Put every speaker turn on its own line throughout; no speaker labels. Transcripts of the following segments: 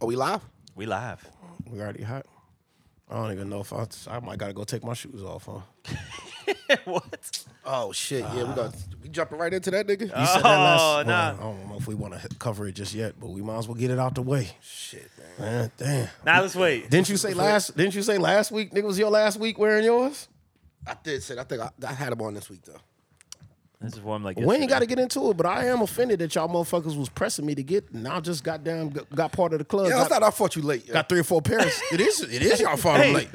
Are we live?
We live.
We already hot. I don't even know if I. I might gotta go take my shoes off, huh?
what?
Oh shit! Yeah, we got we jumping right into that nigga.
said that last- Oh,
Well,
nah.
I don't know if we want to cover it just yet, but we might as well get it out the way. Shit, man. damn.
Now let's wait.
Didn't you say last? Didn't you say last week? Nigga was your last week wearing yours. I did say. I think I, I had them on this week though.
This is warm like
We ain't got to get into it, but I am offended that y'all motherfuckers was pressing me to get, and I just got down, got- got part of the club.
Yeah,
got,
it's not our fault you late. yo.
got three or four pairs. it is. It is y'all fault. I'm
Hey,
late.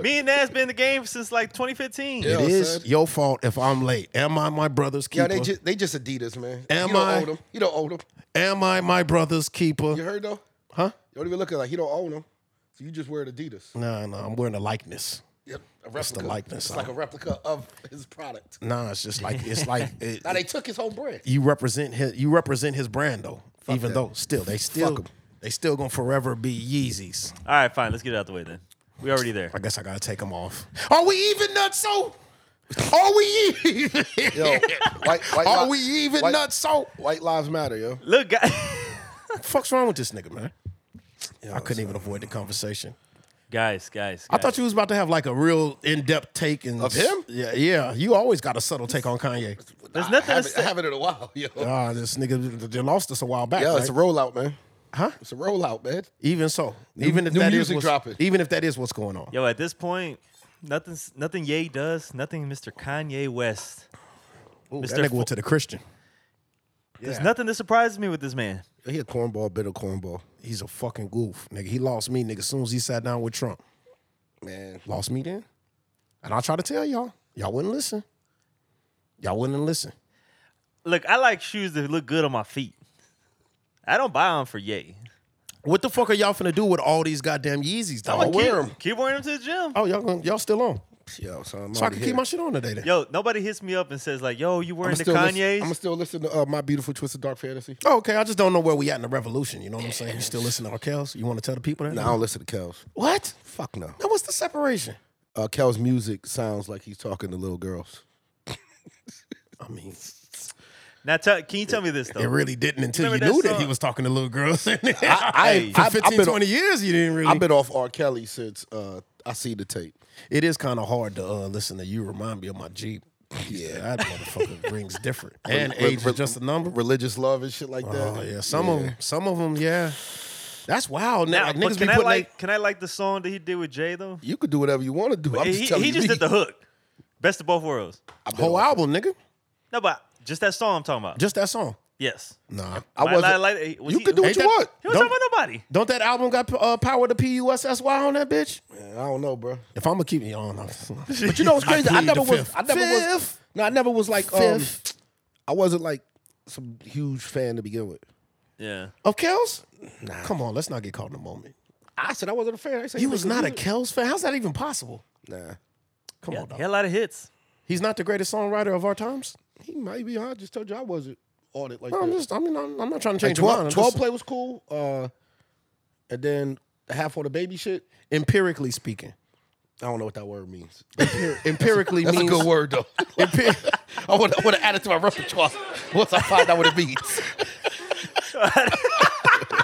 me and Nas been in the game since like 2015.
It
Yeah,
is
son.
your fault if I'm late. Am I my brother's keeper?
yeah, they just they just Adidas, man.
Am
you don't
I?
own them. You don't own them.
Am I my brother's
You
keeper?
heard though?
Huh?
You don't even look at it like he don't own them. So you just wear the Adidas.
Nah, nah. I'm wearing a likeness.
Yep, a replica.
It's the likeness,
It's like
huh?
a replica of his product.
Nah, it's just like it's like it,
Now they took his whole brand.
you represent his you represent his brand though. even
that.
though still they still
'em.
they still gonna forever be Yeezys.
All right, fine. Let's get it out the way then. We already there.
I guess I gotta take them off. Are we even nuts? So are we even?
Yo, white, white
Are
li-
we even
white,
nuts? So
White lives matter, yo.
Look, guys.
fuck's wrong with this nigga, man? I couldn't even avoid the conversation.
guys, guys.
I thought you was about to have like a real in depth take and
Of him?
Yeah, yeah. You always got a subtle take on Kanye.
There's
I
nothing to
haven't,
say.
I haven't in a while, yo. Yeah,
Ah, this nigga they lost us a while back.
it's a
right?
rollout, man.
huh?
It's a rollout, man.
Even so, even if
new
that is
music
what's-
dropping.
even if that is what's going on.
Yo, at this point, nothing, nothing. Ye does nothing. Mr. Kanye West.
Ooh, that
Mr.
nigga went to the Christian.
There's
Yeah.
nothing that surprises me with this man.
He a cornball, bit of cornball,
He's a fucking goof, nigga. He lost me, nigga. As soon as he sat down with Trump,
man.
lost me then. And I try to tell y'all, y'all wouldn't listen. Y'all wouldn't listen.
Look, I like shoes that look good on my feet. I don't buy them for Ye.
What the fuck are y'all finna do with all these goddamn Yeezys? Though?
I'ma
Oh,
keep-
where-
wear 'em.
Keep wearing them to the gym.
oh, y'all gonna- y'all still on?
Yo, so I'm
So I can keep my shit on today. Then.
Yo, nobody hits me up and says like, "Yo, you
I'm
wearing the
still, listen,
Kanye's?"
I'm still listen to uh, my beautiful twisted dark fantasy.
Oh, okay, I just don't know where we at in the revolution. You know what I'm saying? You still listen to our Kels? You want to tell the people that?
No, I don't listen to Kells.
What?
Fuck no.
Now what's the separation?
uh, Kel's music sounds like he's talking to little girls.
I mean,
now, tell, can you tell me this though?
it really didn't until you,
Remember that
knew that he
song?
was talking to little girls. I,
I-
for
I've- I've
15,
been-
20 years, you didn't really.
I've been off R. Kelly since uh, I see the tape.
it is kind of hard to uh, listen to you remind me of my Jeep. Yeah, that motherfucker rings different. And
Re-
age
re-
is just a number.
Religious love and shit like that.
Oh, yeah. Some of them, some of them, yeah. That's wild. Now,
Now,
like,
but
niggas be
can I
putting
like can I like the song that he did with Jay though?
You could do whatever you want to do. I'm
he
just
he-
telling
he
you.
just did the hook. Best of both worlds.
their whole album, nigga.
No, but just that song I'm talking about.
Just that song.
yes.
Nah.
I
Like-
wasn't.
like- like- was
you
he-
could do what
Ain't
you
that-
want.
He wasn't
Don't-
talking about nobody.
Don't that album got uh, power to P-U-S-S-Y on that bitch?
Man, I don't know, bro.
If I'm gonna keep it on, I'm-
But you know what's crazy? I,
plead
never
the
was.
fifth.
I never was.
Fifth.
No, I never was like. Um,
Fifth.
I wasn't like some huge fan to begin with.
Yeah.
Of Kels? Nah. Come on, let's not get caught in the moment.
I said I wasn't a fan. I said
He was not a Kels fan. How's that even possible?
Nah,
Come on,
He
dog.
had a lot of hits.
He's not the greatest songwriter of our times.
he might be. I just told you I wasn't on it like
I'm
that.
just, I mean, I'm, I'm not trying to
Like
change your
12,
mind. I'm
12
just-
play was cool. Uh, and then the half on the baby shit.
empirically speaking,
I don't know what that word means.
empirically
That's a
means
good word though.
empi-
I would have added to my repertoire once I find out what it means.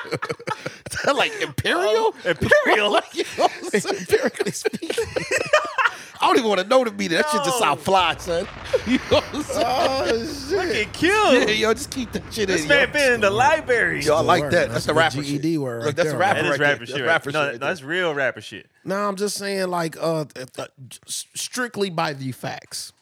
like imperial,
Imperial.
You know what I'm saying?
empirically speaking.
I don't even want to know the meaning. That shit just
No.
sound fly, son. You know what I'm saying?
Oh shit!
Get killed.
yeah, yo, just keep that shit
this
in.
man
yo.
been in the library.
Yo, I like
word.
that. That's,
That's a
the
good
rapper
GED
shit.
word
Look,
right
that's the
there, man.
rapper
that is
right
rapper
there.
shit.
That's rapper
no,
shit right
no,
there.
that's real rapper shit.
Now I'm just saying, like, uh, uh, strictly by the facts.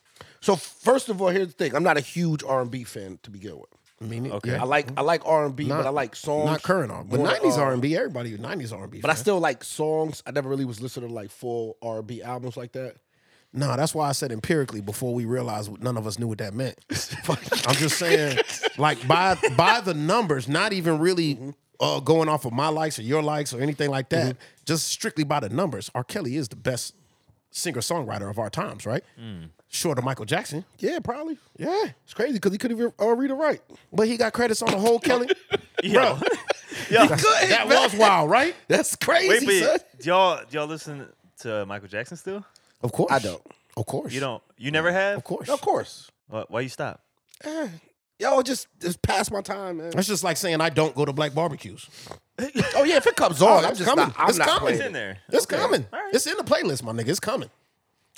So first of all, here's the thing. I'm not a huge R&B fan to begin with.
I mean,
Okay.
yeah.
I like I like R&B,
Not-
but I like songs.
not current R, but
more,
nineties
uh,
R and B. Everybody nineties R and B.
But I still like songs. I never really was listening to like full R&B albums like that.
no, that's why I said empirically before we realized what, none of us knew what that meant. I'm just saying, like by by the numbers, not even really uh, going off of my likes or your likes or anything like that.
Mm-hmm.
Just strictly by the numbers, R. Kelly is the best singer songwriter of our times, right? Short of Michael Jackson.
Mm. Yeah, probably.
Yeah,
It's crazy because he couldn't even uh, read or write.
but he got credits on the whole Kelly.
Yo. Yo.
that was wild, right?
That's crazy,
Wait,
son.
but do y'all do y'all listen to Michael Jackson still?
Of course,
I don't.
Of course,
You don't. You never have.
Of course,
Of course.
Why, why you stop?
Eh, yo, just just pass my time, man.
That's just like saying I don't go to black barbecues.
Oh yeah, if it comes on,
Oh,
I'm
it's
just
coming.
not. I'm
It's
not
coming.
playing
It's in
it.
there.
It's coming.
All right.
It's in the playlist, my nigga. It's coming.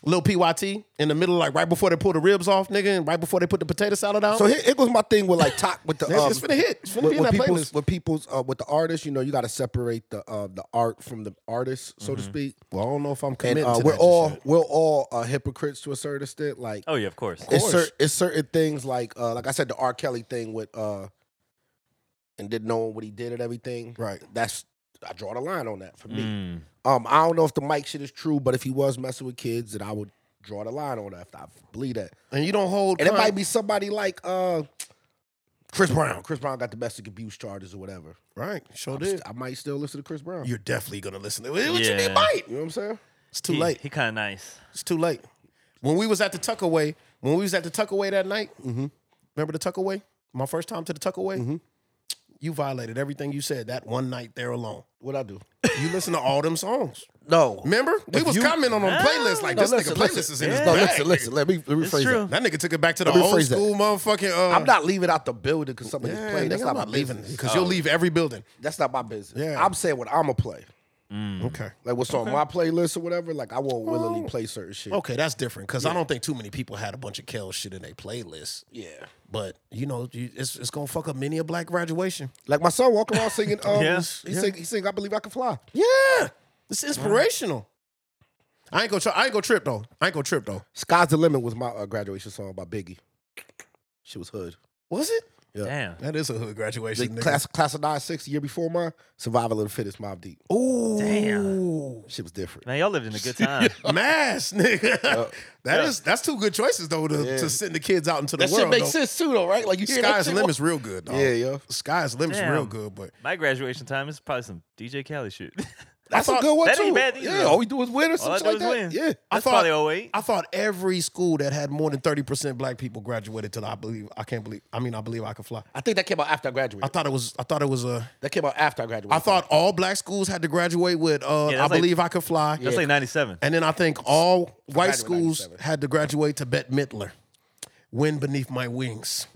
Little PYT in the middle, like right before they pull the ribs off, nigga, and right before they put the potato salad out.
So here, here goes my thing with like top with the
It's-
um,
it's finna hit. It's finna
with,
be in
with
that
people's
playlist.
with people's uh, with the artists. You know, you got to separate the uh, the art from the artist, so to speak.
well, I don't know if I'm
And
committed
uh,
to
we're
that
all
just
we're all uh, hypocrites to a certain extent. Like
Oh yeah, of course.
it's,
course.
cer- it's certain things like uh, like I said, the R. Kelly thing with uh, and didn't knowing what he did and everything.
yet. right.
That's I draw the line on that for me.
Mm.
Um, I don't know if the mic shit is true, but if he was messing with kids, then I would draw the line on that. If I believe that,
And you don't hold.
and it
con-
might be somebody like uh, Chris Brown. Chris Brown got the domestic abuse charges or whatever.
right. Sure
I'm
did.
st- I might still listen to Chris Brown.
You're definitely gonna listen to it. What you mean,
Yeah.
might?
You know what I'm saying?
It's too
He-
late.
He kind of nice.
It's too late. When we was at the Tuckaway, when we was at the Tuckaway that night, remember the Tuckaway? My first time to the Tuckaway. You violated everything you said that one night there alone.
What I do?
You listen to all them songs.
No.
Remember? We
If
was
you-
commenting on the playlist like
No,
this
listen,
nigga playlist
listen.
is in his
No,
bag.
listen, listen. Let me let me
It's
rephrase
true.
that.
That nigga took it back to the
Let me
old
rephrase that.
school motherfucking. Uh,
I'm not leaving out the building because
Yeah,
somebody's playing. That's
nigga,
not
I'm
my
not leaving
business.
because you'll leave every building.
That's not my business.
Yeah.
I'm saying what I'm gonna play. Mm.
Okay. Oh.
Like what's on my playlist or whatever. Like I won't willingly play certain shit.
Okay, that's different because I don't think too many people had a bunch of Kel shit in their playlist.
Yeah.
But you know, you, it's it's gonna fuck up many a black graduation.
Like my son walking around singing. Um,
Yeah.
He sing. He sing. I believe I can fly.
Yeah, it's
Mm.
inspirational. I ain't gonna try, I ain't gonna trip though. I ain't gonna trip though.
Sky's the limit was my uh, graduation song by Biggie. She was hood.
Was it?
Yeah.
Damn.
That is a hood
The
graduation. nigga.
class class of '96, year before mine, Survival of the Fittest, Mob Deep.
Ooh,
Shit was different.
Man, y'all lived in a good time.
mass nigga. That is
Yeah.
that's two good choices though to,
Yeah.
to send the kids out into the world. though.
sense too, though, right? Like you
Sky's the limit's real good. Dog.
Yeah, yo,
Sky's the limit's
Damn.
real good, but
My graduation time is probably some DJ Khaled shit.
that's a
thought-
good one
that
too.
ain't bad either,
yeah,
though.
all we do is win or
All I
something
do
like
is
that.
win.
Yeah,
I
That's
thought-
probably 08.
I thought every school that had more than thirty percent black people graduated till I believe I can't believe I mean I believe I could fly.
I think that came out after I graduated.
I thought it was I thought it was a
that came out after I graduated.
I thought all black schools had to graduate with uh
Yeah,
I
that's like-
believe I could fly.
That's like 97.
And then I think all white
graduated in
schools
97.
had to graduate to Bette Midler. Wind beneath my wings.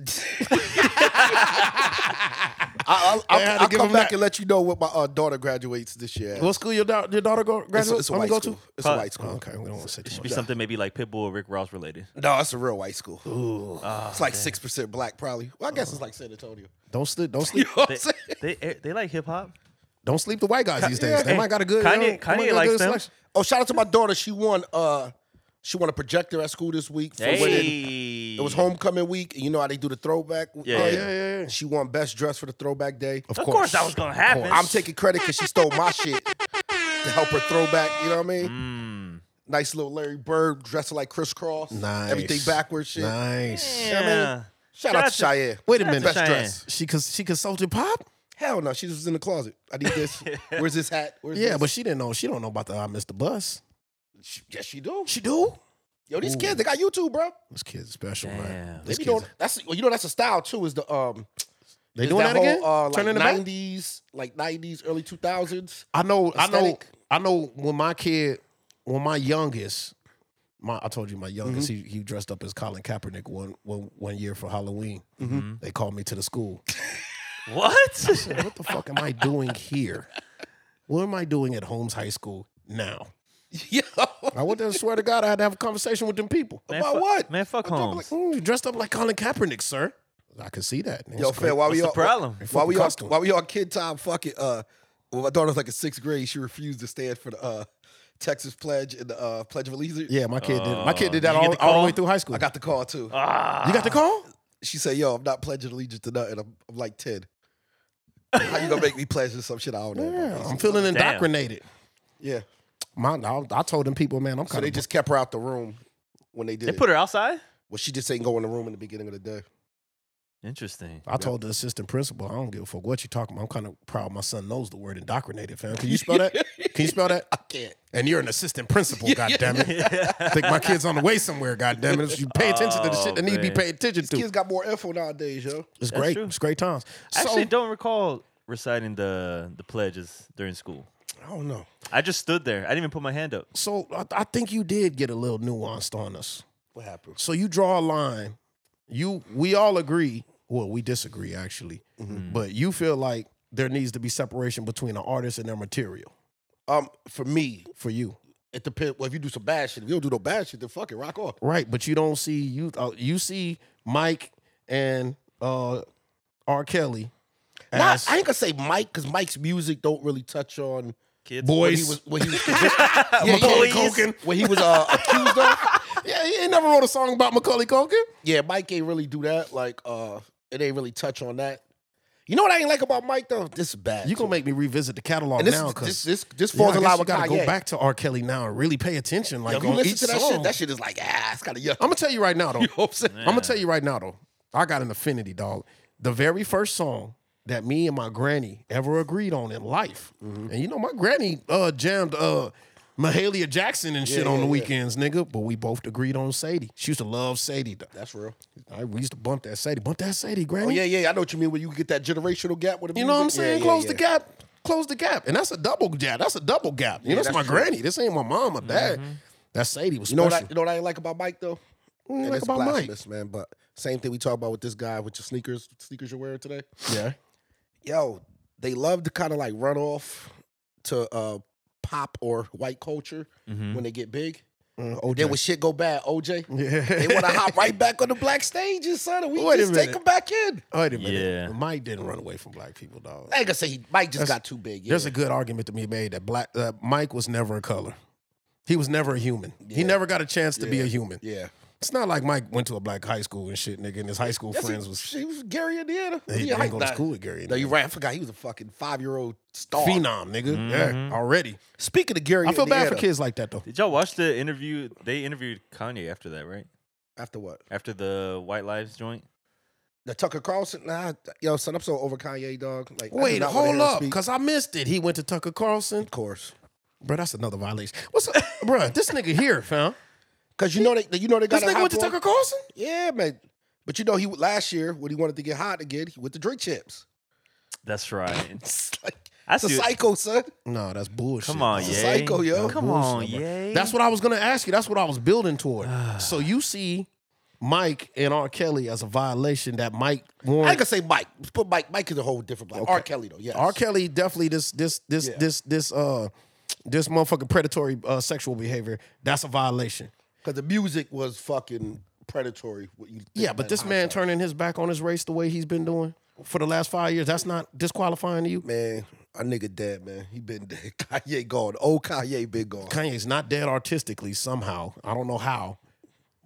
I, I,
They had
will
to
I'll
give
come
him
back
that.
and let you know what my uh, daughter graduates this year. at.
What school your, da- your daughter go
It's a,
graduate?
it's a
I'm
white
gonna
school.
to?
It's a
Huh.
white school.
Oh, okay, we don't want to say too
Be
much.
something maybe like Pitbull or Rick Ross related.
No, it's a real white school.
Oh,
it's like six percent black, probably. Well, I guess
Uh-huh.
it's like San Antonio.
Don't sleep. Don't sleep.
know what
They, they eh, they like hip hop.
don't sleep the white guys these days. They
Hey,
might got a good. uh,
Kanye-
they might got a
Kanye
good
likes them.
selection.
Oh, shout out to my daughter. She won. Uh, she won a projector at school this week for winning.
Hey,
It was homecoming week. and You know how they do the throwback.
Yeah,
day?
yeah,
yeah, yeah.
She won best dress for the throwback day.
Of course that was gonna happen.
I'm taking credit because she stole my shit to help her throwback. You know what I mean?
Mm.
Nice little Larry Bird dressed like crisscross.
Nice.
Everything backwards shit.
Nice.
You know what I mean?
Yeah.
Shout, out to Cheyenne.
Wait a
Shout out to
minute.
Best
Cheyenne.
dress.
She cons- she consulted pop.
Hell no, she was in the closet. I need this. Where's this hat? Where's
Yeah,
this?
but she didn't know. She don't know about the I missed the bus.
She- yes, she do.
She do.
Yo, these kids, they got YouTube, bro.
This kid's special, man.
Damn.
This
They be
kid's-
doing, that's well, you know that's a style too. Is the um
they
is
doing that,
whole,
again?
Uh, like
Turning the back?
nineties, like nineties, early two thousands.
I know,
Aesthetic.
I know, I know. When my kid, when my youngest, my I told you my youngest,
Mm-hmm.
he, he dressed up as Colin Kaepernick one one, one year for Halloween.
Mm-hmm.
They called me to the school.
What?
what the fuck am I doing here? What am I doing at Holmes High School now?
Yo,
I would have swear to God I had to have a conversation with them people.
Man,
About
fuck-
what?
Man, fuck
I'm
Holmes.
like, "Mm, you dressed up like Colin Kaepernick, sir. I could see that.
yo, fam, why we
What's the
all
problem?
Why we all
Fucking
why we all kid time fucking uh well, my daughter was like in sixth grade, she refused to stand for the uh Texas pledge and the uh Pledge of Allegiance.
Yeah, my kid did. My kid did that
Oh, did you
all,
get the
all the
call?
way through high school.
I got the call
Uh,
too.
Ah.
you got the call?
She said, Yo, I'm not pledging allegiance to nothing. I'm, I'm like 10. How you gonna make me pledge to some shit I don't know? about?"
Yeah, I'm feeling indoctrinated.
yeah.
My, I, I told them people, man, I'm
So
kind
they
of.
just kept her out the room when they did
They
it.
put her outside.
well, she just ain't go in the room in the beginning of the day.
Interesting.
I told the assistant principal, I don't give a fuck what you talking about. I'm kind of proud my son knows the word indoctrinated, fam. Can you spell that? Can you spell that?
I can't.
And you're an assistant principal, goddammit. I think my kid's on the way somewhere, goddammit. You pay attention to the shit that need to be
man.
paid attention to.
Kids got more info nowadays, yo.
It's great.
true.
It's great times.
I
So,
actually don't recall reciting the the pledges during school.
I don't know.
I just stood there. I didn't even put my hand up.
so I, I think you did get a little nuanced on us.
What happened?
So you draw a line. You we all agree well, we disagree actually, but you feel like there needs to be separation between an artist and their material
Um, for me,
for you.
it depends. Well, if you do some bad shit, if you don't do no bad shit, then fuck it, rock on.
Right, but you don't see you uh, you see Mike and uh R. Kelly
Nah,
as
I ain't gonna say Mike because Mike's music don't really touch on
Kids.
what he
boys.
was what he was convicted- yeah,
Boys.
yeah, what he was uh, accused of.
yeah, he ain't never wrote a song about Macaulay Culkin.
Yeah, Mike ain't really do that. Like, uh, it ain't really touch on that. You know what I ain't like about Mike though? This is bad.
You gonna
too.
make me revisit the catalog
and this,
now
this
because
this this falls in line with
gotta
Kanye.
go back to R. Kelly now and really pay attention. Like
If you
on
listen
each
to that
song.
shit, that shit is like ah, it's kind of yuck.
I'm gonna tell you right now though.
You know what I'm saying?
I'm gonna tell you right now though. I got an affinity, dog. The very first song that me and my granny ever agreed on in life,
Mm-hmm.
and you know my granny uh, jammed uh, Mahalia Jackson and shit
Yeah,
on the
yeah, yeah.
weekends, nigga. But we both agreed on Sadie. She used to love Sadie. though.
That's real.
I, we used to bump that Sadie, bump that Sadie, granny.
Oh yeah, yeah. I know what you mean when you get that generational gap with the
You know what I'm
music. Yeah,
saying?
yeah,
close
yeah.
the gap. Close the gap. And that's a double gap. That's a double gap. You know, that's Mm-hmm.
that's
my
true.
granny. This ain't my mom or dad. That Sadie was
You know what?
special.
I, you know what I ain't like about Mike though.
What you
And
Mm, like
it's
about Mike?
blasphemous, man. But same thing we talk about with this guy with your sneakers, sneakers you're wearing today.
yeah.
Yo, they love to kind of like run off to uh pop or white culture
Mm-hmm.
Mhm.
when they get big. Then
Mm,
when
OJ.
shit go bad, OJ,
Yeah.
they want to hop right back on the black stages, son. And we
Wait a
just take
minute.
them back in.
Oh, Wait a minute.
Yeah.
Mike didn't run away from black people, dog.
I ain't gonna say he, Mike just
That's-
got too big. Yeah.
There's a good argument to be made that black uh, Mike was never a color. He was never a human. He
Yeah.
never got a chance to be a human.
yeah.
It's not like Mike went to a black high school and shit, nigga, and his high school
Yes,
friends
he,
was.
she was Gary Indiana.
He
Yeah,
didn't go to
nah.
school at Gary.
No,
nigga.
you're right. I forgot he was a fucking five year old star.
Phenom, nigga. Yeah, already.
Speaking of Gary,
I feel bad for
Indiana-
kids like that though.
Did y'all watch the interview? They interviewed Kanye after that, right?
After what?
After the White Lives joint.
The Tucker Carlson. Nah, yo, son, I'm so over Kanye, dog. Like, I do
Wait,
not wanna hear
hold
him
up,
speak.
because I missed it. He went to Tucker Carlson.
of course,
Bro, that's another violation. What's up? Bro, this nigga here, fam.
because you know they, you know they got
This nigga
hot
went to
boy.
Tucker Carlson?
Yeah, man. But you know he last year when he wanted to get hot again, he went to drink champs.
That's right.
It's like
I
it's a
see.
psycho, son.
No, that's bullshit.
Come on,
It's a
yeah.
psycho, yo.
Come
Bullshit,
on,
bro.
yeah.
That's what I was gonna ask you. That's what I was building toward. so you see Mike and R. Kelly as a violation that Mike
I ain't
warned.
gonna say Mike. Let's put Mike. Mike is a whole different Mike. R. Kelly though, yes.
R. Kelly definitely this this this
Yeah.
this this uh this motherfucking predatory uh, sexual behavior. That's a violation.
because the music was fucking predatory. What you think
Yeah, but
about
this
hot
man
sauce.
turning his back on his race the way he's been doing for the last five years. That's not disqualifying to you.
man, a nigga dead, man. He been dead. Kanye gone. Old Kanye been gone.
Kanye's not dead artistically somehow. I don't know how,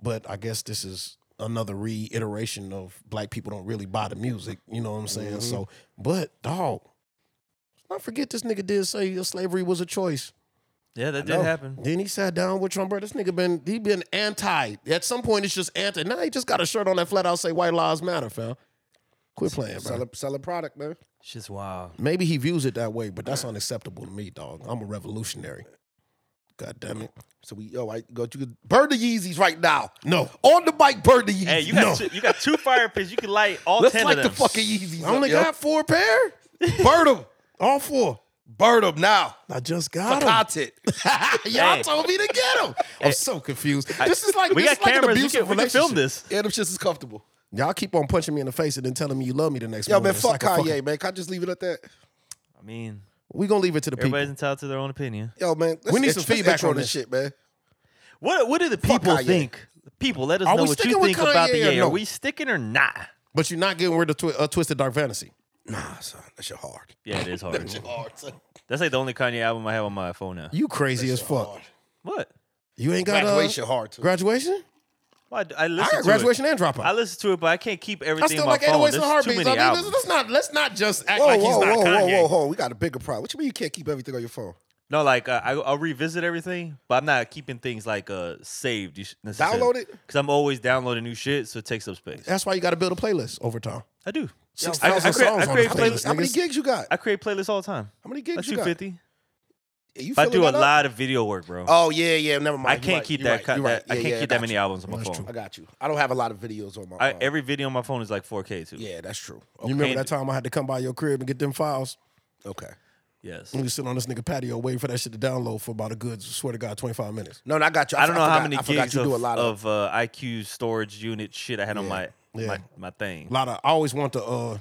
but I guess this is another reiteration of black people don't really buy the music. You know what I'm saying? So, but dog, let's not forget this nigga did say slavery was a choice.
yeah, that did
know.
happen.
Then he sat down with Trump. bro. This nigga been he been anti. At some point, it's just anti. Now he just got a shirt on that flat out say "White Lives Matter," fam. Quit playing, bro.
Selling, selling product, man.
Shit's wild.
Maybe he views it that way, but that's unacceptable to me, dog. I'm a revolutionary. God damn it.
So we yo, I go you could burn the Yeezys right now.
No.
On the mic, burn the Yeezys.
Hey, you got
No.
two, you got two fire pits. You can light all
Let's
ten
light
of
the
them.
fucking Yeezys.
I only
up,
got four pair.
yo. burn them.
All four.
Burn them now.
I just
For
got them.
content.
Y'all
Hey.
told me to get them. I'm so confused. This is like
we got
this is like an
cameras. We
abusive
can, we can film
relationship.
this.
yeah, them shits is comfortable.
Y'all keep on punching me in the face and then telling me you love me the next
Yo,
morning.
man,
It's
fuck
like a
Kanye,
fucking-
man. Can I just leave it at that?
I mean,
we gonna leave it to the
everybody's
people.
entitled to their own opinion.
Yo, man, let's
We need
int-
some
let's
feedback
intro
on
this
this.
shit, man.
What What do the
Fuck
people
Kanye.
think? People, let us
Are
know
we
what
sticking
you
with
think about the
Kanye or
year.
no?
Are we sticking or not?
But you're not getting rid of twi- uh, Twisted Dark Fantasy.
Nah, son, uh, that shit hard.
Yeah, it is hard.
That shit hard, son.
That's like the only Kanye album I have on my phone now.
You crazy as fuck.
Hard.
What?
You ain't got graduation.
Graduation hard
Uh,
too.
graduation?
Well, I, d- I
I
listen
got
to
graduation
it.
and dropout.
I listen to it, but I can't keep
I
everything
still
on my
like
phone.
808s
There's
and
too
Heartbeats.
many
I mean,
albums.
let's, let's not let's not just act
whoa,
like
whoa,
he's not
whoa,
Kanye.
whoa, whoa, whoa! We got a bigger problem. What you mean you can't keep everything on your phone?
No, like uh, I, I'll revisit everything, but I'm not keeping things like uh saved. You sh- necessarily.
Download it?
because I'm always downloading new shit, so it takes up space.
That's why you got to build a playlist over time.
I do.
Six
I, I,
thousand
create,
songs
I
on
create
the
playlists.
playlist.
How many
Niggas-
gigs you got?
I create playlists all the time.
How many gigs
That's
you got?
250.
You
I
filling
do a
that up?
lot of video work, bro.
Oh yeah, yeah. Never mind.
I
You
can't
right,
keep
you
that.
right,
cut-
you
that-
right. Yeah,
I can't
yeah,
keep
I
that
got
many
you.
albums on my
That's
phone.
I got you. I don't have a lot of videos on my.
I,
phone.
every video on my phone is like 4K too.
Um, yeah, that's true.
You remember
Okay.
that time I had to come by your crib and get them files?
Okay.
Yes.
We was sitting on this nigga patio waiting for that shit to download for about a good, swear to God, 25 minutes.
No, no, I got you.
I don't know
forgot,
how many
I forgot
gigs
you
of,
do a lot of.
of uh, IQ storage unit shit I had on my
Yeah.
my, my thing.
A lot of I always want the uh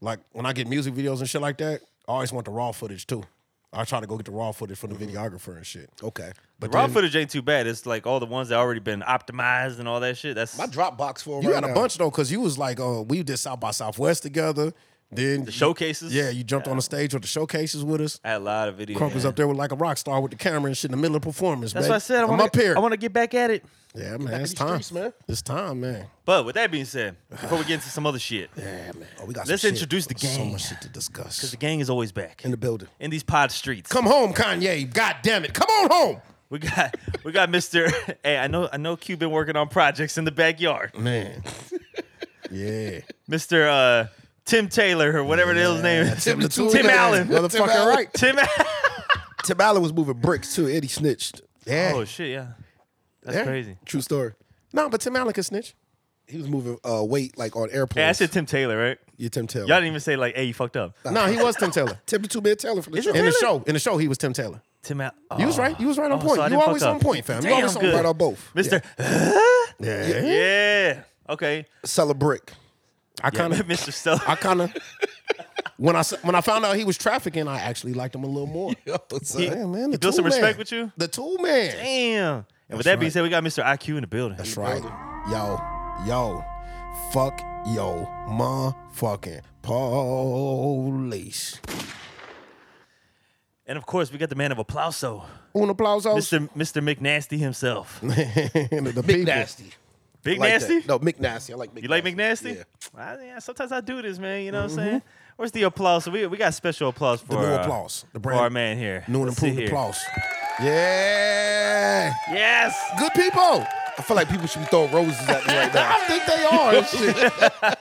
like when I get music videos and shit like that, I always want the raw footage too. I try to go get the raw footage from the
Mm-hmm.
videographer and shit.
Okay.
But
Raw
then-
footage ain't too bad. It's like all the ones that already been optimized and all that shit. That's
My Dropbox for
you
right
had a
now.
bunch though, cause you was like, uh, we did South by Southwest together. Then
the showcases.
Yeah, you jumped on the stage with the showcases with us.
I had a lot of videos.
Crunk was up there with like a rock star with the camera and shit in the middle of performance.
That's
baby.
what I said. I
I'm
wanna,
up here.
I want to get back at it.
yeah, man,
in
it's
these
time.
streets, man.
It's time, man.
But with that being said, before we get into some other shit,
Oh, we got some
let's
shit
introduce the
So
gang.
much shit to discuss.
the gang is always back
in the building.
in these pod streets.
Come home, Kanye. God damn it. Come on home.
We got we got Mr. Hey, I know I know Q been working on projects in the backyard.
Man. yeah.
Mr. Uh, Tim Taylor or whatever the hell's name is.
Tim the Tool
Tim
Man.
Allen.
Motherfucking
Tim Allen.
right.
Tim
Tim Allen was moving bricks too. Eddie snitched.
Yeah.
Oh shit, yeah. That's
Yeah.
crazy.
True story.
No, but Tim Allen can snitch.
He was moving uh, weight like on airplanes.
Hey, I said Tim Taylor, right?
You're Tim Taylor.
Y'all didn't even say like, hey, you fucked up.
No, he was Tim Taylor.
Tim the Two Man Taylor from the
Is it
show.
In the
Really?
show, in the show, he was Tim Taylor.
Tim Oh, Allen.
You was right. You was right on point. you always on point, fam. you
Damn
always on
good.
point.
Right on both.
Mr.
Yeah.
Yeah. Okay.
Sell a brick.
I kind of,
Mr. Stella.
I kind of. When I s- when I found out he was trafficking, I actually liked him a little more. Damn, man, the
He built some
tool man.
respect with you?
The tool man.
Damn. And with that being
right.
said, we got Mr. IQ in the building.
That's right. Yo, yo, fuck yo, motherfucking police.
And of course, we got the man of applauso,
Un applauso.
Mr. Mr. McNasty himself.
the the people.
Nasty.
Big
Like
Nasty?
that. No, Mick Nasty. I like Mick.
You like McNasty?
Yeah.
I, yeah, sometimes I do this, man. You know what I'm saying? Where's the applause? We, we got special applause for,
new
uh,
applause. Mm-hmm. The
for
brand-
our man here.
New and
Let's see
improved
here.
applause. Yeah.
Yes.
Good people.
I feel like people should be throwing roses at me right now.
I think they are. and shit.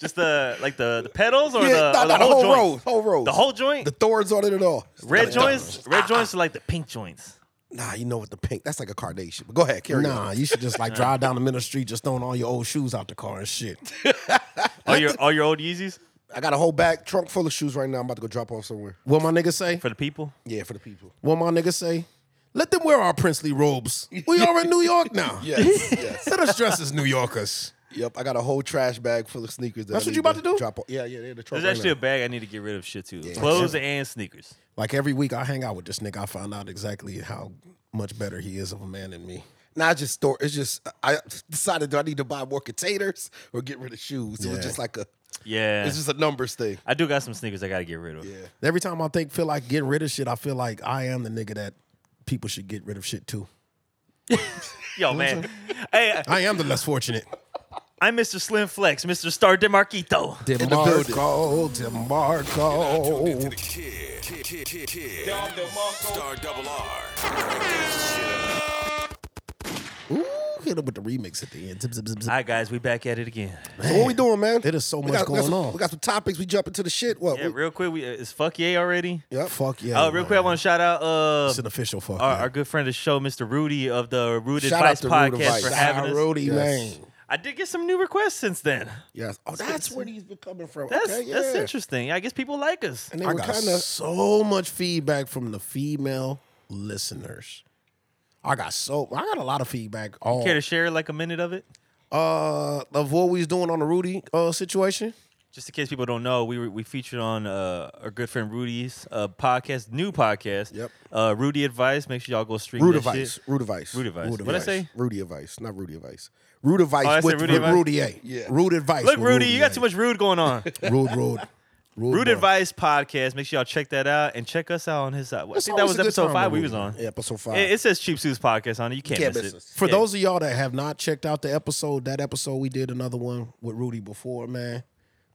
Just the like the, the pedals or the,
yeah,
or
no,
the
no, the
whole,
whole,
joint?
rows, whole rows.
The whole joint?
the thorns on it and all.
red
Like,
joints? Red joints are like the pink joints.
Nah, you know what the pink? That's like a carnation. But go ahead, carry on.
nah, you should just like drive down the middle of the street, just throwing all your old shoes out the car and shit.
All your all your old Yeezys
I got a whole bag trunk full of shoes right now. I'm about to go drop off somewhere.
What my nigga say?
for the people.
Yeah, for the people.
What my nigga say? Let them wear our princely robes. We are in New York now.
Yes, yes.
Let us dress as New Yorkers.
Yep, I got a whole trash bag full of sneakers. That
That's
I
what
need
you about to do?
Drop off. Yeah, yeah, they're in the trunk.
There's
right
actually a
now.
bag I need to get rid of shit too. Clothes and sneakers.
Like every week I hang out with this nigga, I find out exactly how much better he is of a man than me.
Nah, it's just store. It's just I decided do I need to buy more containers or get rid of shoes? It
Yeah.
was just like a.
Yeah.
It's just a numbers thing.
I do got some sneakers I got to get rid of.
Yeah.
Every time I think feel like getting rid of shit, I feel like I am the nigga that people should get rid of shit too.
Yo, man. hey,
I am the less fortunate.
I'm Mr. Slim Flex, Mr. Star DeMarquito.
DeMarco, DeMarco.
Kid, kid, kid, kid, kid. Star double R.
Ooh, hit him with the remix at the end. Zip, zip, zip, zip.
All right, guys, we back at it again.
So what we doing, man?
There is so
We
much
got- we got
going
some-
on.
We got some topics. We jump into the shit. What?
Yeah,
we,
real quick, we uh, is fuck yay already?
yep.
Fuck yeah.
Oh, real quick, I want to shout out uh
It's an official fuck.
our,
yeah.
our good friend of the show, Mr. Rudy of the Rude
Shout out
Advice
to
podcast
Rude Advice.
for
Shout
having us.
Rudy,
Yes.
man.
I did get some new requests since then.
Yes. Oh, that's where these been coming from.
That's
okay, yeah.
that's interesting. I guess people like us.
And they
I
were
got
kind of
so much feedback from the female listeners. I got so I got a lot of feedback on
Care to share like a minute of it?
uh of what we was doing on the Rudy uh situation.
Just in case people don't know, we were, we featured on uh, our good friend Rudy's uh, podcast, new podcast.
Yep.
Uh, Rudy Advice. Make sure y'all go stream
rude
that
advice.
shit.
Rude advice.
Rude advice. What'd I say?
Rudy advice. Not Rudy advice. Rude advice
Oh, I said
with
Rudy
With
advice.
Rudy A.
Yeah.
Rude advice.
Look,
with
Rudy, you got
A.
too much rude going on.
Rude, rude. Rude,
Rude
boy.
Advice podcast. Make sure y'all check that out and check us out on his side. I
It's
think that
always
was
a good
episode
time
five
with
we
Rudy.
was on.
Yeah, episode five.
It, it says Cheap Suits podcast on it. You can't,
Can't
miss,
miss
it.
us.
For
Yeah.
those of y'all that have not checked out the episode, that episode we did another one with Rudy before, man.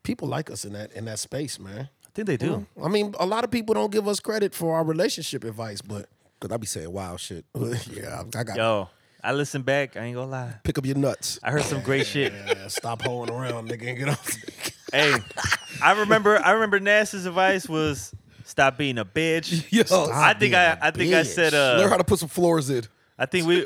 People like us in that in that space, man.
I think they do.
Mm-hmm.
I mean, a lot of people don't give us credit for our relationship advice, but
Cause I be saying wild shit.
yeah, I got
Yo, I listened back. I ain't gonna lie.
Pick up your nuts.
I heard some great shit.
Yeah, stop hoeing around, nigga, and get off.
Hey, I remember. I remember Nas's advice was stop being a bitch.
Yo,
I think I. I think I said.
learn how
Uh,
to put some floors in.
I think we.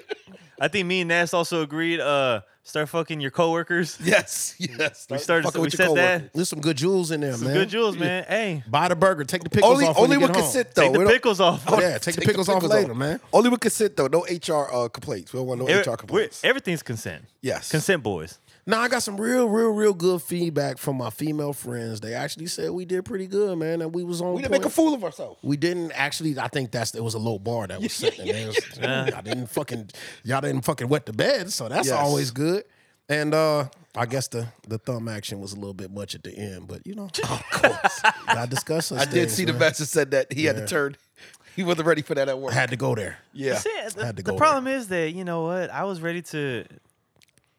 I think me and Nas also agreed. Uh, start fucking your coworkers.
Yes, yes.
We started.
fucking
We
with your
said that.
coworker.
There's some good jewels in there, man.
Good jewels, man. Hey,
Buy the burger, take the pickles
Only,
off.
only
when
one
you get
can
home. Oh,
sit though.
take
Oh, We
the
don't- Oh,
pickles off.
Yeah, take, the, pickles off later, man.
Only one can sit though. No HR uh, complaints. We don't want no
Every-
HR
we're-
complaints.
everything's consent.
Yes.
Consent boys.
Now I got some real, real, real good feedback from my female friends. They actually said we did pretty good, man, and we was
We
on.
didn't
point.
make a fool of ourselves.
We didn't actually. I think that's it was a low bar that was set. and it was- Y'all didn't fucking y'all didn't fucking wet the bed, so that's
Yes.
always good. And uh I guess the the thumb action was a little bit much at the end, but you know, of course, I discussed.
I did see the message said that he had to
Yeah.
turn. He wasn't ready for that at work.
Had to go there.
Yeah.
See, the,
had to
the
go
problem is that you know what? I was ready to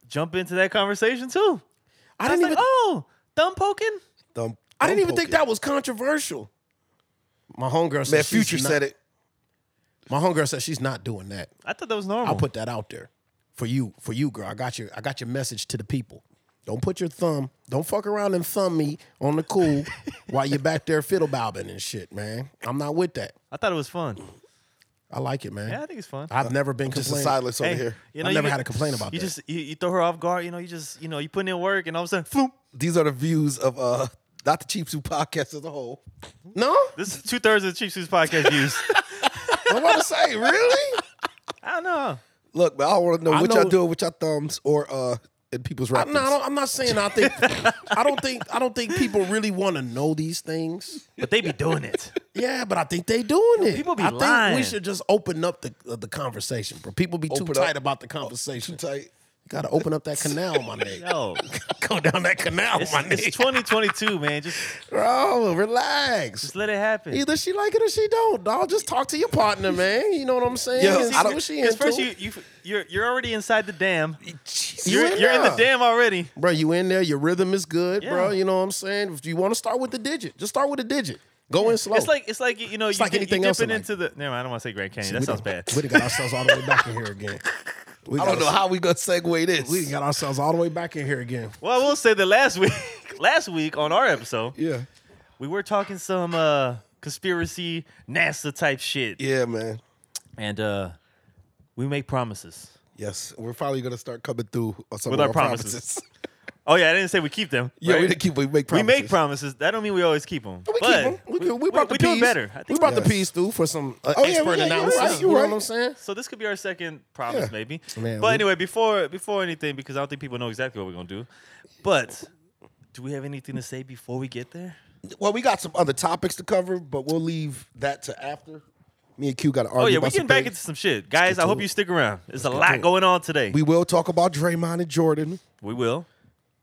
jump into that conversation too.
I
I, was
didn't
like,
even.
oh, thumb poking.
Thumb-
I didn't
thumb
even
poking.
think that was controversial. My homegirl said
Man, Future
she's not-
said it.
My homegirl said she's not doing that.
I thought that was normal.
I'll put that out there for you, for you, girl. I got your, I got your message to the people. Don't put your thumb, don't fuck around and thumb me on the cool while you're back there fiddle bobbing and shit, man. I'm not with that.
I thought it was fun.
I like it, man.
Yeah, I think it's fun.
I've never been
Just a
complaining.
silence over
Hey,
here.
you know,
I
you
never
get-
had to complain about
You
that.
just you, you throw her off guard. You know, you just you know you putting in work, and all of a sudden, floop.
These are the views of uh not the Cheap Suit podcast as a whole.
no,
This is two thirds of the Chief Suits podcast views.
I'm about to say, really?
I don't know.
Look, man, I want to know
I
what y'all
know-
doing with your thumbs or uh in people's
I,
rap.
no, I don't, I'm not saying I think. I don't think. I don't think people really want to know these things.
But they be doing it.
Yeah, but I think they doing it.
people be
I think we
lying.
should just open up the uh, the conversation. Bro. People be too
Open up. Oh,
tight about the conversation.
tight.
Got to open up that canal, my nigga.
Yo,
Go down that canal,
it's,
my nigga.
it's 2022, man. Just
Bro, Oh, relax.
just let it happen.
Either she like it or she don't. Dog, just talk to your partner, man. You know what I'm saying?
Yo,
And see
I don't-
what she
Because
into.
first you you you're you're already inside the dam.
You
You're,
in
you're in the
there.
dam already.
Bro, you in there. Your rhythm is good, bro.
Yeah.
You know what I'm saying? If you want to start with the digit, just start with the digit. Go in slow.
It's like it's like you know you,
Oh. like
di- you
anything
dipping
else in life.
into the. Never mind, I don't want to say Grand Canyon. that
We
sounds
done-
bad.
We done got ourselves all the way back in here again. We
I
got
don't know
us-
how we gonna segue this.
We got ourselves all the way back in here again.
Well, I will say that last week, last week on our episode,
yeah,
we were talking some uh conspiracy NASA type shit,
yeah, man.
and uh we make promises.
Yes, we're finally gonna start coming through on some
With
of
our
our promises.
promises. Oh yeah, I didn't say we keep them.
yeah,
right?
we didn't keep. We make
We
promises.
make promises. That don't mean we always keep them.
We
but
keep 'em. We, we brought
we
the
doing
piece.
better. I think
we brought
Yes.
the piece through for some uh,
Oh, yeah,
expert
yeah, you're
analysis.
right,
you
you're
know
right.
what I'm saying?
So this could be our second promise,
Yeah.
maybe.
Man,
but
we-
anyway, before before anything, because I don't think people know exactly what we're gonna do. But do we have anything to say before we get there?
Well, we got some other topics to cover, but we'll leave that to after. Me and Q got to argue.
Oh yeah,
about
we're
some
getting back
things.
into some shit, guys.
get
I
to
hope
it.
you stick around. There's a lot going on today.
We
We,
will talk about Draymond and Jordan.
will.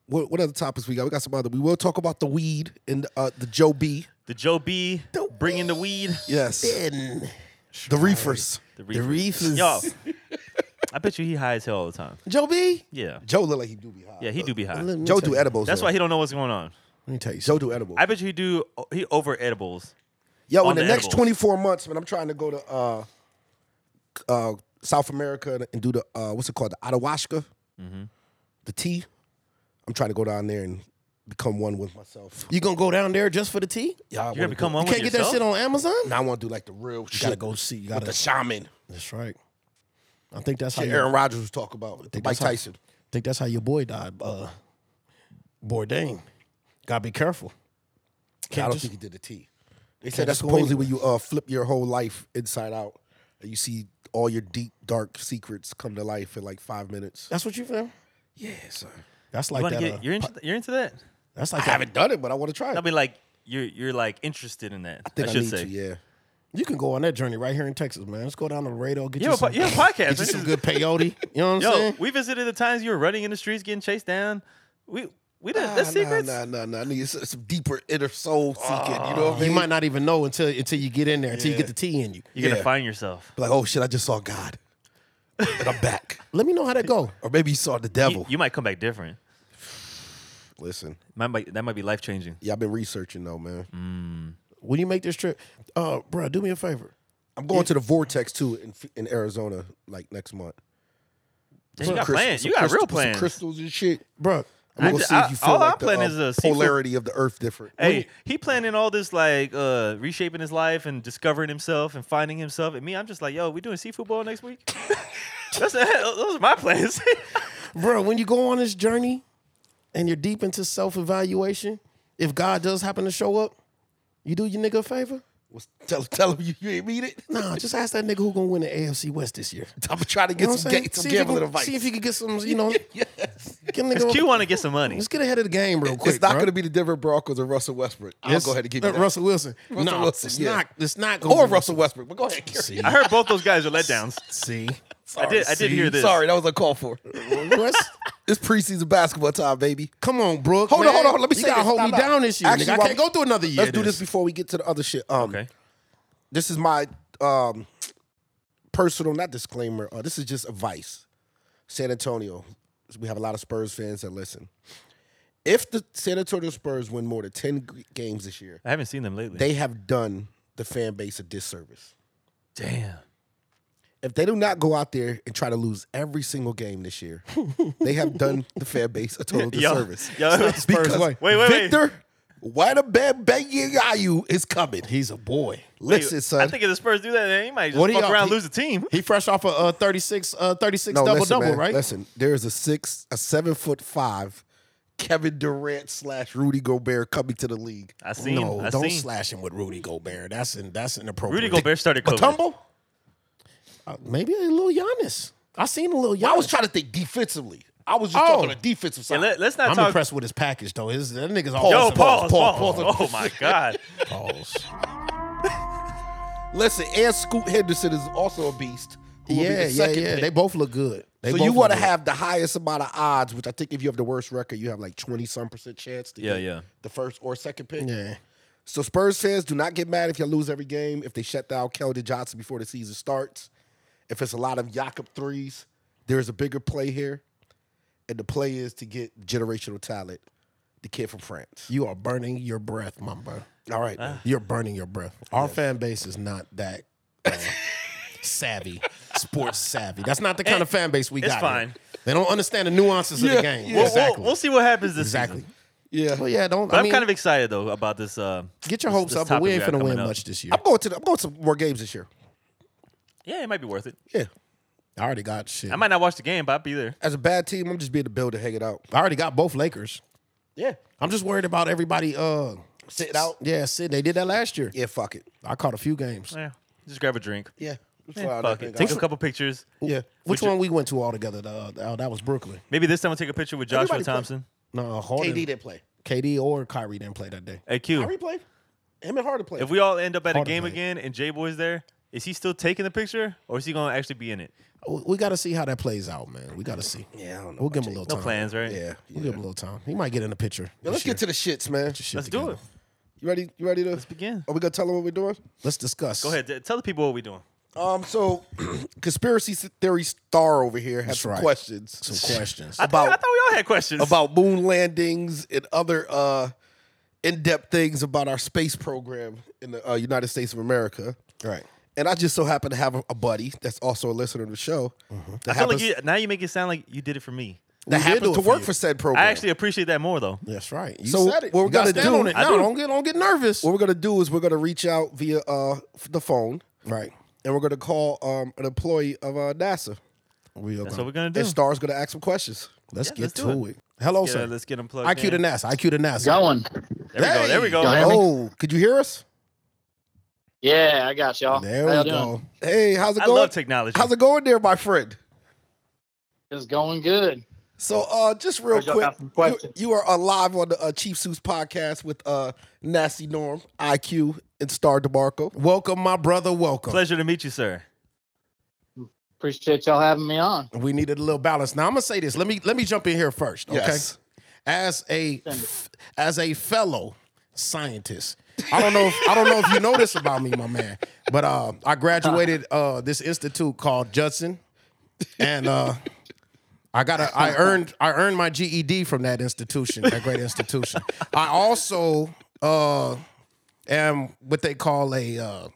What, what other topics we got? We got some other. We will talk about the weed and uh, the Joe B.
The Joe B bringing the weed.
Yes,
And
the reefers.
The
the
reefer.
reef is
Yo, I bet you he high as hell all the time.
Joe B.
Yeah,
Joe look like he do be high.
yeah, he do be high.
Let me
Joe
tell
do
you.
edibles.
That's
though.
why he don't know what's going on.
Let me tell you.
Joe do edibles.
I bet you he do he over edibles.
Yo,
on
in the,
the
next
edibles.
24 months, man, I'm trying to go to uh, uh, South America and do the uh, what's it called, the ayahuasca,
Mm-hmm.
the tea. I'm trying to go down there and become one with myself.
You gonna go down there just for the tea?
Yeah, I
You gotta become
do,
one
You
with
can't get that
yourself.
shit on Amazon.
Now I want to do like the real
You
shit.
gotta go see. You gotta. Oh,
the shaman.
that's right. I think that's how
Shit
you,
Aaron Rodgers was talking about
think
Mike
that's how-
Tyson.
I think that's how your boy died. Uh, Bourdain. Gotta be careful.
I don't
just-
think he did the tea. They said that's
just go
supposedly when you uh, flip your whole life inside out, and you see all your deep dark secrets come to life in like five minutes.
That's what you feel.
Yeah, son.
That's
You
like
want
that.
to
uh,
get you're into you're into that.
that's like
I
that- uh,
haven't done it, but I want to try it.
I mean, like you're you're like interested in that.
I
I,
think I,
should
need
say.
to. Yeah.
You can go on that journey right here in Texas, man. Let's go down to Laredo. Get
You
you
have a
some,
po- you have a podcast.
Get you
This
some
is-
good peyote. You know what I'm
Yo,
saying?
we visited the times you were running in the streets, getting chased down. We we did
Nah,
that's secrets.
Nah, nah, nah, nah. I need some, some deeper inner soul seeking. you know what I mean?
Oh. You might not even know until until you get in there, until you get the tea in you.
You're
Yeah.
gonna find yourself.
be like, oh shit, I just saw God, and I'm back.
Let me know how that go.
Or maybe you saw the
You,
devil.
you might come back different.
Listen,
Might, might, that might be life changing.
yeah, I've been researching though, man.
Mm. When you make this trip, uh, bro, do me a favor.
I'm going to the vortex too in in Arizona like next month.
You got
Crystal-
plans.
some
You got
crystal-
real
some
plans.
crystals and shit.
Bro,
I'm gonna see
ju-
if
I-
you feel
all
like
I'm
the
planning
uh,
is a seafood-
polarity of the earth different.
Hey, he planning all this like uh reshaping his life and discovering himself and finding himself. And me, I'm just like, yo, we doing seafood bowl next week. that's those are my plans.
bro, when you go on this journey and you're deep into self evaluation, if God does happen to show up, you do your nigga a favor?
What's- tell tell him you, you ain't mean it.
Nah, just ask that nigga who gonna win the AFC West this year.
I'm trying to
You
get
know what I'm
some,
saying?
ga- some
see, if you
gambling
can,
advice.
see if you can get some, you know,
yes.
Get a nigga
Because
on-
Q want to get some money.
Let's get ahead of the game real quick.
it's not
bro.
going to be the Denver Broncos or Russell Westbrook. I'll
It's-
go ahead and give you
uh,
that.
Russell Wilson.
Russell
no,
Wilson,
it's
yeah.
not. It's not going
or Russell Westbrook. But go ahead, carry
See,
on.
I heard both those guys are letdowns.
see,
I did. I did hear this.
Sorry, that was a call for.
Wes,
It's preseason basketball time, baby.
come on, Brooke.
Hold on,
man.
hold on. Let me
you
say
gotta
this.
hold
Stop,
me
stop.
down this year.
Actually,
nigga. I
while
can't
we-
go through another year.
Let's
of
do this before we get to the other shit. Um,
Okay.
This is my um, personal, not disclaimer. Uh, this is just advice. San Antonio, we have a lot of Spurs fans that listen. If the San Antonio Spurs win more than ten g- games this year,
I haven't seen them lately.
they have done the fan base a disservice.
Damn.
If they do not go out there and try to lose every single game this year, they have done the fan base a total
Yo,
disservice.
yo,
Spurs
because
way.
Wait, wait, wait.
Victor, why the bad Ayu is coming?
He's a boy.
Listen, son.
I think if the Spurs do that, then he might just
What do
fuck
y'all-
around,
he-
lose the team.
He fresh off a uh, 36, uh, 36 double
listen,
double,
man.
right?
Listen, there is a six, a seven foot five, Kevin Durant slash Rudy Gobert coming to the league.
I seen.
no,
I
don't
seen.
slash him with Rudy Gobert. That's in, that's inappropriate.
Rudy Gobert started COVID.
Matumbo?
Uh, maybe a little Giannis. I seen a little Giannis.
I was trying to think defensively. I was just
Oh.
talking on the defensive
And
side.
let, us not
I'm
talk.
impressed with his package though. His that nigga's all
Yo,
awesome.
pause, pause,
pause, pause.
Oh my god.
Pause.
Listen, and Scoot Henderson is also a beast. who will be
Yeah,
the
yeah,
second
yeah.
pick.
They both look good. They
so
both
you
look
want to
good.
have the highest amount of odds, which I think if you have the worst record, you have like twenty some percent chance. To
Yeah,
get
yeah.
The first or second pick.
yeah.
So Spurs fans, do not get mad if you lose every game. If they shut down Keldon Johnson before the season starts, if it's a lot of Jakob threes, there is a bigger play here, and the play is to get generational talent, the kid from France.
You are burning your breath, my bro.
All right, man.
You're burning your breath. Our fan base is not that uh, savvy, sports savvy. That's not the kind of fan base we
it's
got.
fine.
here. They don't understand the nuances of the
Yeah,
game.
yeah.
We'll,
Exactly.
we'll, we'll see what happens this
exactly.
season.
yeah.
Well, yeah. Don't.
But
I
I'm
mean,
kind of excited though about this. Uh,
get your
this-
hopes
this
up, but we
topic
ain't
got
finna win
coming up.
much this year.
I'm going to the, I'm going to some more games this year.
Yeah, it might be worth it.
Yeah,
I already got shit.
I might not watch the game, but I'll be there.
as a bad team, I'm just being the build to hang it out.
I already got both Lakers.
Yeah,
I'm just worried about everybody. Uh,
sit it out.
yeah, Sid. They did that last year.
Yeah, fuck it.
I caught a few games.
Yeah, just grab a drink.
Yeah,
Eh, fuck it. Take a couple pictures.
Yeah,
Which one we went to all together? Uh, oh, that was Brooklyn.
Maybe this time we'll take a picture with Joshua
Everybody play.
Thompson.
No, Harden.
KD didn't play.
KD or Kyrie didn't play that day.
Hey Q,
Kyrie played. Him and Harden played.
if we all end up at a
Harden
game
played.
again and J Boy's there, is he still taking the picture or is he gonna actually be in it?
We, we got to see how that plays out, man. We got to see.
yeah, I don't know.
We'll give him a little
No
time.
plans, right?
yeah,
We'll give him a little time. He might get in the picture.
Yo, let's get to the shits, man.
Let's do it.
You ready? You ready to?
Let's begin.
Are we gonna tell them what we're doing?
Let's discuss.
Go ahead. t- Tell the people what we're doing.
Um, so conspiracy theory star over here has
That's
some
right.
questions
Some questions.
I, thought- I
About-
thought we all had questions.
about moon landings and other uh in-depth things about our space program in the uh, United States of America.
right.
And I just so happen to have a, a buddy that's also a listener of the show that
I feel like
happens,
you, now you make it sound like you did it for me.
that
did
happens
do it
to
for
work
you.
for said program.
I actually appreciate that more though.
That's right. You
So
said it.
what
you
we
gotta
gotta
stand
do-
on it.
I
No,
do.
don't get don't get nervous.
what we're gonna do is we're gonna reach out via uh the phone
Right.
and we're gonna call um an employee of uh, NASA.
We are
That's
gonna-
what we're gonna do.
And Star's gonna ask some questions.
let's
Yeah,
get
let's do
to it. Hello,
Yeah,
sir.
let's get him plugged.
IQ to
in.
NASA. IQ to NASA.
going.
There we go. There we go.
Hey.
Oh, could you hear us?
Yeah, I got y'all.
There
How y'all
we
doing?
go.
Oh. Hey, how's it
I
going?
love technology.
How's it going there, my friend?
It's going good.
So, uh, just real
Heard y'all
quick,
got some
you,
questions.
you are uh, live on the uh, Chief Suits podcast with uh, Nasty Norm, IQ, and Star DeMarco.
Welcome, my brother. Welcome.
Pleasure to meet you, sir.
Appreciate y'all having me on.
We needed a little balance. Now I'm gonna say this. Let me let me jump in here first. Okay.
Yes.
As a as a fellow scientist, I don't know. If, I don't know if you know this about me, my man. But uh, I graduated uh, this institute called Judson, and uh, I got a, I earned I earned my GED from that institution, that great institution. I also uh, am what they call a uh,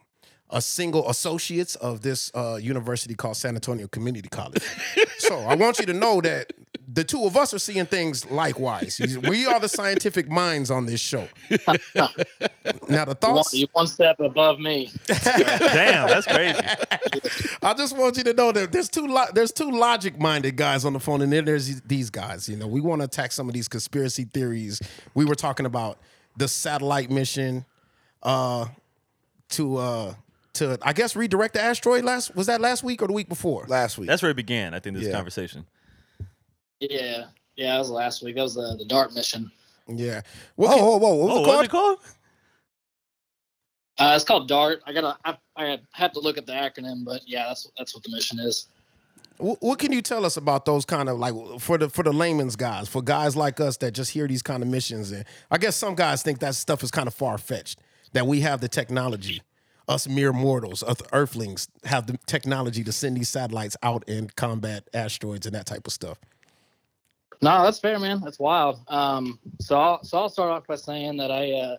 a single associates of this uh, university called San Antonio Community College. so I want you to know that the two of us are seeing things likewise. We are the scientific minds on this show. now the
One,
thoughts.
you one step above me.
Damn, that's crazy.
I just want you to know that there's two lo- there's two logic minded guys on the phone, and then there's these guys. You know, we want to attack some of these conspiracy theories. We were talking about the satellite mission uh, to uh, to I guess redirect the asteroid last was that last week or the week before?
Last week,
That's where it began. I think this
Yeah.
conversation.
Yeah. Yeah, that was last week. That was the, the DART mission.
Yeah.
Whoa,
What
whoa, whoa! What was
oh,
it
what's
called?
it called?
Uh, it's called DART. I gotta I, I have to look at the acronym, but yeah, that's that's what the mission is.
Wh- What can you tell us about those kind of like for the for the layman's guys, for guys like us that just hear these kind of missions? And I guess some guys think that stuff is kind of far fetched that we have the technology, us mere mortals, us Earthlings, have the technology to send these satellites out and combat asteroids and that type of stuff.
No, that's fair, man. That's wild. Um, so I'll, so I'll start off by saying that I uh,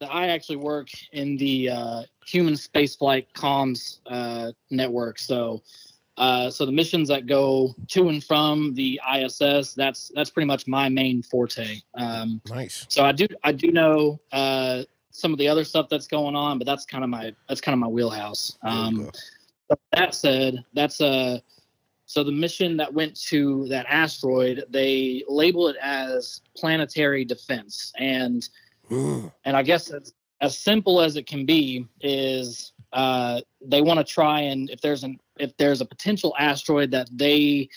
that I actually work in the uh, human spaceflight comms uh, network. So uh, so the missions that go to and from the ISS that's that's pretty much my main forte. Um,
Nice.
so I do I do know uh, some of the other stuff that's going on, but that's kind of my that's kind of my wheelhouse. Um, but that said, that's a so the mission that went to that asteroid they label it as planetary defense, and
Mm,
and I guess it's as simple as it can be is uh, they want to try and if there's an if there's a potential asteroid that they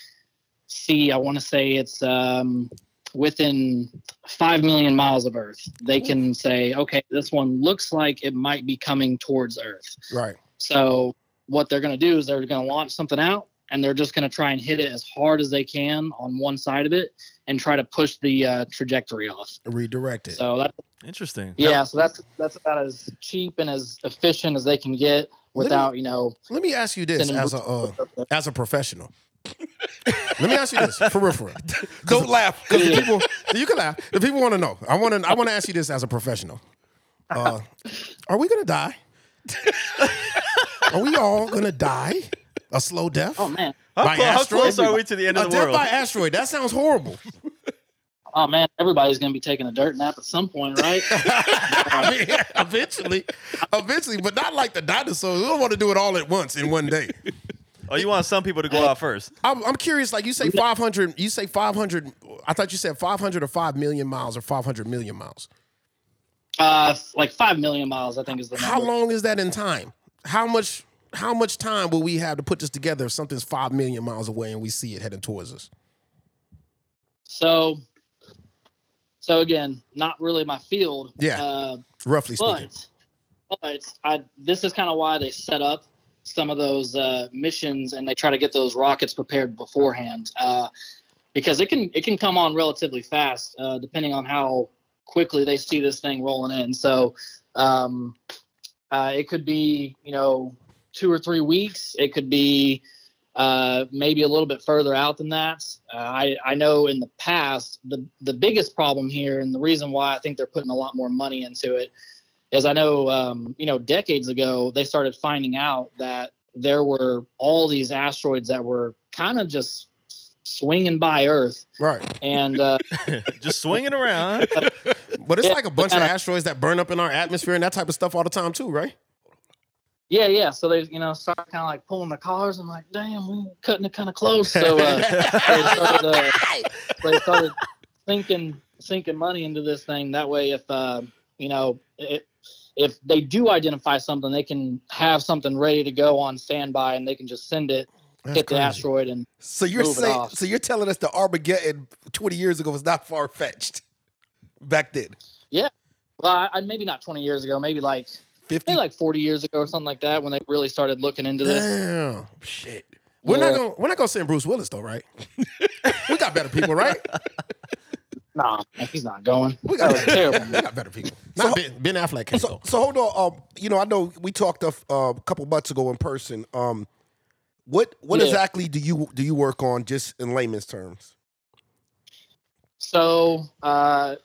see, I want to say it's um, within five million miles of Earth. They can say, okay, this one looks like it might be coming towards Earth.
Right.
So what they're going to do is they're going to launch something out and they're just going to try and hit it as hard as they can on one side of it and try to push the uh, trajectory off.
Redirect it.
So that's
Interesting.
yeah, so that's that's about as cheap and as efficient as they can get without you know.
Let me ask you this
Sending
as a uh, as a professional. Let me ask you this, for real, for real.
Don't laugh.
Because the people, you can laugh. The people want to know. I want to. I want to ask you this as a professional. Uh, are we gonna die? are we all gonna die? A slow death?
Oh man,
How,
By
clo- how
asteroid?
close are we to the end
a
of the
death
world?
by asteroid. That sounds horrible.
oh man, everybody's going to be taking a dirt nap at some point, right?
I mean, eventually, eventually, but not like the dinosaurs. We don't want to do it all at once in one day.
Oh, you want some people to go out first?
I'm, I'm curious. Like you say, five hundred. You say five hundred. I thought you said five hundred or five million miles or five hundred million miles.
uh, like five million miles, I think is the number.
How long is that in time? How much how much time will we have to put this together if something's five million miles away and we see it heading towards us?
So, so again, not really my field.
Yeah.
Uh,
Roughly speaking.
but but I, this is kind of why they set up some of those uh, missions and they try to get those rockets prepared beforehand uh, because it can it can come on relatively fast uh, depending on how quickly they see this thing rolling in. So um, uh, it could be you know two or three weeks. It could be uh, maybe a little bit further out than that. Uh, I, I know in the past, the, the biggest problem here, and the reason why I think they're putting a lot more money into it, is I know, um, you know, decades ago, they started finding out that there were all these asteroids that were kind of just swinging by Earth.
Right.
And uh,
Just swinging around. huh?
But it's
Yeah,
like a bunch of
kinda-
asteroids that burn up in our atmosphere and that type of stuff all the time too, right?
yeah, yeah. So they, you know, started kind of like pulling the collars. I'm like, damn, we cutting it kind of close. So, uh, they started, uh, they started sinking sinking money into this thing. That way, if uh, you know, it, if they do identify something, they can have something ready to go on standby, and they can just send it,
That's
hit the
crazy.
asteroid, and
So you're
Move it
saying,
off.
so you're telling us the Armageddon 20 years ago was not far fetched back then.
well, I, I- maybe not 20 years ago, maybe like
50
maybe like 40 years ago or something like that, when they really started looking into this.
Damn. Shit. We're not
Yeah.
gonna we're not gonna send Bruce Willis though, right? we got better people, right?
Nah, he's not going.
We
That
got
was terrible.
we got better people. Not Ben, ben Affleck can't
So,
go.
so hold on. Um, you know, I know we talked a, f- uh, a couple months ago in person. Um, what what
Yeah.
exactly do you do you work on, just in layman's terms?
So uh,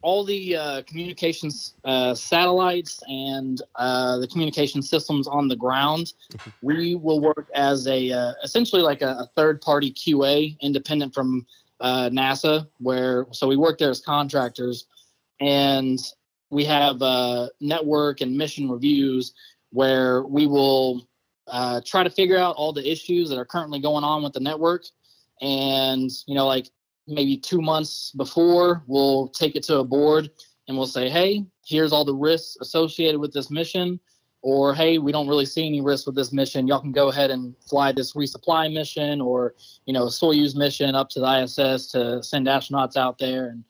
all the uh, communications uh, satellites and uh, the communication systems on the ground, we will work as a uh, essentially like a, a third party QA, independent from uh, NASA. Where so we work there as contractors, and we have uh, network and mission reviews where we will uh, try to figure out all the issues that are currently going on with the network. And you know, like maybe two months before, we'll take it to a board and we'll say, hey, here's all the risks associated with this mission. or hey, we don't really see any risk with this mission. Y'all can go ahead and fly this resupply mission or you know Soyuz mission up to the ISS to send astronauts out there, and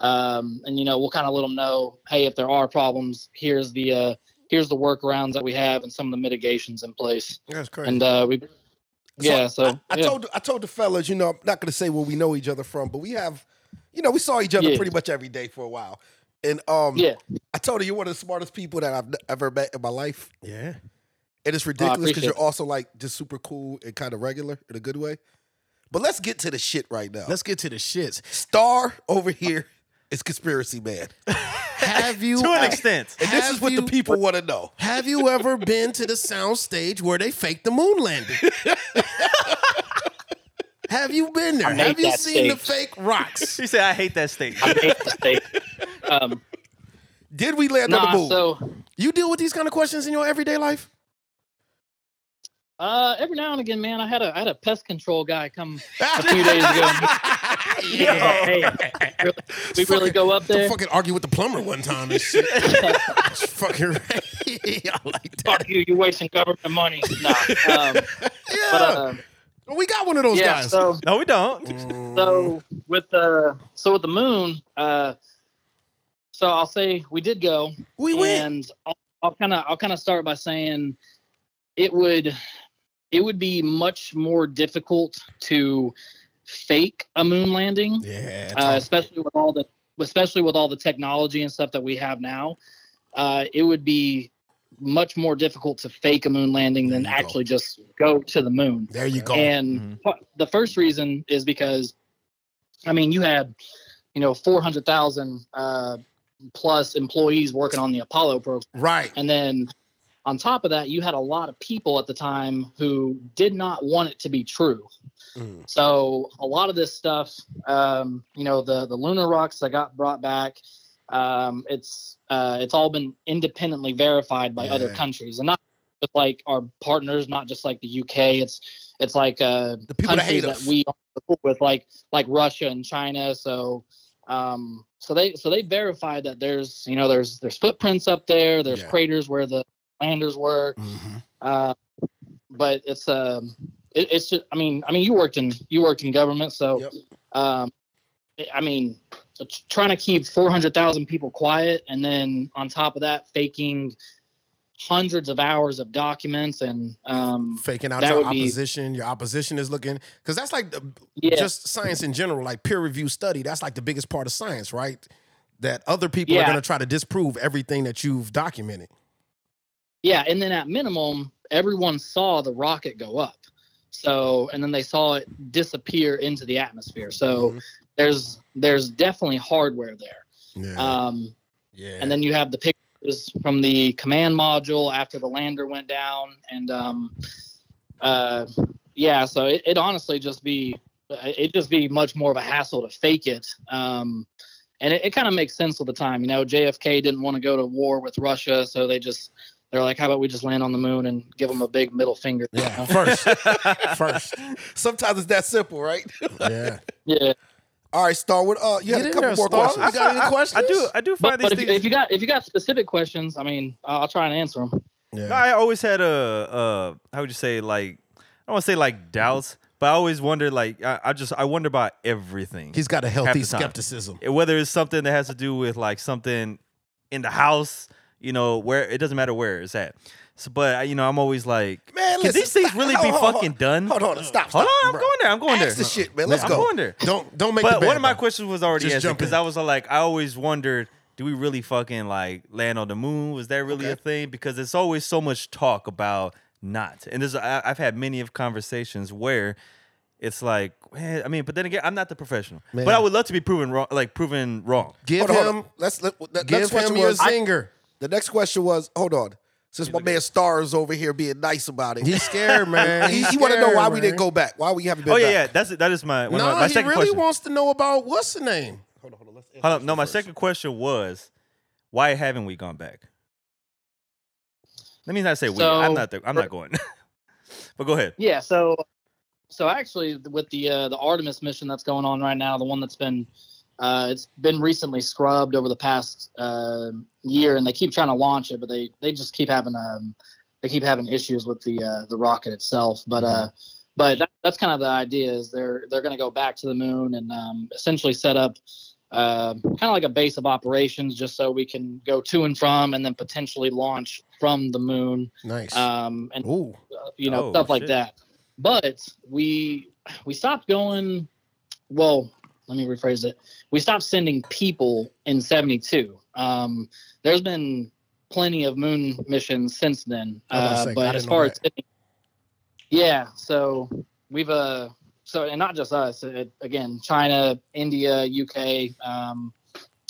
um, and you know we'll kind of let them know, hey, if there are problems, here's the uh, here's the workarounds that we have and some of the mitigations in place.
That's crazy.
And uh, we, yeah, so
I, I
yeah.
told I told the fellas, you know, I'm not gonna say where we know each other from, but we have, you know, we saw each other
Yeah.
pretty much every day for a while. And um,
Yeah.
I told her you're one of the smartest people that I've n- ever met in my life.
yeah.
And it's ridiculous because
appreciate
you're
it.
also like just super cool and kind of regular in a good way. But let's get to the shit right now.
Let's get to the shits.
Star over here is conspiracy man,
Have you
to an extent.
and this is
Have
what the
you-
people want to know.
Have you ever been to the sound stage where they faked the moon landing? have you been there?
I hate
Have you
that
seen the
stage.
fake rocks?
She said, "I hate that state."
I hate the state. Um,
Did we land on the
nah,
moon?
so
You deal with these kind of questions in your everyday life?
Uh, every now and again, man, I had a I had a pest control guy come a few days ago. yeah, hey, really- we really
Fucking-
go up
To
there.
fucking argue with the plumber one time and shit. It's fucking I like that.
Fuck you, you're wasting government money. No, um,
Yeah.
but uh,
we got one of those
yeah.
guys.
So
No, we don't.
so with the so with the moon, uh, so I'll say we did go.
we win.
And I'll- I'll kind of I'll kind of start by saying it would it would be much more difficult to fake a moon landing
Yeah.
uh,
talk.
especially with all the especially with all the technology and stuff that we have now uh, it would be much more difficult to fake a moon landing than
There you go.
actually just go to the moon
there you go. Mm-hmm.
and pa- the first reason is because i mean you had you know 400000 uh, plus employees working on the apollo program
right.
and then on top of that, you had a lot of people at the time who did not want it to be true.
Mm.
So a lot of this stuff, um, you know, the the lunar rocks that got brought back, um, it's uh, it's all been independently verified by other
Yeah.
countries, and not just like our partners, not just like the UK. It's it's like uh,
The people that hate
countries
us.
that we aren't cool with, like like Russia and China. So, um, so they so they verified that there's you know there's there's footprints up there, there's
Yeah.
craters where the landers were.
Mhm.
Uh, but it's um, it, it's just, I mean I mean you worked in you worked in government, so
Yep.
um, I mean it's trying to keep four hundred thousand people quiet, and then on top of that faking hundreds of hours of documents and um,
Faking out
That
your
would be-
opposition. Your opposition is looking because that's like the,
yeah.
just science in general, like peer review study, that's like the biggest part of science, right? That other people are
Yeah.
going to try to disprove everything that you've documented.
Yeah, and then at minimum, everyone saw the rocket go up. So, and then they saw it disappear into the atmosphere. So, there's there's definitely hardware there.
Yeah.
Um,
yeah.
And then you have the pictures from the command module after the lander went down, and um, uh, yeah, so it, it honestly just be it just be much more of a hassle to fake it. Um, and it, it kind of makes sense all the time. You know, JFK didn't want to go to war with Russia, so they just they're like, how about we just land on the moon and give them a big middle finger? you
yeah.
know?
First. First.
Sometimes it's that simple, right?
Yeah.
yeah.
All right, Star. What? Uh, you
Get
had a
in
couple
there,
more
Star.
questions.
I got any
I-
questions?
I do. I do find
But, but
these
if, you,
things.
if you got if you got specific questions, I mean, I'll I'll try and answer them.
Yeah.
No, I always had a, uh how would you say like I don't want to say like doubts, but I always wonder like I, I just I wonder about everything.
He's got a healthy
Half the time.
skepticism.
whether it's something that has to do with like something in the house, you know, where it doesn't matter where it's at. So, but I- you know, I'm always like,
Man,
can
listen,
these things
stop.
really
Hold
be
on, hold on.
fucking done?
Hold on, stop. stop,
Hold on, I'm
bro.
going there. I'm going
Ask the
there.
shit, man. Let's
I'm
go.
going there.
Don't don't make the
But
bad
one of my
though.
questions was already
Just
answered
jump
because
in.
I was like, I always wondered, do we really fucking like land on the moon? Was that really a thing? Because there's always so much talk about not, and there's I, I've had many of conversations where it's like, eh, I mean, but then again, I'm not the professional, but I would love to be proven wrong, like proven wrong.
Give
Hold on, hold on.
him
Let's let, the
give
next question
him your
was
zinger.
the next question was hold on. Since my man Star is over here being nice about it,
He's scared, man.
he,
He's
he want to know
scared,
why we
man.
didn't go back. Why we haven't been?
Oh yeah, yeah,
back.
that's that is my, one of my,
No,
my
he
second
really
question.
wants to know about what's the name.
Hold up, no, my second question was, why haven't we gone back? Let me not say we. I'm
So-
not. The, I'm not going. but go ahead.
Yeah, so so actually with the uh, the Artemis mission that's going on right now, the one that's been Uh, it's been recently scrubbed over the past uh, year, and they keep trying to launch it, but they, they just keep having um, they keep having issues with the uh, the rocket itself. But uh, but that, that's kind of the idea is they're they're going to go back to the moon and um, essentially set up uh, kind of like a base of operations, just so we can go to and from, and then potentially launch from the moon,
Nice.
um, and
Ooh,
you know
Oh,
stuff like
shit.
that but we we stopped going well let me rephrase it we stopped sending people in 72 um, there's been plenty of moon missions since then
I was about to
uh,
say, I
but
didn't
as
know
far as
that.
yeah so we've uh so and not just us it, again china india uk um,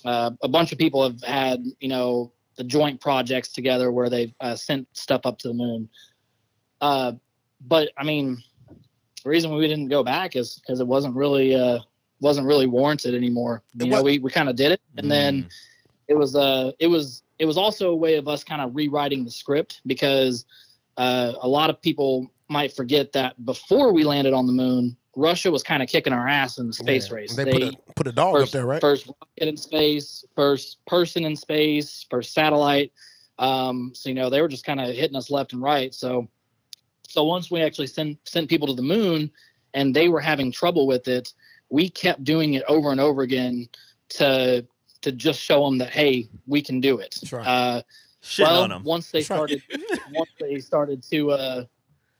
uh, a bunch of people have had you know the joint projects together where they've uh, sent stuff up to the moon uh, but I mean, the reason we didn't go back is because it wasn't really uh, wasn't really warranted anymore. You
It
know,
wa-
we, we kind of did it, and then it was uh, it was it was also a way of us kind of rewriting the script because uh, a lot of people might forget that before we landed on the moon, Russia was kind of kicking our ass in the space
yeah.
race.
They, put a put a dog
first,
up there, right?
First rocket in space, first person in space, first satellite. Um, so you know they were just kind of hitting us left and right. So, so once we actually sent sent people to the moon, and they were having trouble with it, we kept doing it over and over again to to just show them that hey, we can do it.
That's right.
Uh,
Shitting
well,
on them.
once they
That's right.
started, once they started to, uh,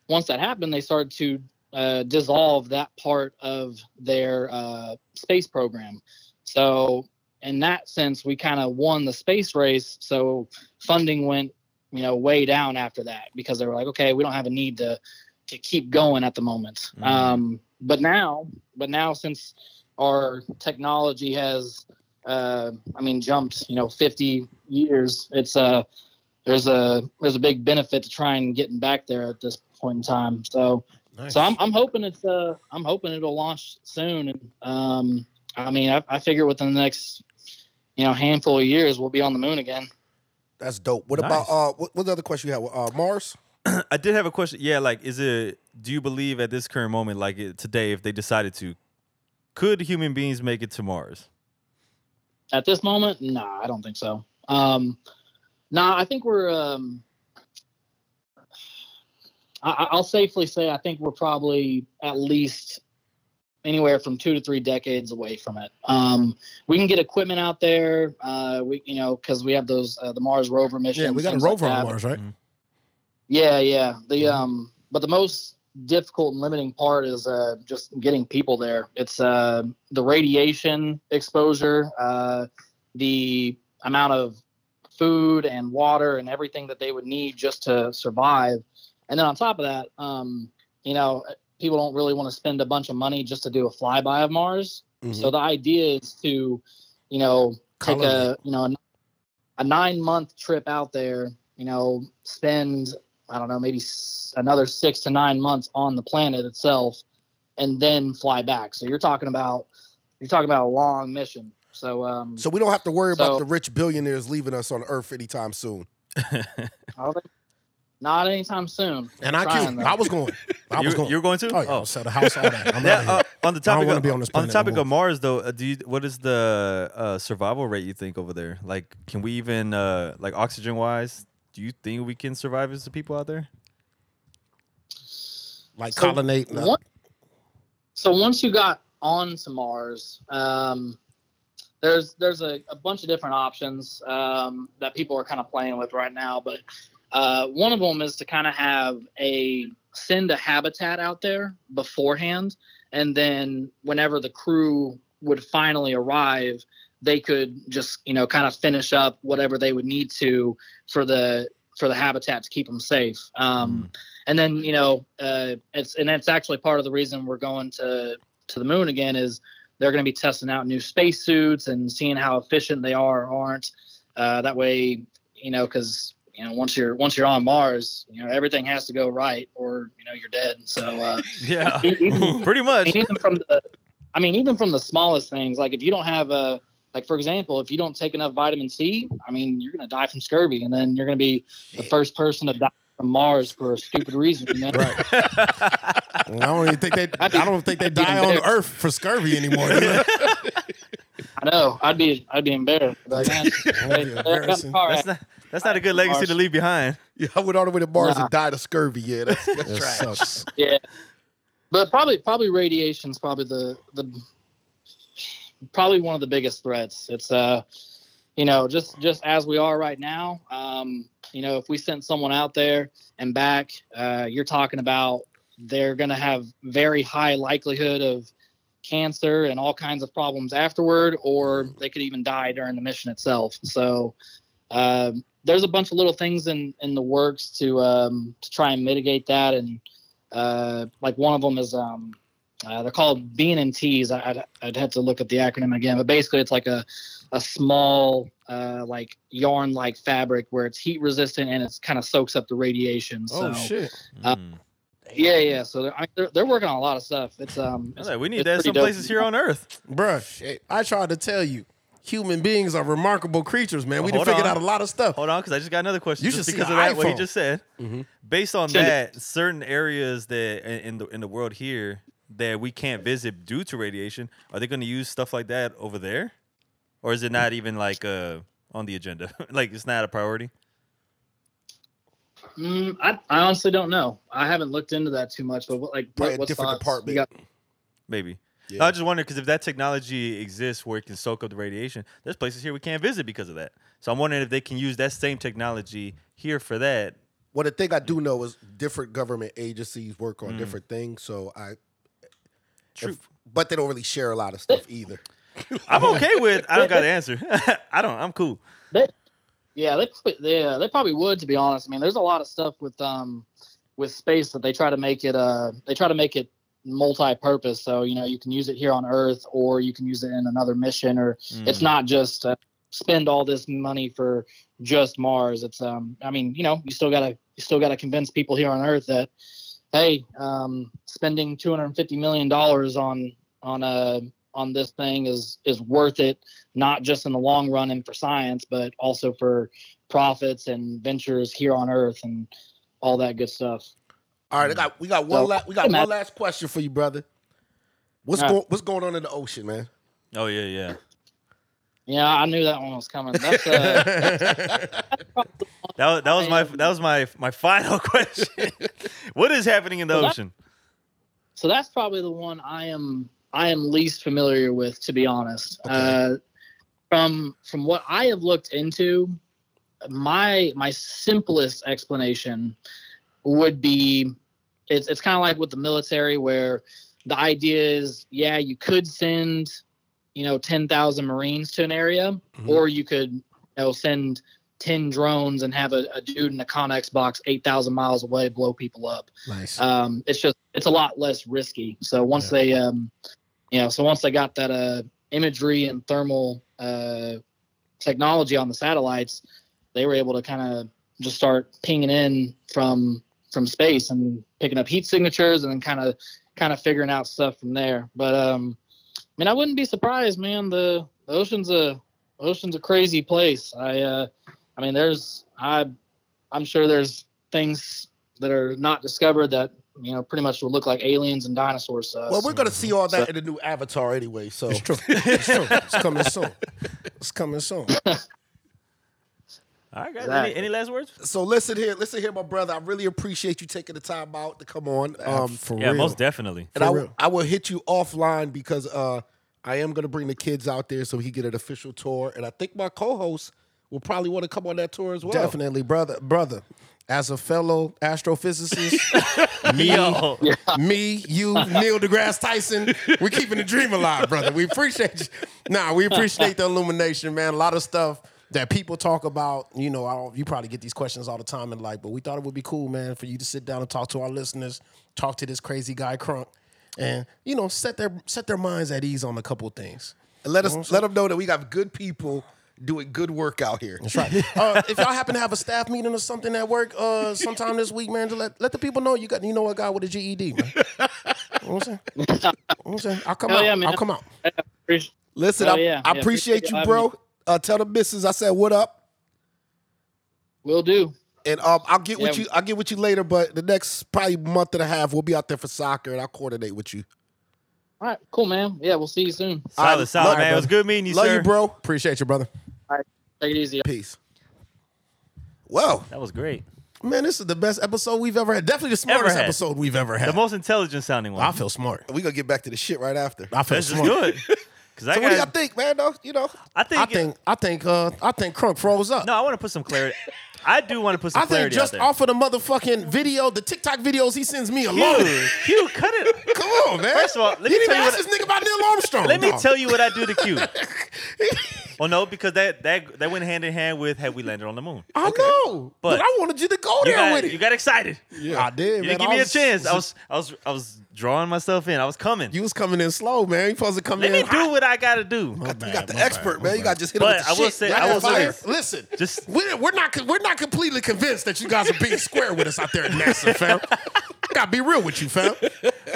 once that happened, they started to uh, dissolve that part of their uh, space program. So, in that sense, we kind of won the space race. So, funding went, you know, way down after that because they were like, okay, we don't have a need to to keep going at the moment.
Mhm.
Um, but now, but now since our technology has uh, I mean, jumped you know 50 years. It's uh, there's a there's a big benefit to trying getting back there at this point in time. So
Nice.
so I'm, I'm hoping it's uh I'm hoping it'll launch soon. And um, I mean I, I figure within the next you know handful of years we'll be on the moon again.
That's dope. What
Nice.
about uh? What, what's the other question you had? Uh, Mars.
I did have a question. Yeah, like, is it? Do you believe at this current moment, like it, today, if they decided to, could human beings make it to Mars?
At this moment, nah, I don't think so. Um, nah, I think we're. Um, I- I, I'll safely say I think we're probably at least anywhere from two to three decades away from it. Um, we can get equipment out there. Uh, we, you know, because we have those uh, the Mars rover mission.
yeah, we got a
things like
rover
that.
on Mars, right?
Yeah, yeah. The um, but the most difficult and limiting part is uh, just getting people there. It's uh, the radiation exposure, uh, the amount of food and water and everything that they would need just to survive, and then on top of that, um, you know, people don't really want to spend a bunch of money just to do a flyby of Mars.
Mhm.
So the idea is to, you know, take
Colony.
a you know a, a nine month trip out there. You know, spend I don't know, maybe s- another six to nine months on the planet itself, and then fly back. So you're talking about you're talking about a long mission. So, um,
So we don't have to worry
So-
about the rich billionaires leaving us on Earth anytime soon.
I don't think- not anytime soon.
And I
Trying,
can.
though.
I was going. I was
You're,
going.
you're going to?
oh, yeah, I set a house all that. I'm
Yeah,
outta here.
uh, on the topic
wanna
of,
be on this planet
the
no
topic
more.
of Mars though, uh, do you what is the uh, survival rate you think over there? Like, can we even uh, like oxygen wise? Do you think we can survive as the people out there?
like
So
colonate. uh,
One- so once you got onto Mars, um, there's there's a, a bunch of different options um, that people are kind of playing with right now. But uh, one of them is to kind of have a send a habitat out there beforehand, and then whenever the crew would finally arrive, they could just you know kind of finish up whatever they would need to for the for the habitat to keep them safe. Um, and then you know uh, it's and that's actually part of the reason we're going to to the moon again is they're going to be testing out new spacesuits and seeing how efficient they are or aren't uh, that way you know because you know once you're once you're on mars you know everything has to go right or you know you're dead so uh,
Yeah,
even,
pretty much.
even from the i mean even from the smallest things like if you don't have a like for example if you don't take enough vitamin c i mean you're going to die from scurvy and then you're going to be the first person to die from mars for a stupid reason you know?
Right. I don't even think they. I don't think they
I'd be
die on
embarrassed.
Earth for scurvy anymore. do they?
I know. I'd be I'd be embarrassed. Like, man, they- they got a
embarrassing.
car
That's
accident.
not that's not a good legacy to leave behind.
Yeah, I went all the way to Mars
Nah.
and died of scurvy. Yeah, that's, that's
That
trash.
sucks.
yeah. But probably probably radiation's probably the the probably one of the biggest threats. It's uh you know, just just as we are right now, um, you know, if we sent someone out there and back, uh, you're talking about they're going to have very high likelihood of cancer and all kinds of problems afterward, or they could even die during the mission itself. So um, there's a bunch of little things in in the works to um, to try and mitigate that, and uh, like one of them is um, uh, they're called BNMTs. I, I'd, I'd have to look at the acronym again, but basically it's like a a small uh, like yarn like fabric where it's heat resistant and it kind of soaks up the radiation. So
Oh shit!
Uh,
Mm.
yeah, yeah. So they're, I- they're they're working on a lot of stuff. It's um,
I
it's,
was like, we need
it's
that
pretty
some
dope.
places here on Earth.
Bruh, I tried to tell you, human beings are remarkable creatures, man. We
Hold
done figured
on.
out a lot of stuff.
Hold on, because I just got another question.
You
just
should see
because
the
of that, what he
iPhone. Mm-hmm.
just said. Based on
Send it.
that, certain areas that in- in the in the world here that we can't visit due to radiation, are they going to use stuff like that over there, or is it not even like uh on the agenda? like it's not a priority.
Mm, I, I honestly don't know. I haven't looked into that too much, but what, like
Probably
what,
a
what
different
thoughts
department.
you got?
Maybe.
Yeah.
I just wonder because if that technology exists where it can soak up the radiation, there's places here we can't visit because of that. So I'm wondering if they can use that same technology here for that.
Well, the thing I do know is different government agencies work on different things. So I,
True.
but they don't really share a lot of stuff either.
I'm okay with. I don't got the answer. I don't. I'm cool.
They, yeah, they put- they uh, they probably would to be honest. I mean, there's a lot of stuff with um with space that they try to make it uh they try to make it multi-purpose. So you know you can use it here on Earth, or you can use it in another mission, or it's
Mm.
not just uh, spend all this money for just Mars. It's um I mean you know you still gotta you still gotta convince people here on Earth that hey um spending 250 million dollars on on uh on this thing is is worth it not just in the long run and for science, but also for profits and ventures here on Earth and all that good stuff.
All right, I got we got one
So-
last we got one last question for you, brother. What's
Yeah.
going what's going on in the ocean, man?
Oh yeah, yeah.
Yeah, I knew that one was coming. That's uh,
That was, that was my that was my my final question. what is happening in the
Well, that-
ocean?
so that's probably the one I am I am least familiar with, to be honest.
Okay.
Uh, from from what I have looked into, my my simplest explanation would be it's it's kind of like with the military where the idea is yeah you could send you know 10,000 marines to an area
Mhm.
or you could you know send 10 drones and have a, a dude in a Connex box 8,000 miles away blow people up
Nice.
um, it's just it's a lot less risky. So once they, um, you know, so once they got that uh, imagery and thermal uh, technology on the satellites, they were able to kind of just start pinging in from from space and picking up heat signatures and then kind of kind of figuring out stuff from there. But um, I mean, I wouldn't be surprised, man. The, the ocean's a ocean's a crazy place. I uh, I mean, there's I I'm sure there's things that are not discovered that you know pretty much would look like aliens and dinosaurs. To us.
Well, we're gonna see all that in the new Avatar anyway.
Uh,
So
Uh, It's true. It's true. It's coming soon. It's coming soon.
All right, guys.
Exactly.
Any, any last words?
so listen here, listen here, my brother. I really appreciate you taking the time out to come on. Um,
for
Yeah,
real.
most definitely.
and I,
for
will-
real.
I will hit you offline because uh, I am gonna bring the kids out there so he get an official tour, and I think my co-host will probably want to come on that tour as well.
Definitely, brother, brother. As a fellow astrophysicist, me,
Yo,
me, you, Neil deGrasse Tyson, we're keeping the dream alive, brother. We appreciate you. Nah, we appreciate the illumination, man. A lot of stuff that people talk about. You know, I don't, you probably get these questions all the time in life, but we thought it would be cool, man, for you to sit down and talk to our listeners, talk to this crazy guy, Crunk, and you know, set their set their minds at ease on a couple things.
And let us let them know that we got good people doing good work out here.
That's right. Uh, if y'all happen to have a staff meeting or something at work uh, sometime this week, man, just let, let the people know you got you know a guy with a GED, man. You know what I'm saying? You know what I'm saying? I'll come
Hell
out.
yeah, man.
I'll come out.
Appreciate-
Listen,
Oh,
I,
yeah.
I appreciate
Yeah, appreciate
you,
you
bro.
having
Uh, tell the missus I said what up,
will do.
and um, I'll get with
Yeah.
you. I'll get with you later, but the next probably month and a half we'll be out there for soccer, and I'll coordinate with you.
All right, cool, man. Yeah, we'll see you soon.
Solid, solid,
love-
man. It was good meeting you,
Love
sir.
you, bro. Appreciate you, brother.
Take it easy.
Peace.
Well,
That was great.
Man, this is the best episode we've ever had. Definitely the smartest
had.
episode we've ever had.
The most intelligent sounding one.
I feel smart.
we gonna get back to the shit right after.
I feel
That's just
smart.
good. Because I,
So what do y'all
got-
think, man? Though you know,
I think,
I think I think uh I think Crunk froze up.
no, I want to put some clarity. I do want to put some
I think
clarity
just
out there.
off of the motherfucking video, the TikTok videos he sends me alone.
Hugh, Hugh, cut it.
Come on, man.
First of all, let me
you didn't
tell you
ask
what-
this nigga about Neil Armstrong.
Let me
dog.
tell you what I do to Q. well, no, because that that that went hand in hand with had we landed on the moon.
I know, but,
But
I wanted you to go
You
there
got,
with it.
you got excited.
I did.
You
man.
didn't give
I
me a
was-
chance. I was I was I was drawing myself in. I was coming.
You was coming in slow, man. You supposed to come
Let
in.
me do what I gotta do.
you got the expert, man. You got to just hit
But
him with
I
the
will
shit.
say-
Y'all
I
got
will say
fire?
this.
Listen,
Just-
we're, we're not we're not completely convinced that you guys are being square with us out there at NASA, fam. I gotta be real with you, fam.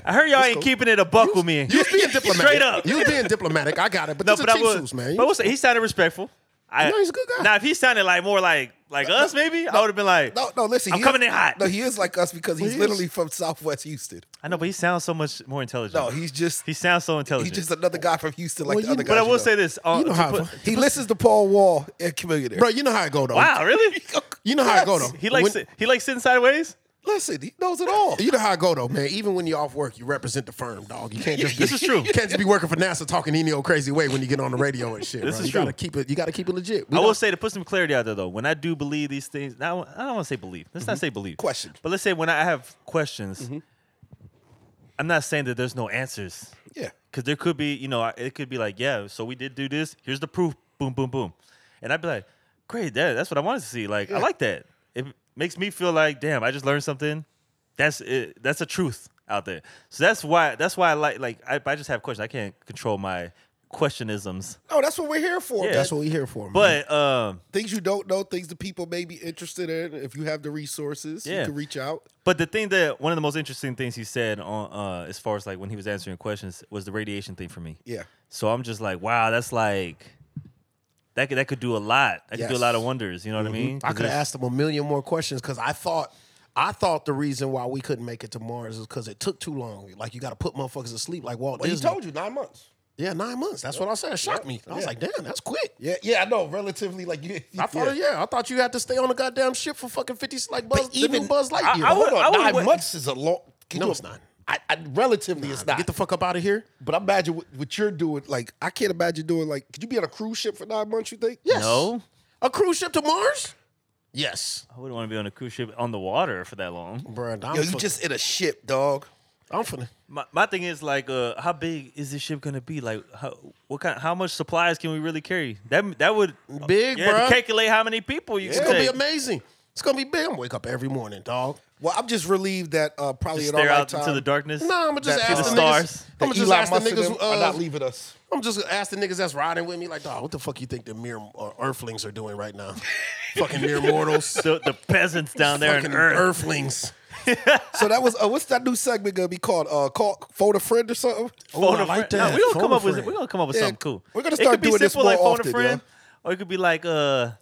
I heard y'all ain't keeping it a buck with me.
You was being diplomatic.
Straight up.
You was being diplomatic. I got it. But
No,
this
but I
is
was.
Jesus, man.
But I will say, he sounded respectful. I,
No, he's a good guy.
Now, if he sounded like more like like us, maybe I would have been like,
No, no, listen.
I'm
he
coming
is,
in hot.
No, he is like us because he's
He is.
literally from Southwest Houston.
I know, but he sounds so much more intelligent.
No, he's just
he sounds so
he's
intelligent.
just another guy from Houston, like
Well,
the
you-
other guy.
but I will say this. Uh,
you know
to
how.
put-
he listens to Paul Wall and Chameleon.
bro, you know how it go though.
wow, really?
You know how it go though.
He likes
When-
it. He likes sitting sideways.
Listen, he knows it all.
You know how I go though, man. Even when you're off work, you represent the firm, dog. You can't just be,
This is true.
You can't just be working for NASA talking any old crazy way when you get on the radio and shit.
This
bro.
is
you
true.
Gotta keep it. You gotta keep it legit. We
I will
don't-
say to put some clarity out there though. When I do believe these things, now I don't want to say believe. Let's not say believe.
Question.
But let's say when I have questions, I'm not saying that there's no answers.
Yeah.
Because there could be, you know, I- it could be like, yeah, so we did do this. Here's the proof. Boom, boom, boom. And I'd be like, great, that, that's what I wanted to see. Like, I like that. It makes me feel like, damn, I just learned something. That's it. That's a truth out there. So that's why. That's why I like. Like, I, I just have questions. I can't control my questionisms.
No, that's what we're here for.
Yeah.
that's Oh, what we here for, man.
But um,
Things you don't know, things that people may be interested in. If you have the resources,
Yeah.
you can reach out.
But the thing that one of the most interesting things he said on uh, as far as like when he was answering questions was the radiation thing for me.
Yeah.
So I'm just like, wow, that's like that could that could do a lot. That could do a lot of
Yes.
wonders. You know what I mean?
Mm-hmm. I could have
There's-
asked him a million more questions because I thought I thought the reason why we couldn't make it to Mars is because it took too long. Like you got to put motherfuckers to sleep, like Walt Disney.
you nine months.
Yeah, nine months. That's what I said. It shocked me. I was like, damn, that's quick.
Yeah, yeah, I know. Relatively, like you,
I thought, yeah. I thought you had to stay on the goddamn ship for fucking fifty, like Buzz, the
even-
new Buzz
I-
Lightyear.
I would-
Hold on,
I would
nine
wait-
months is a long. Can
No,
you-
it's not.
I, I relatively, it's not.
Get the fuck up out of here.
but I imagine what, what you're doing. Like, I can't imagine doing. Like, could you be on a cruise ship for nine months? You think?
Yes.
No,
A cruise ship to Mars? Yes,
I wouldn't want to be on a cruise ship on the water for that long.
bro. I'm
Yo, you
fin-
just in a ship, dog.
I'm finna.
My, my thing is like, uh, how big is this ship gonna be? Like, how what kind? How much supplies can we really carry? That that would
Big,
you had to
bruh.
calculate how many people you
It's
can
gonna be
take.
amazing. It's gonna be big. I'm gonna wake up every morning, dog.
Well, I'm just relieved that uh, probably
Just
in our
stare out
lifetime,
into the darkness.
No, I'm gonna just
That-
See
ask the
the
niggas.
stars.
I'm gonna
that
just
Elon
ask the
Musk and
niggas.
them
who,
are
Uh,
not leaving us.
I'm just gonna ask the niggas that's riding with me, like, dog, what the fuck you think the mere uh, Earthlings are doing right now? fucking mere mortals,
The, the peasants down there
fucking
on Earth.
Earthlings.
So that was uh, what's that new segment gonna be called? Uh, call phone a friend or something?
Oh, I
a
like
friend.
that.
No, we gonna
Phone
come
a
up with
friend.
we're gonna come up with
Yeah,
something cool.
we're gonna
It could
start
be
doing this
simple,
more
like phone
often,
a friend, or it could be like uh,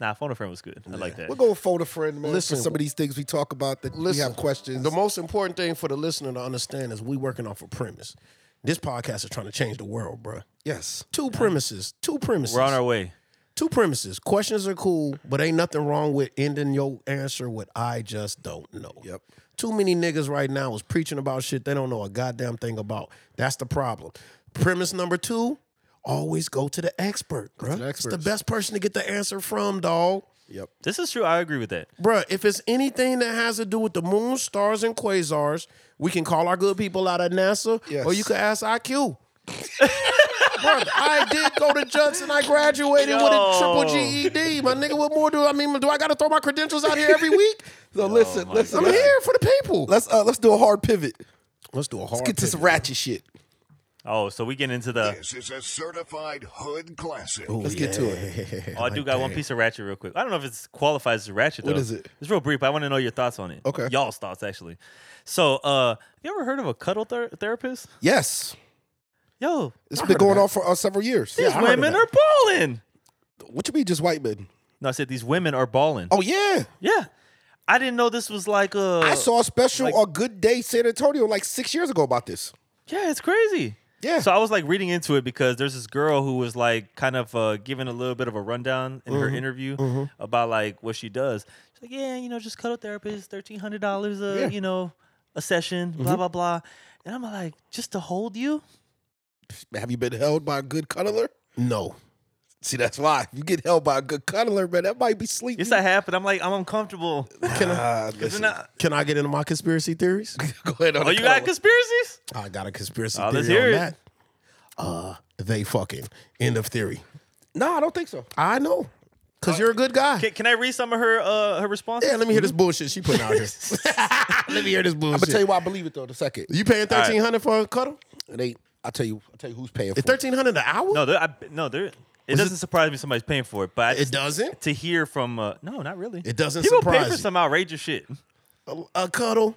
nah, phone a friend was good. I like that.
We're going to phone a friend, man.
Listen.
for some of these things we talk about that we
Listen,
have questions.
The most important thing for the listener to understand is we working off a premise. This podcast is trying to change the world, bro.
yes,
Two premises. Two premises.
we're on our way.
two premises. Questions are cool, but ain't nothing wrong with ending your answer with I just don't know.
Yep.
Too many niggas right now is preaching about shit they don't know a goddamn thing about. That's the problem. Premise number two, always go to the expert, bro.
the
It's the
experts.
best person to get the answer from, dog.
yep.
This is true. I agree with that.
Bruh, if it's anything that has to do with the moon, stars, and quasars, we can call our good people out at NASA,
Yes.
or you could ask IQ. Bruh, I did go to Judson. I graduated with a triple
Yo.
GED. My nigga, what more do I mean? Do I got to throw my credentials out here every week?
So listen,
Oh my
listen.
I'm
let's-
here for the people.
Let's uh, let's do a hard pivot.
Let's do a hard.
Let's get to some ratchet shit.
Oh, so we get into the.
This is a certified hood classic.
Let's get to it.
Oh, I do got one piece of ratchet real quick. I don't know if it qualifies as ratchet. Though.
What is it?
It's real brief. I want to know your thoughts on it.
Okay.
y'all's thoughts actually. So, uh, you ever heard of a cuddle ther- therapist?
Yes,
Yo,
it's been going on for uh, several years.
these women are balling.
What you mean, just white men?
No, I said these women are balling.
Oh yeah,
Yeah, I didn't know this was like uh, a.
I saw a special
like-
on Good Day San Antonio like six years ago about this.
Yeah, it's crazy.
Yeah.
So I was like reading into it because there's this girl who was like kind of uh, giving a little bit of a rundown in her interview about like what she does. She's like, yeah, you know, just cuddle therapist, thirteen hundred dollars a you know a session, blah blah blah. And I'm like, just to hold you?
Have you been held by a good cuddler?
No.
See, that's why you get held by a good cuddler, man. That might be sleep.
Yes, I have, but I'm like, I'm uncomfortable.
Can I,
Ah,
Isn't
listen,
that-
can I get into my conspiracy theories?
go ahead on
oh,
the
you got
cuddler.
conspiracies?
I got a conspiracy
Oh,
theory
let's hear
on
it.
that. Uh, they fucking end of theory.
No, I don't think so.
I know, cause you're a good guy.
Can, can I read some of her uh, her responses?
Yeah, let me hear this bullshit she putting out here. let me hear this bullshit.
I'm gonna Mm-hmm. tell you why I believe it though. The second,
You paying thirteen hundred for a cuddle?
it ain't. I tell you, I tell you who's paying for.
It's
it.
thirteen hundred an hour?
No, there, I, no, there. It doesn't surprise me somebody's paying for it, but I
it
just-
doesn't.
to hear from uh, no, not really.
It doesn't
People pay
surprise
for
you.
some outrageous shit.
A, a cuddle.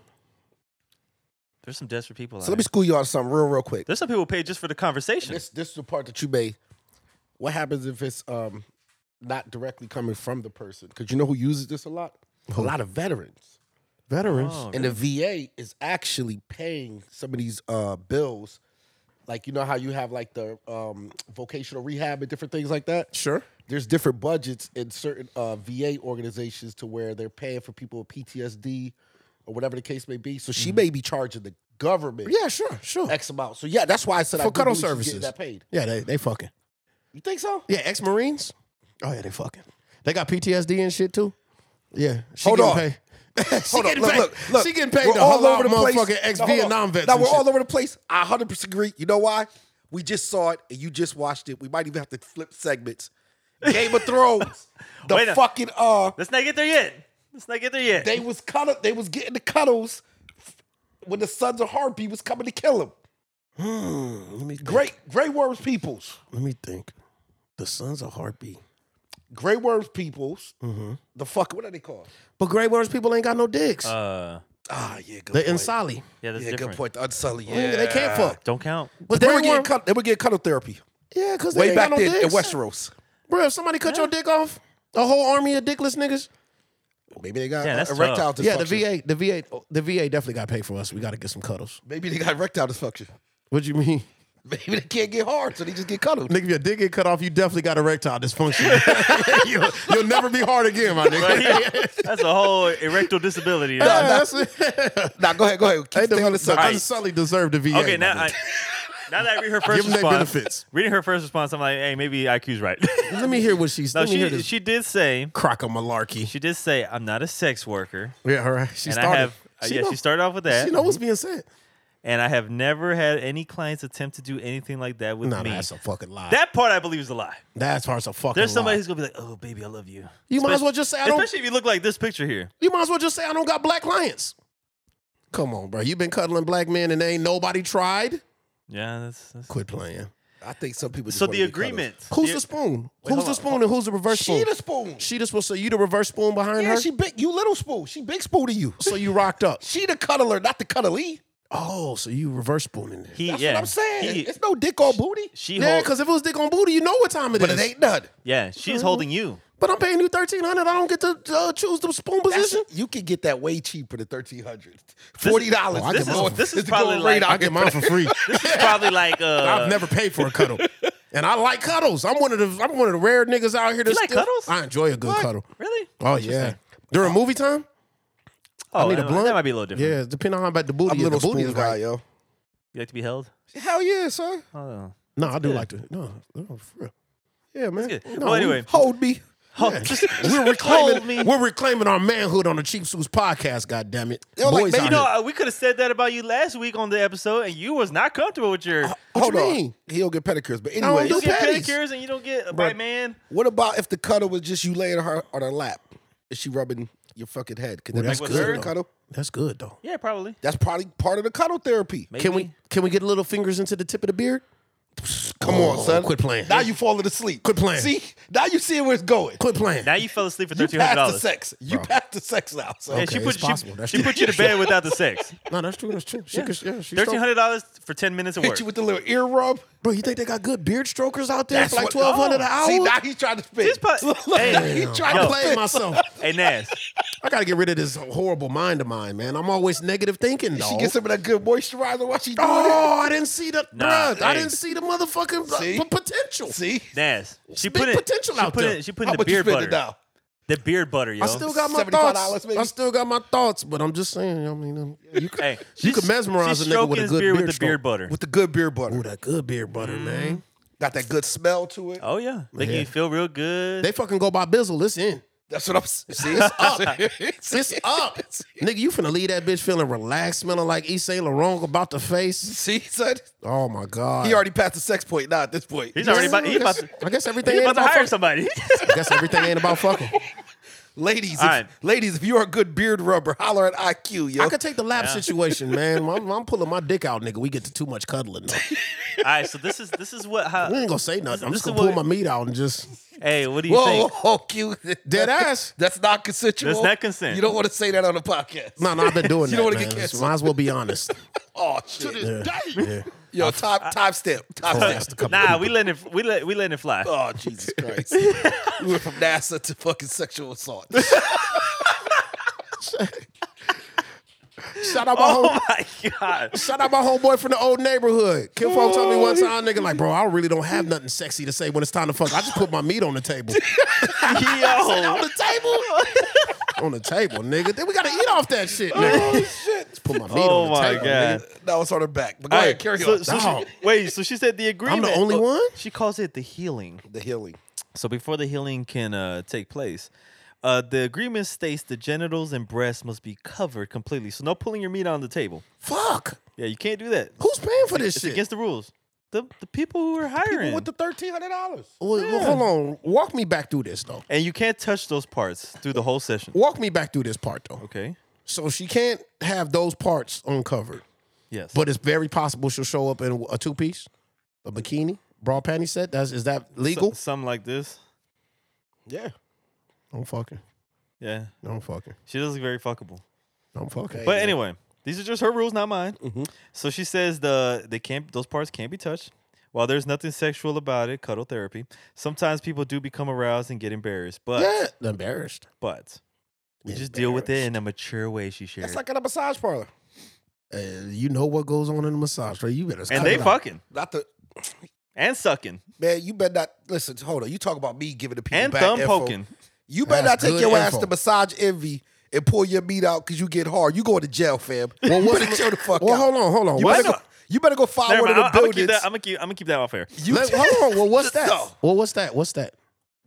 There's some desperate people.
So let me school you on something real, real quick.
There's some people pay just for the conversation.
This, this is the part that you may. What happens if it's um not directly coming from the person? Because you know who uses this a lot. A lot of veterans.
Veterans.
Oh,
And the VA is actually paying some of these uh, bills. Like you know how you have like the um, vocational rehab and different things like that.
Sure.
There's different budgets in certain uh, VA organizations to where they're paying for people with PTSD or whatever the case may be. So she may be charging the government
Mm-hmm. Yeah, sure, sure.
X amount. So yeah, that's why I said I
For
do
cuddle
believe she's getting
services.
that paid.
Yeah, they they fucking.
You think so?
Yeah, ex Marines. Oh yeah, they fucking. They got PTSD and shit too. Yeah. She
Hold
getting
on.
paid. she
Hold
getting
on, look,
paid.
look, look.
She getting paid
We're
to
all
haul
over
out
the place.
motherfucking ex
Now, hold on.
Vietnam vets.
Now
and
we're
shit.
all over the place. I hundred percent agree. You know why? We just saw it, and you just watched it. We might even have to flip segments. Game of Thrones, the
Wait a-
fucking uh,
Let's not get there yet. Let's not get there yet.
they was cuddle, they was getting the cuddles when the sons of Harpy was coming to kill him.
Hmm, Let me think.
Great, Grey Worms peoples,
Let me think. The Sons of Heartbeat.
Grey Worms peoples.
Mm-hmm.
The fuck, what are they called?
But Grey Worms people ain't got no dicks.
Uh,
Ah, yeah, good
They
point.
insali.
yeah, that's
Yeah,
different.
good point. The Unsullied,
Yeah.
yeah.
They can't fuck.
Don't count.
But
They
Grey
were, getting
Worm-
cud- they were getting cuddle therapy
Yeah, because they
way
ain't
back
got no
then in
dicks.
Westeros.
Bro, if somebody cut your dick off, a whole army of dickless niggas.
Maybe they got e-,
Yeah, that's
erectile dysfunction.
Yeah, the VA, the VA, the VA definitely got paid for us. We got to get some cuddles.
Maybe they got erectile dysfunction.
What you mean?
Maybe they can't get hard, so they just get cuddled.
Nigga, if your dick get cut off, you definitely got erectile dysfunction. you'll, you'll never be hard again, my nigga.
Right here. that's a whole erectile disability.
Yeah, that's it.
Nah, go ahead, go ahead. Keep
Ain't the,
staying on the
the
subject.
unsullied deserve the VA.
okay,
my
now
nigga.
I, now that I read her first
Give 'em their
response,
benefits.
reading her first response, I'm like, hey, maybe IQ's right.
let me hear what she's.
no,
let me hear
she
this.
she did say
crock of malarkey.
she did say I'm not a sex worker,
Yeah, all right. She
and
started.
I have uh, yeah.
know,
she started off with that.
She know what's being said.
and I have never had any clients attempt to do anything like that with
No,
me.
that's a fucking lie.
that part I believe is a lie.
that's part's a fucking.
There's somebody
lie.
who's gonna be like, "Oh, baby, I love you."
You might as well just say I don't.
Especially if you look like this picture here.
You might as well just say I don't got black clients. Come on, bro. You've been cuddling black men and ain't nobody tried.
Yeah, that's, that's
Quit playing.
I think some people. Just
so
wanna
the
get cuddled.
agreement.
Who's the spoon? who's
hold
the
on,
spoon and who's the reverse
She
spoon?
the spoon.
she just will say you the reverse spoon behind
Yeah,
her.
she big. You little spoon. She big spoon to you.
so you rocked up.
She the cuddler, not the cuddlee.
Oh, so you reverse spooning it.
He,
That's
yeah,
what I'm saying.
He,
it's no dick on booty,
she
Yeah,
hold-
because if it was dick on booty, you know what time it is.
but it ain't none.
yeah, she's holding you.
But I'm paying you thirteen hundred. I don't get to uh, choose the spoon
That's,
position.
you can get that way cheaper than thirteen hundred. Forty dollars.
Oh, I
This
get
is,
mine.
this is
It's the going
probably
rate
like
I get mine for free.
this is probably like uh,
I've never paid for a cuddle, and I like cuddles. I'm one of the I'm one of the rare niggas out here. that
You like
still-
cuddles?
I enjoy a good cuddle.
really.
Oh yeah, during movie time.
Oh,
need a
that,
blunt.
that might be a little different.
Yeah, depending on how bad the booty,
I'm
is,
a
the
little
booty
spoon
is
guy,
right.
yo.
You like to be held?
Hell yeah, son.
Oh,
No, I do like to. No, no, for real. Yeah, man.
good.
No,
Well,
we-
anyway,
Hold me.
Hold- Oh, just,
we're
just hold
reclaiming.
me.
We're reclaiming our manhood on the Cheap Suits podcast. God damn it,
Yo, like,
boys
man,
out
you know,
here.
uh, we could have said that about you last week on the episode, and you was not comfortable with your.
What
Hold
you
on.
mean?
He don't get pedicures, but
Uh, don't
anyway,
do
you get
patties.
pedicures and you don't get a right man.
What about if the cuddle was just you laying her on her lap? Is she rubbing your fucking head? Can
Well,
that
that's
be
good,
considered a
though.
cuddle?
That's good though.
Yeah, probably.
That's probably part of the cuddle therapy.
Maybe.
Can we can we get little fingers into the tip of the beard?
Come on, son.
quit playing.
Now you falling asleep.
Quit playing.
See, now you see where it's going.
Quit playing.
Now you fell asleep for
You
thirteen hundred
passed the
dollars.
sex. You passed the sex out. So.
Yeah,
Okay,
she put
it's possible.
she,
That's
she
true.
put you to bed without the sex.
no, that's true. That's true. She could, yeah, she
Thirteen
stole-
hundred dollars for ten minutes of work.
Hit you with the little ear rub.
Bro, you think they got good beard strokers out there
That's
for
what-
like
Oh,
twelve hundred an hour?
See, now he's trying to spit.
This part- Hey,
he tried
yo.
I
to
played
play.
myself.
hey Nas,
I gotta get rid of this horrible mind of mine, man. I'm always negative thinking. Though.
She gets some of that good moisturizer while she doing
Oh, I didn't see the
Nah,
bruh, I
hey.
didn't see the motherfucking
See?
p- potential.
it. See?
Nas, she
big
put in
potential
she
out
put
there.
in she put in
How
the
much you
beard
spending
butter.
now?
The beard butter, yo.
I still got my
$75
thoughts.
maybe?
I still got my thoughts, but I'm just saying. I mean, uh, you could,
Hey,
you
she's-
could mesmerize a
she's
nigga
stroking
with a
his
good
beard
beard
with the beard
stroke.
butter.
With the good beard butter.
Ooh, that good beard butter, man.
Got that good smell to it.
Oh yeah, making you feel real good.
They fucking go by Bizzle. It's in.
That's what I'm s- See, it's up.
It's up, nigga. You finna leave that bitch feeling relaxed, smelling like East Saint Laurent about the face.
See, son?
Oh my god.
He already passed the sex point now at this point.
He's already about, he about to,
I guess everything
he
ain't
about to
about
hire
fucking.
somebody.
I guess everything ain't about fucking.
Ladies, if,
All right.
ladies, if you are a good beard rubber, holler at IQ, yo.
I could take the lap situation, man. I'm, I'm pulling my dick out, nigga. We get to too much cuddling. though.
All right, so this is this is what how
We ain't gonna say nothing. I'm
This
just
is
gonna pull my
what-
meat out and just
hey, what do you
whoa,
think?
whoa, Q.
dead ass.
That's not consensual.
That's not consent.
You don't want to say that on the podcast.
No, no, I've been
You
doing that.
don't wanna
man.
get
Just
canceled.
Might as well be honest.
Oh, shit.
Yeah, yeah.
Yo, top, top step. Top step.
Harassed a couple
Nah,
people.
we letting it we let we letting it fly.
Oh, Jesus Christ. we went from NASA to fucking sexual assault.
shout out my home,
Oh my god.
shout out my homeboy from the old neighborhood. Kim Folk told me one time, nigga, like, bro, I really don't have nothing sexy to say when it's time to fuck. I just put my meat on the table,
Yo.
the table, on the table, nigga. Then we gotta eat off that shit, nigga.
oh, shit.
Just put my meat
Oh
on the
my
table.
god.
Now it's on her back. But go
All
ahead,
right,
carry
so,
on.
so
Dog.
she, wait, so she said the agreement.
only
but
one?
She calls it the healing.
the healing.
So before the healing can uh, take place, uh, the agreement states the genitals and breasts must be covered completely. So no pulling your meat on the table.
Fuck.
Yeah, you can't do that.
Who's paying for this
It's
shit?
against the rules. The the people who are hiring.
With the $1,300.
Well, well, hold on. Walk me back through this though.
and you can't touch those parts through the whole session.
Walk me back through this part though.
Okay.
So she can't have those parts uncovered.
Yes.
But it's very possible she'll show up in a two piece, a bikini, bra panty set. That's is that legal?
So- something like this.
Yeah.
I'm fucking.
Yeah.
I'm fucking.
She does look very fuckable.
I'm fucking.
But anyway, these are just her rules, not mine. So she says the they can't those parts can't be touched. While there's nothing sexual about it, cuddle therapy. Sometimes people do become aroused and get embarrassed, but
yeah, embarrassed.
but uh, we just deal with it in a mature way. She shared,
That's like at a massage parlor.
Uh, you know what goes on in the massage, right? You better.
and
stop
they
it.
fucking
Not the
and sucking
man. You better not listen. Hold on. You talk about me giving the people
and
back
thumb
info.
poking.
You better
That's
not take
good
your ass
info.
to massage envy and pull your meat out because you get hard. You going to jail, fam. Well, what better chill the fuck
Well,
out.
hold on, hold on.
You
What's
better, go, you better go fire
Never
one of
mind,
the
I'm, I'm gonna keep
buildings.
that. I'm gonna keep. I'm gonna keep that off air.
you
Let- hold on. Well, what's
Just
that?
go.
Well, what's that? What's that?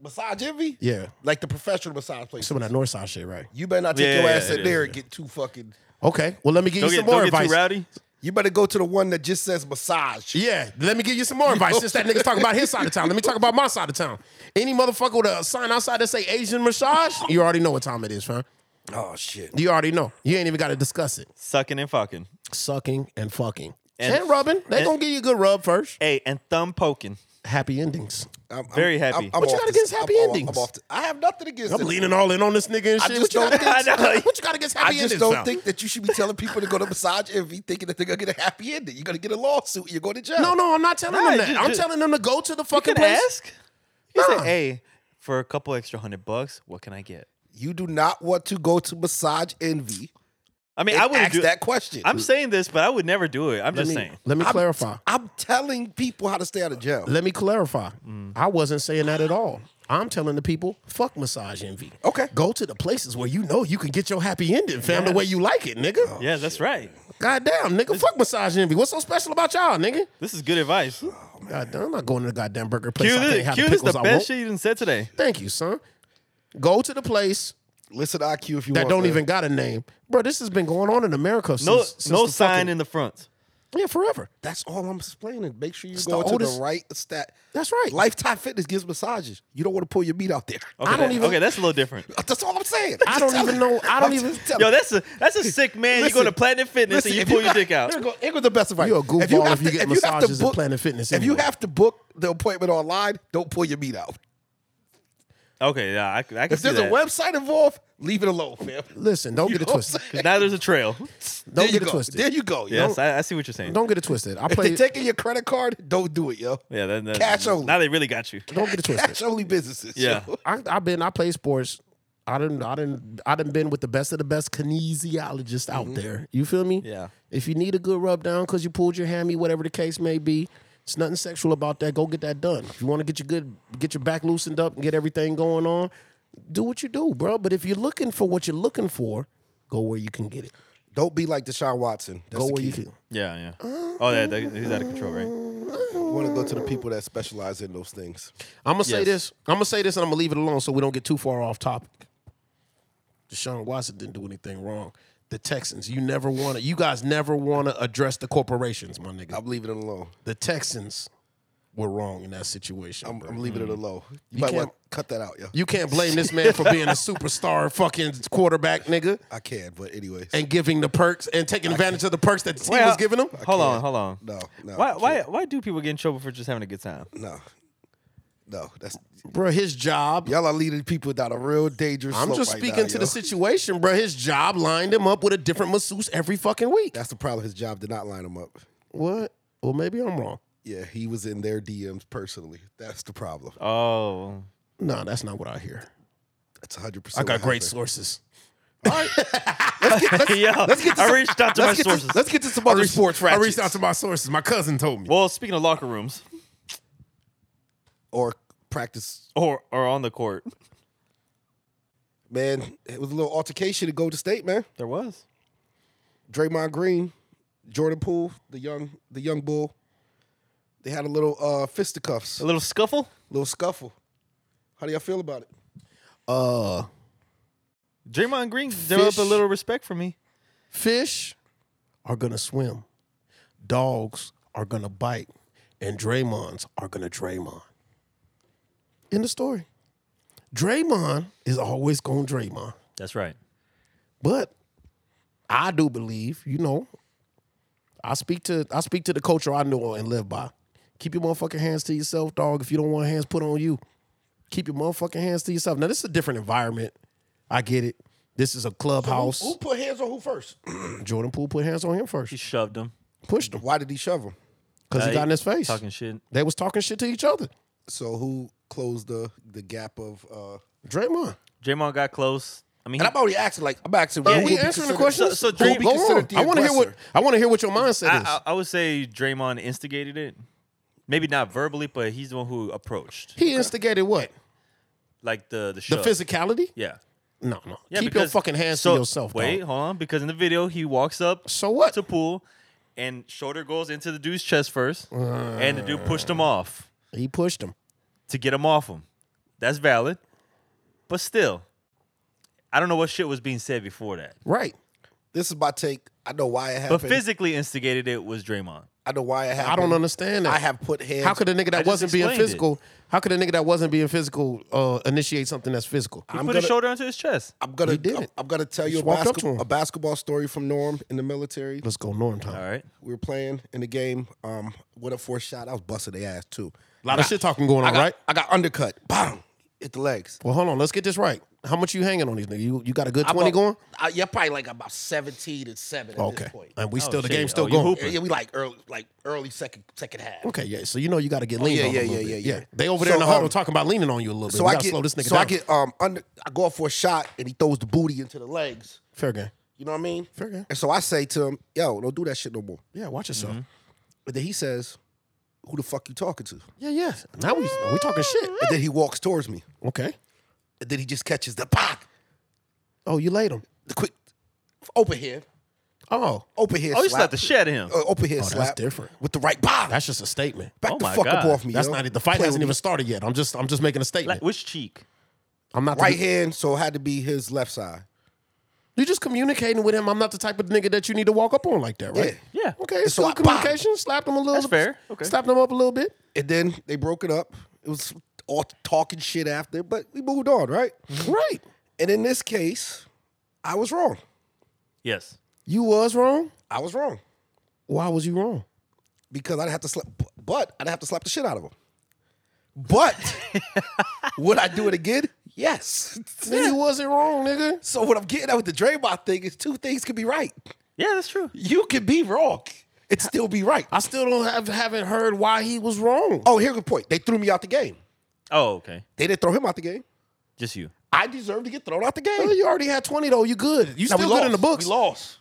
massage envy?
Yeah,
Like the professional massage place.
some of that north side shit, right?
You better not take
Yeah,
your
yeah,
ass
it
in there
is,
and get too fucking.
Okay. Well, let me give
Don't
you
get,
some more
don't get
advice.
too rowdy.
You better go to the one that just says massage.
Yeah, let me give you some more advice. Since that nigga's talking about his side of town, let me talk about my side of town. Any motherfucker with a sign outside that say Asian massage, you already know what time it is, fam.
Oh shit.
You already know. You ain't even got to discuss it.
Sucking and fucking.
Sucking and fucking
And-
and, rubbing. They
and-
gonna give you a good rub first.
Hey, and thumb poking.
Happy endings.
I'm, I'm-
Very happy.
What you
off
got
this-
against happy
I'm all-
endings?
I'm off th- I have nothing against.
I'm
it.
leaning all in on this nigga and
just
shit. what, you got
don't-
against,
I know.
what you got against happy
I just
endings?
don't
fam?
think that you should be telling people to go to massage envy thinking that they're gonna get a happy ending. You're gonna get a lawsuit. You're going to jail.
No, no, I'm not telling
Nah,
them that.
you
I'm
ju-
telling them to go to the
You
fucking
can
place.
ask. You
Nah.
say, hey, for a couple extra hundred bucks, what can I get?
You do not want to go to massage envy.
I mean,
And
I
ask
wouldn't do
that question.
I'm saying this, but I would never do it. I'm
Let
just
me,
saying.
let me
I'm-
clarify.
I'm telling people how to stay out of jail.
Let me clarify. I wasn't saying that at all. I'm telling the people, fuck massage envy.
Okay.
Go to the places where you know you can get your happy ending, fam, the way you like it, nigga.
Yeah, that's right.
Goddamn, nigga, fuck massage envy. What's so special about y'all, nigga?
This is good advice.
Goddamn, I'm not going to the goddamn burger place.
Q,
I can't
this,
have
Q,
the
this is
pickles
the
I
best
want.
shit you done said today.
Thank you, son. Go to the place
Listen to IQ if you
that
want.
don't
man.
even got a name, bro. This has been going on in America. Since,
No,
since
no
the
sign
fucking-
in the front.
Yeah, forever.
That's all I'm explaining. Make sure you
It's
go
the
to
oldest-
the right stat.
That's right.
Lifetime Fitness gives massages. You don't want to pull your meat out there.
Okay,
I don't
that-
even-
okay, that's a little different.
That's all I'm saying.
I don't even know. I don't even.
Yo, that's a that's a sick man. you go
Listen,
to Planet Fitness
Listen,
and you
if
pull your
got-
dick out.
Here go, here go the best advice.
You're a goofball
have to-
if you get
you have to
massages at Planet Fitness
If you
anyway.
have to book the appointment online, don't pull your meat out.
Okay, yeah, I, I can
If
see
there's
that.
a website involved, leave it alone, fam.
Listen, don't get it
know what I'm
twisted.
saying?
'Cause now there's a trail.
Don't
there you
get it
go.
twisted.
There you go. Yo.
Yes, I, I see what you're saying.
Don't get it twisted. I
if
play.
they're taking your credit card, don't do it, yo.
yeah, that, that,
Cash only.
Now they really got you.
don't get it twisted.
Cash only businesses.
Yeah.
yo.
I, I've been. I play sports. I didn't. I didn't. I didn't been with the best of the best kinesiologists
Mm-hmm.
out there. You feel me?
Yeah.
If you need a good rub down because you pulled your hammy, whatever the case may be, it's nothing sexual about that. Go get that done. If you want to get your good, get your back loosened up and get everything going on, do what you do, bro. But if you're looking for what you're looking for, go where you can get it.
Don't be like Deshaun Watson. That's
Go
the
where
key.
you
You,
can.
Yeah, yeah. Oh, yeah, that, he's out of control, right?
want to go to the people that specialize in those things.
I'm gonna say
Yes.
this. I'm gonna say this, and I'm gonna leave it alone so we don't get too far off topic. Deshaun Watson didn't do anything wrong. The Texans, you never want to. You guys never want to address the corporations, my nigga.
I'm leaving it alone.
The Texans were wrong in that situation.
I'm,
bro.
I'm leaving it
Mm.
alone. You, might
can't-
want to cut that out, yo.
you can't blame this man for being a superstar fucking quarterback, nigga,
I can, but anyways.
and giving the perks and taking advantage of the perks that the team was giving him.
Hold on, hold on.
No, no,
Why,
I
why, why do people get in trouble for just having a good time?
No, no. That's
Bro, his job.
y'all are leading people down a real dangerous.
I'm
slope
just
right
speaking
now,
to
yo.
the situation, bro. His job lined him up with a different masseuse every fucking week.
That's the problem. His job did not line him up.
What? Well, maybe I'm wrong.
Yeah, he was in their DMs personally. That's the problem.
Oh,
No, that's not what I hear.
That's 100.
I
percent
got great sources.
yeah. I reached out to my
Let's get, to,
sources.
let's get to some other sports
I
ratchets.
reached out to my sources. My cousin told me.
well, speaking of locker rooms
or practice.
or or on the court,
Man, it was a little altercation to go to state, man.
there was.
Draymond Green, Jordan Poole, the young the young bull. They had a little uh fisticuffs,
A little scuffle.
little scuffle. How do y'all feel about it?
Uh,
Draymond Green developed a
Fish.
little respect for me.
fish are gonna swim. Dogs are gonna bite, and Draymonds are gonna Draymond. In the story, Draymond is always gonna Draymond.
That's right.
But I do believe, you know, I speak to I speak to the culture I know and live by. Keep your motherfucking hands to yourself, dog. If you don't want hands put on you, keep your motherfucking hands to yourself. Now this is a different environment. I get it. This is a clubhouse.
Who put hands on who first?
Jordan Poole put hands on him first.
He shoved him,
Pushed him
Why did he shove him?
because
Uh,
he got in his face.
talking shit.
They was talking shit to each other.
So who closed the the gap of? uh
Draymond.
Draymond got close. I mean,
And
he-
I'm already asking like I'm asking.
Are
who
we
would be
answering the
considered-
question?
So- so
go,
Dray-
go
be considered
on.
the
I want to hear what
aggressor?
I want to hear what your mindset is.
I, I, I would say Draymond instigated it. Maybe not verbally, but he's the one who approached,
he instigated what?
like the the
The
shove.
physicality?
Yeah.
No, no.
yeah
Keep your
because-
fucking hands
so,
to yourself.
Wait,
dog.
hold on. Because in the video, he walks up
So what?
to pool, and shoulder goes into the dude's chest first, and the dude pushed him off
He pushed him.
to get him off him. That's valid, but still, I don't know what shit was being said before that.
Right.
This is my take. I know why it
But
happened.
physically instigated it was Draymond.
I know why it happened.
I don't understand that.
I have put hands.
how could a nigga that
just
wasn't being
explained it.
physical? How could a nigga that wasn't being physical uh, initiate something that's physical?
He
I'm
put his
gonna-
shoulder onto his chest.
I'm gonna.
He did
I'm,
it.
I'm gonna tell
He
you a,
just walked up
basket-
to him.
a basketball story from Norm in the military.
Let's go, Norm. Time.
All right.
we were playing in the game. Um, with a fourth shot, I was busting their ass too.
A lot of shit talking going
I
on,
got,
right?
I got undercut. Bang! Hit the legs.
Well, hold on. Let's get this right. How much you hanging on these niggas? You you got a good
I'm
twenty
up-
going?
I, you're Uh, probably like about seventeen and seven at
Okay.
this point.
And we still the
shit.
game's still
Oh, you
going.
hooping.
Yeah, we like early, like early second second half.
Okay, Oh, yeah. So you know you got to get leaned
yeah,
on.
yeah,
a little
yeah,
bit.
yeah, yeah.
They over there in the
So,
huddle
um,
talking about leaning on you a little bit.
So
we
I
gotta
get
slow this nigga
so
down.
I get um under. I go out for a shot and he throws the booty into the legs.
fair game.
You know what I mean?
Fair game.
And so I say to him, "Yo, don't do that shit no more."
Yeah, watch yourself.
Mm-hmm.
And then he says, "Who the fuck you talking to?"
Yeah, yeah. Now we we talking shit.
Mm-hmm.
And then he walks towards me.
Okay.
And then he just catches the pop,
Oh, you laid him.
the quick open hand,
Oh,
open hand.
Oh, you
slap.
slapped the shit out of him.
uh, open here
Oh, that's
slap
different.
with the right bomb.
that's just a statement.
Back
Oh
the
my
fuck up
God.
off me.
That's
yo.
not it. The fight
Play
hasn't
with
even started yet. I'm just I'm just making a statement.
Like, which cheek?
I'm not
me.
the-
right hand, so it had to be his left side.
You're just communicating with him. I'm not the type of nigga that you need to walk up on like that, right?
Yeah. Yeah.
Okay, it's
So
still
I-
communication. Slapped him a little.
That's fair. Okay.
Slapped him up a little bit.
And then they broke it up. It was all talking shit after, but we moved on, right?
Right.
And in this case, I was wrong.
Yes.
You was wrong.
I was wrong
Why was you wrong?
because I'd have to slap, but I'd have to slap the shit out of him. But would I do it again? Yes.
Then you wasn't wrong, nigga.
So what I'm getting at with the Draymond thing is two things could be right.
Yeah, that's true.
You could be wrong and still be right.
I still don't have haven't heard why he was wrong.
Oh, here's a point. They threw me out the game.
Oh, okay.
They didn't throw him out the game.
Just you.
I deserve to get thrown out the game.
Well, you already had twenty though. You good. You
Now,
still
we
good
lost.
in the books.
We lost.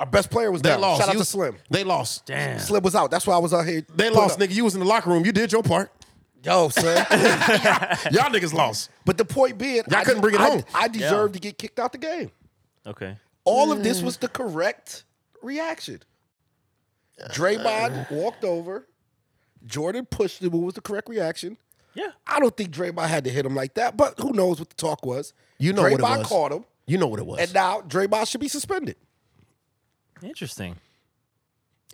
Our best player was
They
down.
lost.
Shout out
You-
to Slim.
They lost.
Damn.
Slim was out. That's why I was out here.
They
putting
lost,
up.
nigga. You was in the locker room. You did your part.
Yo, son.
Y'all niggas lost.
but the point being,
Y'all couldn't bring it
I,
home.
I deserve to get kicked out the game.
Okay.
All of this was the correct reaction. Draymond walked over. Jordan pushed him. It was the correct reaction.
Yeah.
I don't think Draymond had to hit him like that, but who knows what the talk was.
You know what
Draymond
it was.
caught him,
You know what it was.
and now Draymond should be suspended.
Interesting.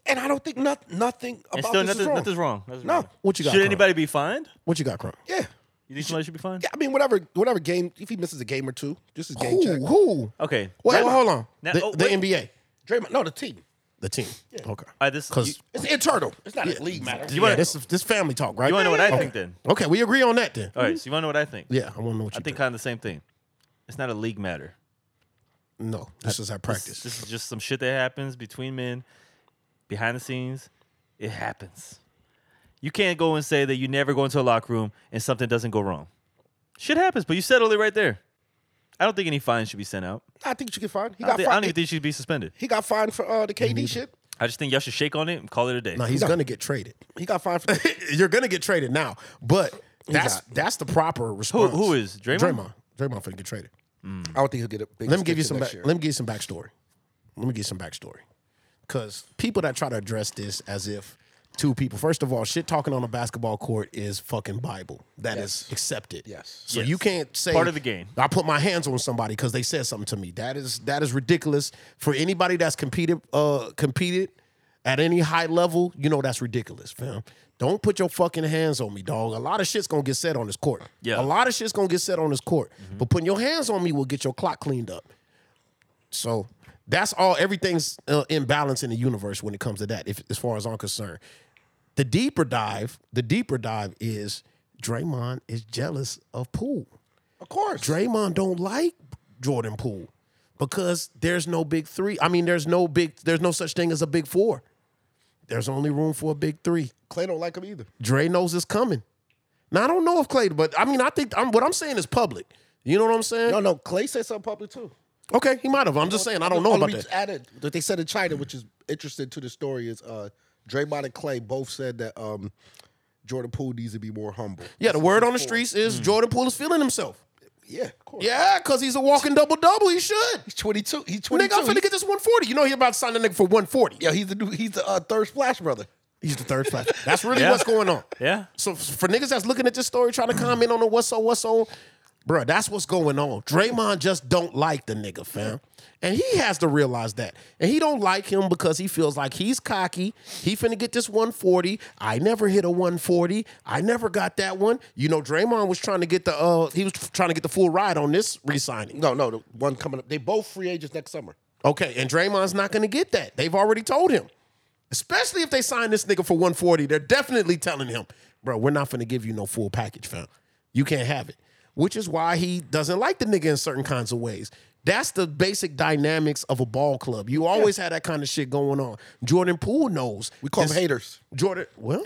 And I don't think not, nothing
And
about
still
this
nothing,
is wrong.
nothing's wrong. Nothing's
No.
wrong.
What you got,
Should
Carl?
anybody be fined?
what you got, Crump?
Yeah.
You think somebody should be fined?
Yeah, I mean, whatever, whatever game, if he misses a game or two, just his game
Who?
check.
Who?
Okay.
Wait,
Now-
well, hold on.
Now-
the
oh,
the
wait.
NBA,
Draymond, no, the team.
the team. Okay.
All right, this, you,
Because
It's internal. It's not a league matter.
yeah,
wanna-
this is this family talk, right?
you want to know what I
okay.
think then?
Okay, we agree on that then.
All right. So you want to know what I think?
Yeah, I want to know what you
I think
think.
kind of the same thing. It's not a league matter.
No, this is our practice.
This is just some shit that happens between men, behind the scenes. It happens. You can't go and say that you never go into a locker room and something doesn't go wrong. Shit happens, but you settle it right there. I don't think any fines should be sent out.
I think you can find. He
I don't,
got
think, I don't
fined.
even think she should be suspended.
he got fined for uh, the KD shit.
I just think y'all should shake on it and call it a day.
no, he's gonna get traded.
He got fined for.
You're gonna get traded now, but that's
not.
that's the proper response.
who is? Draymond?
Draymond. Draymond finna get traded.
I don't think he'll get a big.
Let me give you some.
extension next
Back,
year.
let me give you some backstory. Let me give you some backstory, because people that try to address this as if two people. First of all, shit talking on a basketball court is fucking bible. That is accepted.
Yes.
So you can't say
Part of the game.
I put my hands on somebody because they said something to me. That is that is ridiculous for anybody that's competed uh competed at any high level. You know that's ridiculous, fam. Don't put your fucking hands on me, dog. A lot of shit's gonna get said on this court.
Yeah.
A lot of shit's gonna get said on this court. But putting your hands on me will get your clock cleaned up. So that's all. Everything's uh, in balance in the universe when it comes to that. If as far as I'm concerned, the deeper dive, the deeper dive is Draymond is jealous of Poole.
of course.
Draymond don't like Jordan Poole because there's no big three. I mean, there's no big. There's no such thing as a big four. There's only room for a big three.
Clay don't like him either.
Dre knows it's coming. Now I don't know if Clay, but I mean, I think I'm, what I'm saying is public. You know what I'm saying?
No, no. Clay said something public too.
Okay, he might have. I'm just saying I don't know
Oh,
about
we
that.
Added that they said in China, which is interesting to the story, is uh, Draymond and Clay both said that um, Jordan Poole needs to be more humble.
Yeah, the word on the streets
Mm.
is Jordan Poole is feeling himself.
Yeah, of course.
Yeah, because he's a walking double double. He should.
he's twenty two. He's twenty
Nigga,
two.
I'm finna get this 140. You know he about to sign the nigga for 140.
yeah, he's the new, he's the uh, third splash brother.
He's the third flat. That's really
Yeah.
what's going on.
Yeah.
So f- for niggas that's looking at this story, trying to comment on the what's so what's so, bruh, that's what's going on. Draymond just don't like the nigga, fam, and he has to realize that. And he don't like him because he feels like he's cocky. He finna get this 140. I never hit a 140. I never got that one. You know, Draymond was trying to get the uh, he was trying to get the full ride on this re-signing.
No, no, the one coming up. They both free agents next summer.
Okay, and Draymond's not going to get that. They've already told him. Especially if they sign this nigga for 140, they're definitely telling him, bro, we're not going to give you no full package, fam. You can't have it. Which is why he doesn't like the nigga in certain kinds of ways. That's the basic dynamics of a ball club. You always had that kind of shit going on. Jordan Poole knows.
We call them
It's-
haters.
Jordan, well,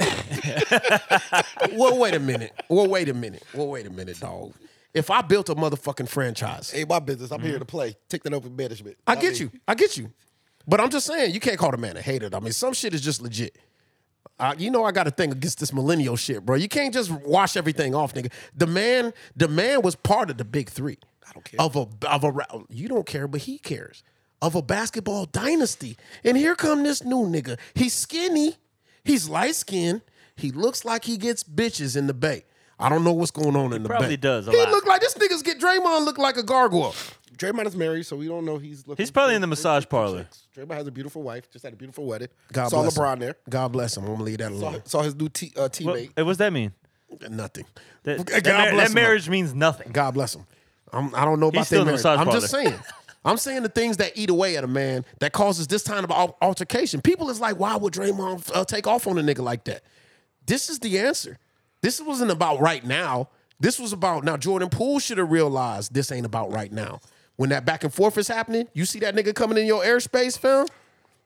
well, wait a minute. Well, wait a minute. Well, wait a minute, dog. If I built a motherfucking franchise,
Ain't my business. I'm here to play. Take that over management.
I get you. I get you. But I'm just saying, you can't call the man a hater. I mean, some shit is just legit. I, you know, I got a thing against this millennial shit, bro. You can't just wash everything off, nigga. The man, the man was part of the big three. I don't care of a of a. ra- You don't care, but he cares of a basketball dynasty. And here come this new nigga. He's skinny. He's light skinned. He looks like he gets bitches in the bay. I don't know what's going on in the
probably
bay.
does a
he
lot.
look like this niggas get Draymond look like a gargoyle.
Draymond is married, so we don't know he's looking.
He's probably
for-
in the massage
for
parlor.
chicks. Draymond has a beautiful wife. Just had a beautiful wedding.
God
Saw
bless
LeBron there.
God bless him. I'm gonna leave that
Saw,
alone.
saw his new te- uh,
What,
teammate.
hey, what's that mean?
Nothing.
That, that
God
mar-
bless
that
him.
marriage means nothing.
God bless him. I'm, I don't know about
still
that
in the
marriage.
massage
I'm just saying. I'm saying the things that eat away at a man that causes this kind of al- altercation. People is like, why would Draymond uh, take off on a nigga like that? This is the answer. This wasn't about right now. This was about now. Jordan Poole should have realized this ain't about right now. When that back and forth is happening, you see that nigga coming in your airspace, fam,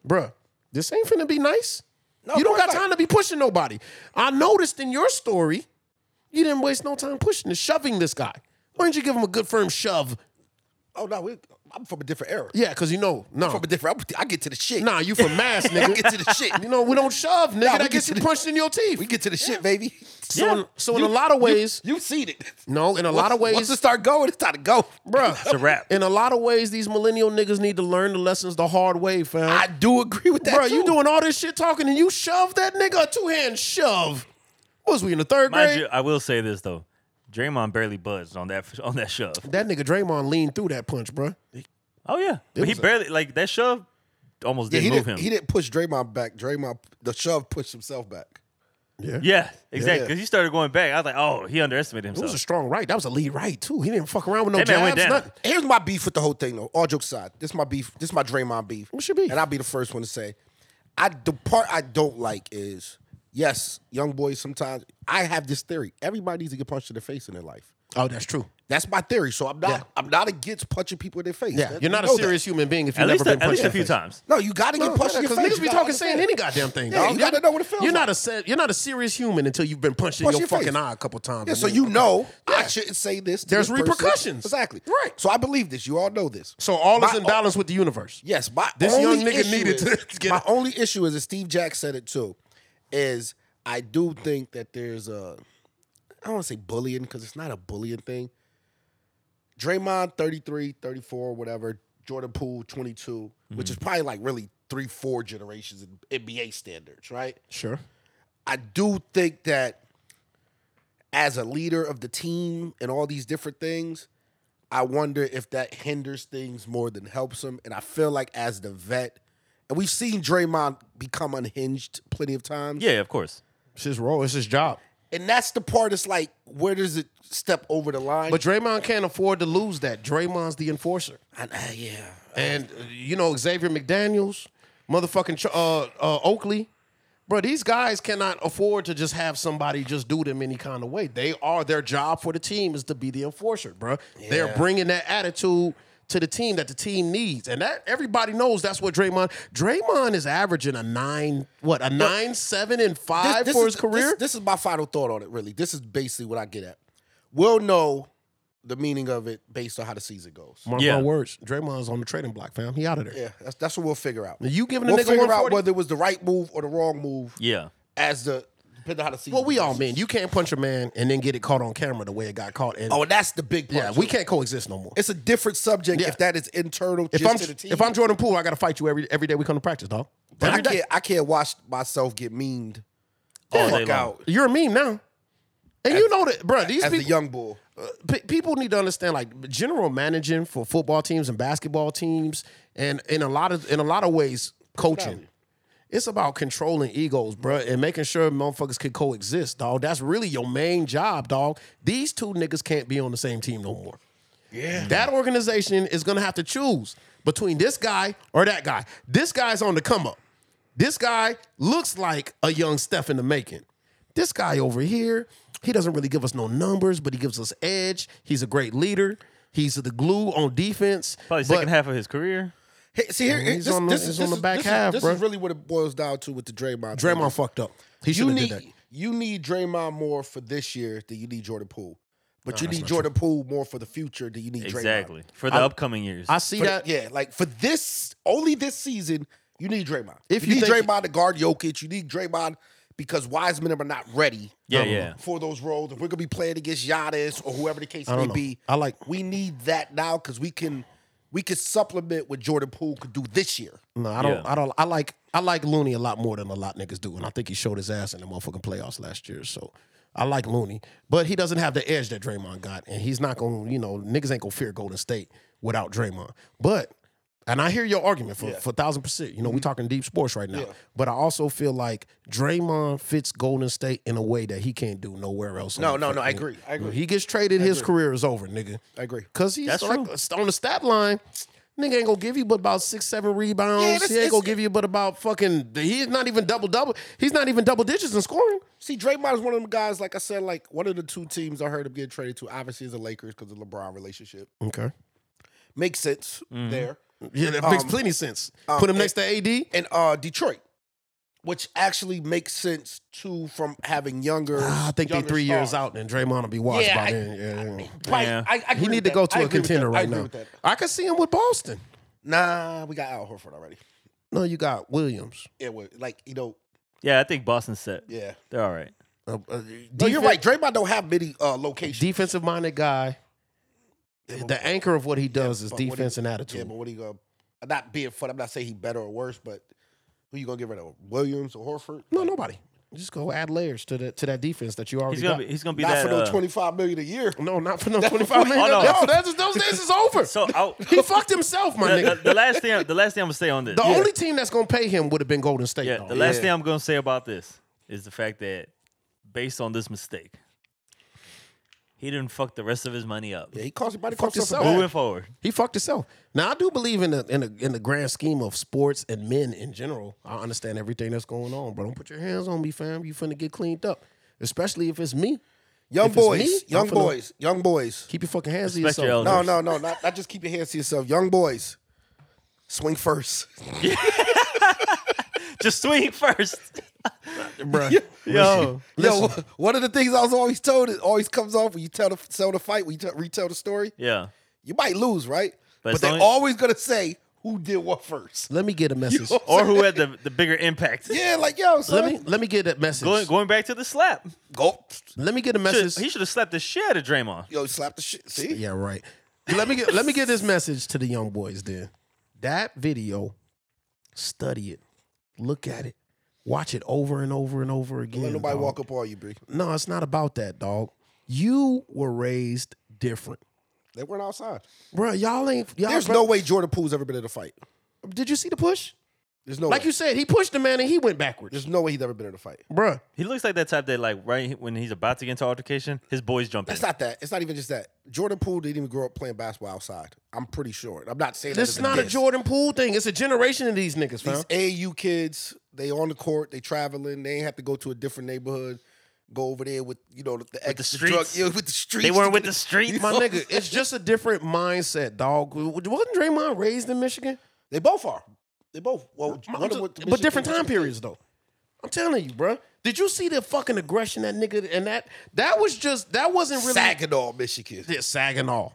bruh. This ain't finna be nice. you don't got
course not.
time to be pushing nobody. I noticed in your story, you didn't waste no time pushing and shoving this guy. Why didn't you give him a good firm shove?
Oh no, we, I'm from a different era.
Yeah, because you know, no.
From a different. I'm, I get to the shit.
Nah, you from mass,
I
nigga.
get to the shit.
You know, we don't shove, nigga.
we
that
get
gets
to
you
the-
punched in your teeth.
We get to the shit, baby.
so, in, so in a lot of ways,
You've seen it.
no, in a lot of ways,
Once it start going, it's time to go.
bruh.
It's a wrap.
In a lot of ways, these millennial niggas need to learn the lessons the hard way, fam.
I do agree with that.
Bro,
too.
you doing all this shit talking and you shove that nigga a two hand shove. What was we in the third grade?
Mind you, I will say this though, Draymond barely buzzed on that on that shove.
that nigga Draymond leaned through that punch, bruh.
Oh yeah, but he
was a-
barely like that shove almost
Yeah,
didn't
he
move
didn't.
him.
He didn't push Draymond back. Draymond, the shove pushed himself back.
Yeah, exactly.
Yeah.
Because he started going back. I was like, oh, he underestimated
It was a
himself.
strong right. That was a lead right too. He didn't fuck around with no
That man went
jabs.
down.
Nothing.
Here's my beef with the whole thing, though. All jokes aside, this is my beef. This is my Draymond beef.
What's your beef?
And I'll be the first one to say, I the part I don't like is yes, young boys. Sometimes I have this theory. Everybody needs to get punched in the face in their life.
Oh, that's true.
That's my theory. So I'm not.
Yeah.
I'm not against punching people in their face.
Yeah,
That-
you're not a
you know that.
serious human being if you've
At
never
least,
been
a, at
punched
least
in
a
the
few
face.
times.
No, you got to get punched in your
Because
face.
niggas be
You
talking,
gotta
saying
understand.
any goddamn thing.
Yeah,
dog.
you gotta know what it feels
You're not
like.
a se- you're not a serious human until you've been punched in
Punch
your,
your
fucking
face.
eye a couple times.
Yeah,
And
so
then-
you know I
Yeah.
shouldn't say this. to
There's
this person.
repercussions.
Exactly.
Right.
So I believe this. You all know this.
So all is
My-
in balance with the universe.
Yes, my
This
only
young nigga
issue
needed
is-
to get
my
it.
only issue is, and Steve Jack said it too, is I do think that there's a I don't want to say bullying because it's not a bullying thing. Draymond 33, 34, whatever. Jordan Poole 22,
Mm-hmm.
which is probably like really three, four generations in NBA standards, right?
Sure.
I do think that as a leader of the team and all these different things, I wonder if that hinders things more than helps him. And I feel like as the vet, and we've seen Draymond become unhinged plenty of times.
Yeah, of course.
It's his role. It's his job.
And that's the part that's like, where does it step over the line?
But Draymond can't afford to lose that. Draymond's the enforcer.
And, uh, yeah.
And uh, you know Xavier McDaniels, motherfucking Ch- uh, uh, Oakley, bro. These guys cannot afford to just have somebody just do them any kind of way. They are their job for the team is to be the enforcer, bro. They're bringing that attitude to the team that the team needs, and that everybody knows that's what Draymond. Draymond is averaging a nine, what a nine seven and
This-
five
this
for
is-
his career.
This, this is my final thought on it, really. This is basically what I get at. We'll know the meaning of it based on how the season goes.
Mark
Yeah.
my words, Draymond's on the trading block, fam. He out of there.
Yeah, that's that's what we'll figure out.
You giving the
we'll
nigga
figure out
140?
whether it was the right move or the wrong move
Yeah.
as the depending on how the season.
Well, we all
goes.
mean you can't punch a man and then get it caught on camera the way it got caught. And
Oh, and that's the big part.
yeah, we
too.
can't coexist no more.
It's a different subject
Yeah.
if that is internal.
If
just
I'm
to the team.
if I'm Jordan Poole, I gotta fight you every every day we come to practice, dog.
but I
Every day.
can't I can't watch myself get memed.
All
fuck
day long.
out
You're a meme now, and you know that, bro. These
as
people,
a young bull.
pe- people need to understand like general managing for football teams and basketball teams and in a lot of in a lot of ways coaching it's about controlling egos bro and making sure motherfuckers can coexist dog that's really your main job dog these two niggas can't be on the same team no more yeah that organization is gonna have to choose between this guy or that guy this guy's on the come up this guy looks like a young Steph in the making. This guy over here, he doesn't really give us no numbers, but he gives us edge. He's a great leader. He's the glue on defense.
Probably
But-
second half of his career.
Hey, see here,
He's
this,
on the-
this,
he's
this
on the
is-
back
this
half,
is, this
bro.
is really what it boils down to with the Draymond. thing.
Draymond fucked up. He
you
should have
need
did that.
you need Draymond more for this year than you need Jordan Poole, but you need Jordan Poole more for the future than you need
Exactly.
Draymond.
For the upcoming years.
I see
For-
that.
yeah, like for this only this season, you need Draymond. If
If you
you, need
think-
Draymond to guard Jokic, you need Draymond because wise men are not ready.
Yeah, yeah.
For those roles, if we're gonna be playing against Giannis or whoever the case
I
may
don't know.
be,
I like-
we need that now because we can we can supplement what Jordan Poole could do this year.
No, I don't.
Yeah.
I don't. I like. I like Looney a lot more than a lot niggas do, and I think he showed his ass in the motherfucking playoffs last year. So I like Looney, but he doesn't have the edge that Draymond got, and he's not gonna, you know, niggas ain't gonna fear Golden State without Draymond. But and I hear your argument for for thousand percent. You know,
Mm-hmm.
we talking deep sports right now, but I also feel like Draymond fits Golden State in a way that he can't do nowhere else. on
No,
the
no,
court,
no, I
nigga.
agree. I
When
agree.
he gets traded, his career is over, nigga.
I agree.
Cause he's
That's
like
true.
on the stat line. Nigga ain't gonna give you but about six, seven rebounds.
Yeah, that's-
he ain't
it's-
gonna give you but about fucking. He's not even double double. He's not even double digits in scoring.
See, Draymond is one of them guys. Like I said, like one of the two teams I heard him getting traded to. Obviously, is the Lakers because of the LeBron relationship.
Okay,
Makes sense
Mm-hmm.
there.
yeah, that makes
Um,
plenty sense.
um,
Put him
it-
next to AD.
And uh, Detroit, which actually makes sense too, from having younger.
Ah, I think they
younger
three years
stars.
out, and Draymond will be washed
Yeah,
by
I-
then. Yeah, yeah.
Right.
Yeah.
I, I
He
agree with
need to
that.
go to
I
a
agree with that.
contender
I
right
agree
now.
with that.
I could see him with Boston.
Nah, we got Al Horford already.
No, you got Williams.
Yeah, well, like you know,
Yeah, I think Boston's set.
yeah.
They're all right.
Uh, uh,
No, you're
defen-
right. Draymond don't have many uh, locations.
Defensive minded guy. The anchor of what he does is
but what he-
defense and
Yeah,
attitude.
but what are you gonna? I'm not being fun. I'm not saying he better or worse, but who you gonna get rid of? Williams or Horford?
no, nobody. Just go add layers to the to that defense that you already
He's
got.
gonna be. He's gonna be
not
that.
for no
uh,
twenty five million a year.
No, not for no twenty five million.
Oh, no.
no, that's, those days is over.
So I'll,
he fucked himself, my
the, the-
nigga.
the last thing. The last thing I'm gonna say on this.
The oh, only team that's gonna pay him would have been Golden State.
Yeah,
though.
the last thing I'm going to say about this is the fact that based on this mistake, he didn't fuck the rest of his money up.
Yeah, he cost somebody
Fuck
cost himself.
yourself.
a
Moving
bag.
forward.
He fucked himself. Now I do believe in the in the in the grand scheme of sports and men in general. I understand everything that's going on, but don't put your hands on me, fam. You finna get cleaned up, especially if it's me.
Young
If it's
boys,
me,
young
I'm finna-
boys, young boys.
Keep your fucking hands to
Respect
yourself.
your elders.
No, no, no, not, not just keep your hands to yourself. Young boys, swing first.
Just swing first.
Bruh.
Yo.
Yo, one of the things I was always told it always comes off when you tell the sell the fight, when you tell retell the story,
Yeah.
you might lose, right?
But
But,
as
they're
long as-
always gonna say who did what first.
Let me get a message.
Yo.
Or who had the, the bigger impact.
Yeah, like yo,
Let
son,
me let me get that message.
Going, going back to the slap.
go.
Let me get a
Should-
message.
he should have slapped the shit out of Draymond.
Yo, slap the shit. See,
Yeah, right. Let me get let me get this message to the young boys then. That video, study it, look at it, watch it over and over and over again.
Don't let nobody
dog.
walk up on you, B.
No, it's not about that, dog. You were raised different.
They weren't outside.
Bro, y'all ain't y'all
There's
bruh,
no way Jordan Poole's ever been in a fight.
Did you see the push?
There's no
Like
way.
you said, he pushed the man and he went backwards.
There's no way he's ever been in a fight.
Bruh.
He looks like that type that, like, right when he's about to get into altercation, his boys jump in.
It's not that. It's not even just that. Jordan Poole didn't even grow up playing basketball outside. I'm pretty sure. I'm not saying
This
that
is
as
not a
diss.
Jordan Poole thing. It's a generation of these niggas, fam.
These AU kids, they on the court, they traveling, they ain't have to go to a different neighborhood, go over there with you know the, the, ex-
the
the drug-
streets.
yeah, with the streets.
they weren't with the streets.
My nigga, it's just a different mindset, dog. Wasn't Draymond raised in Michigan?
They both are. They both. Well,
I'm
one
just-
with the
but different
Michigan-
time periods though. I'm telling you, bruh. Did you see the fucking aggression that nigga and that that was just that wasn't really
Saginaw, Michigan.
Yeah, Saginaw.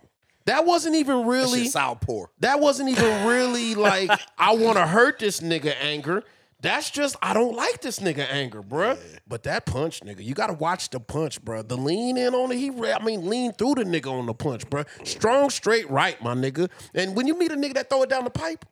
That wasn't even really
Shit, Southpaw.
that wasn't even really like I want to hurt this nigga anger. That's just I don't like this nigga anger, bruh. But that punch, nigga, you gotta watch the punch, bruh. The lean in on it, he re- I mean lean through the nigga on the punch, bruh. Strong straight right, my nigga. And when you meet a nigga that throw it down the pipe,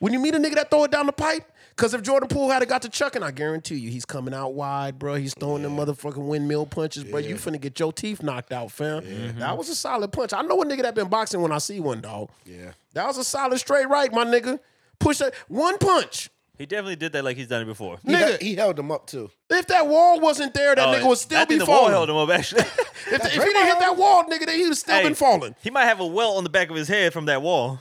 when you meet a nigga that throw it down the pipe, because if Jordan Poole had got to chucking, I guarantee you he's coming out wide, bruh. He's throwing them motherfucking windmill punches, bruh. You finna get your teeth knocked out, fam.
Mm-hmm.
That was a solid punch. I know a nigga that been boxing when I see one, dog.
Yeah.
That was a solid straight right, my nigga. Push that one punch.
He definitely did that like he's done it before.
He,
Nigga.
hel- he held them up too.
If that wall wasn't there, that
Oh,
nigga would still
I
be
think the wall
falling.
held him up, actually.
If, if he didn't hit that wall, nigga, then he would still
Hey,
been falling.
He might have a welt on the back of his head from that wall.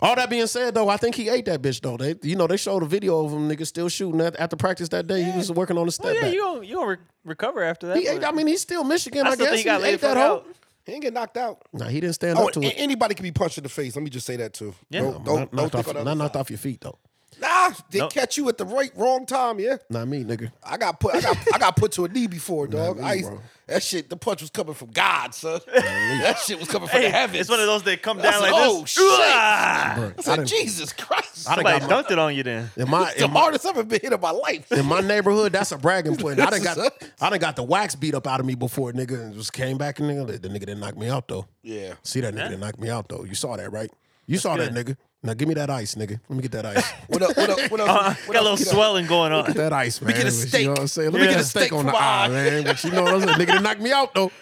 All that being said, though, I think he ate that bitch though. They, you know, they showed a video of him nigga still shooting at, after practice that day. He was working on the step
Well, yeah,
back.
you gonna you gonna re- recover after that.
he ate,
but-
I mean, he's still Michigan. I,
I still
guess
think he got laid
ate that
that out.
hoe.
He didn't get knocked out.
Nah, he didn't stand
Oh,
up to
a-
it.
anybody can be punched in the face. Let me just say that too.
Yeah.
Don't,
Not,
don't,
knocked,
don't
off,
think on the
not
other
knocked
side.
off your feet though.
Nah, they
Nope.
catch you at the right wrong time. Yeah,
Not me, nigga.
I got put. I got I got put to a knee before, dog.
me,
I used-
bro.
that shit. The punch was coming from God, son. that shit was coming from
Hey,
the heavens.
It's one of those that come
I
down
said,
like
"Oh,
this.
shit."
Uah!
Bruh,
I
I
said,
done-
Jesus Christ!
I done
Somebody
got my-
dumped it on you then.
in my
It's the
in my,
hardest I've ever been in my life.
in my neighborhood, that's a bragging point. I done
Yes,
got
sir.
I done got the wax beat up out of me before, nigga, and just came back and nigga, the nigga didn't knock me out though.
Yeah.
See that nigga didn't knock me out though. You saw that, right? You saw that nigga. Now give me that ice, nigga. Let me get that ice.
What up? What up? What up?
Uh,
what
got a
up, you
little
know?
swelling going on.
that ice, man.
me get a
You
steak.
know what I'm saying? Let
Yeah.
me get a steak,
Steak
on the
for my
eye,
eye.
man. But you know what I'm saying? Nigga, they knocked me out though.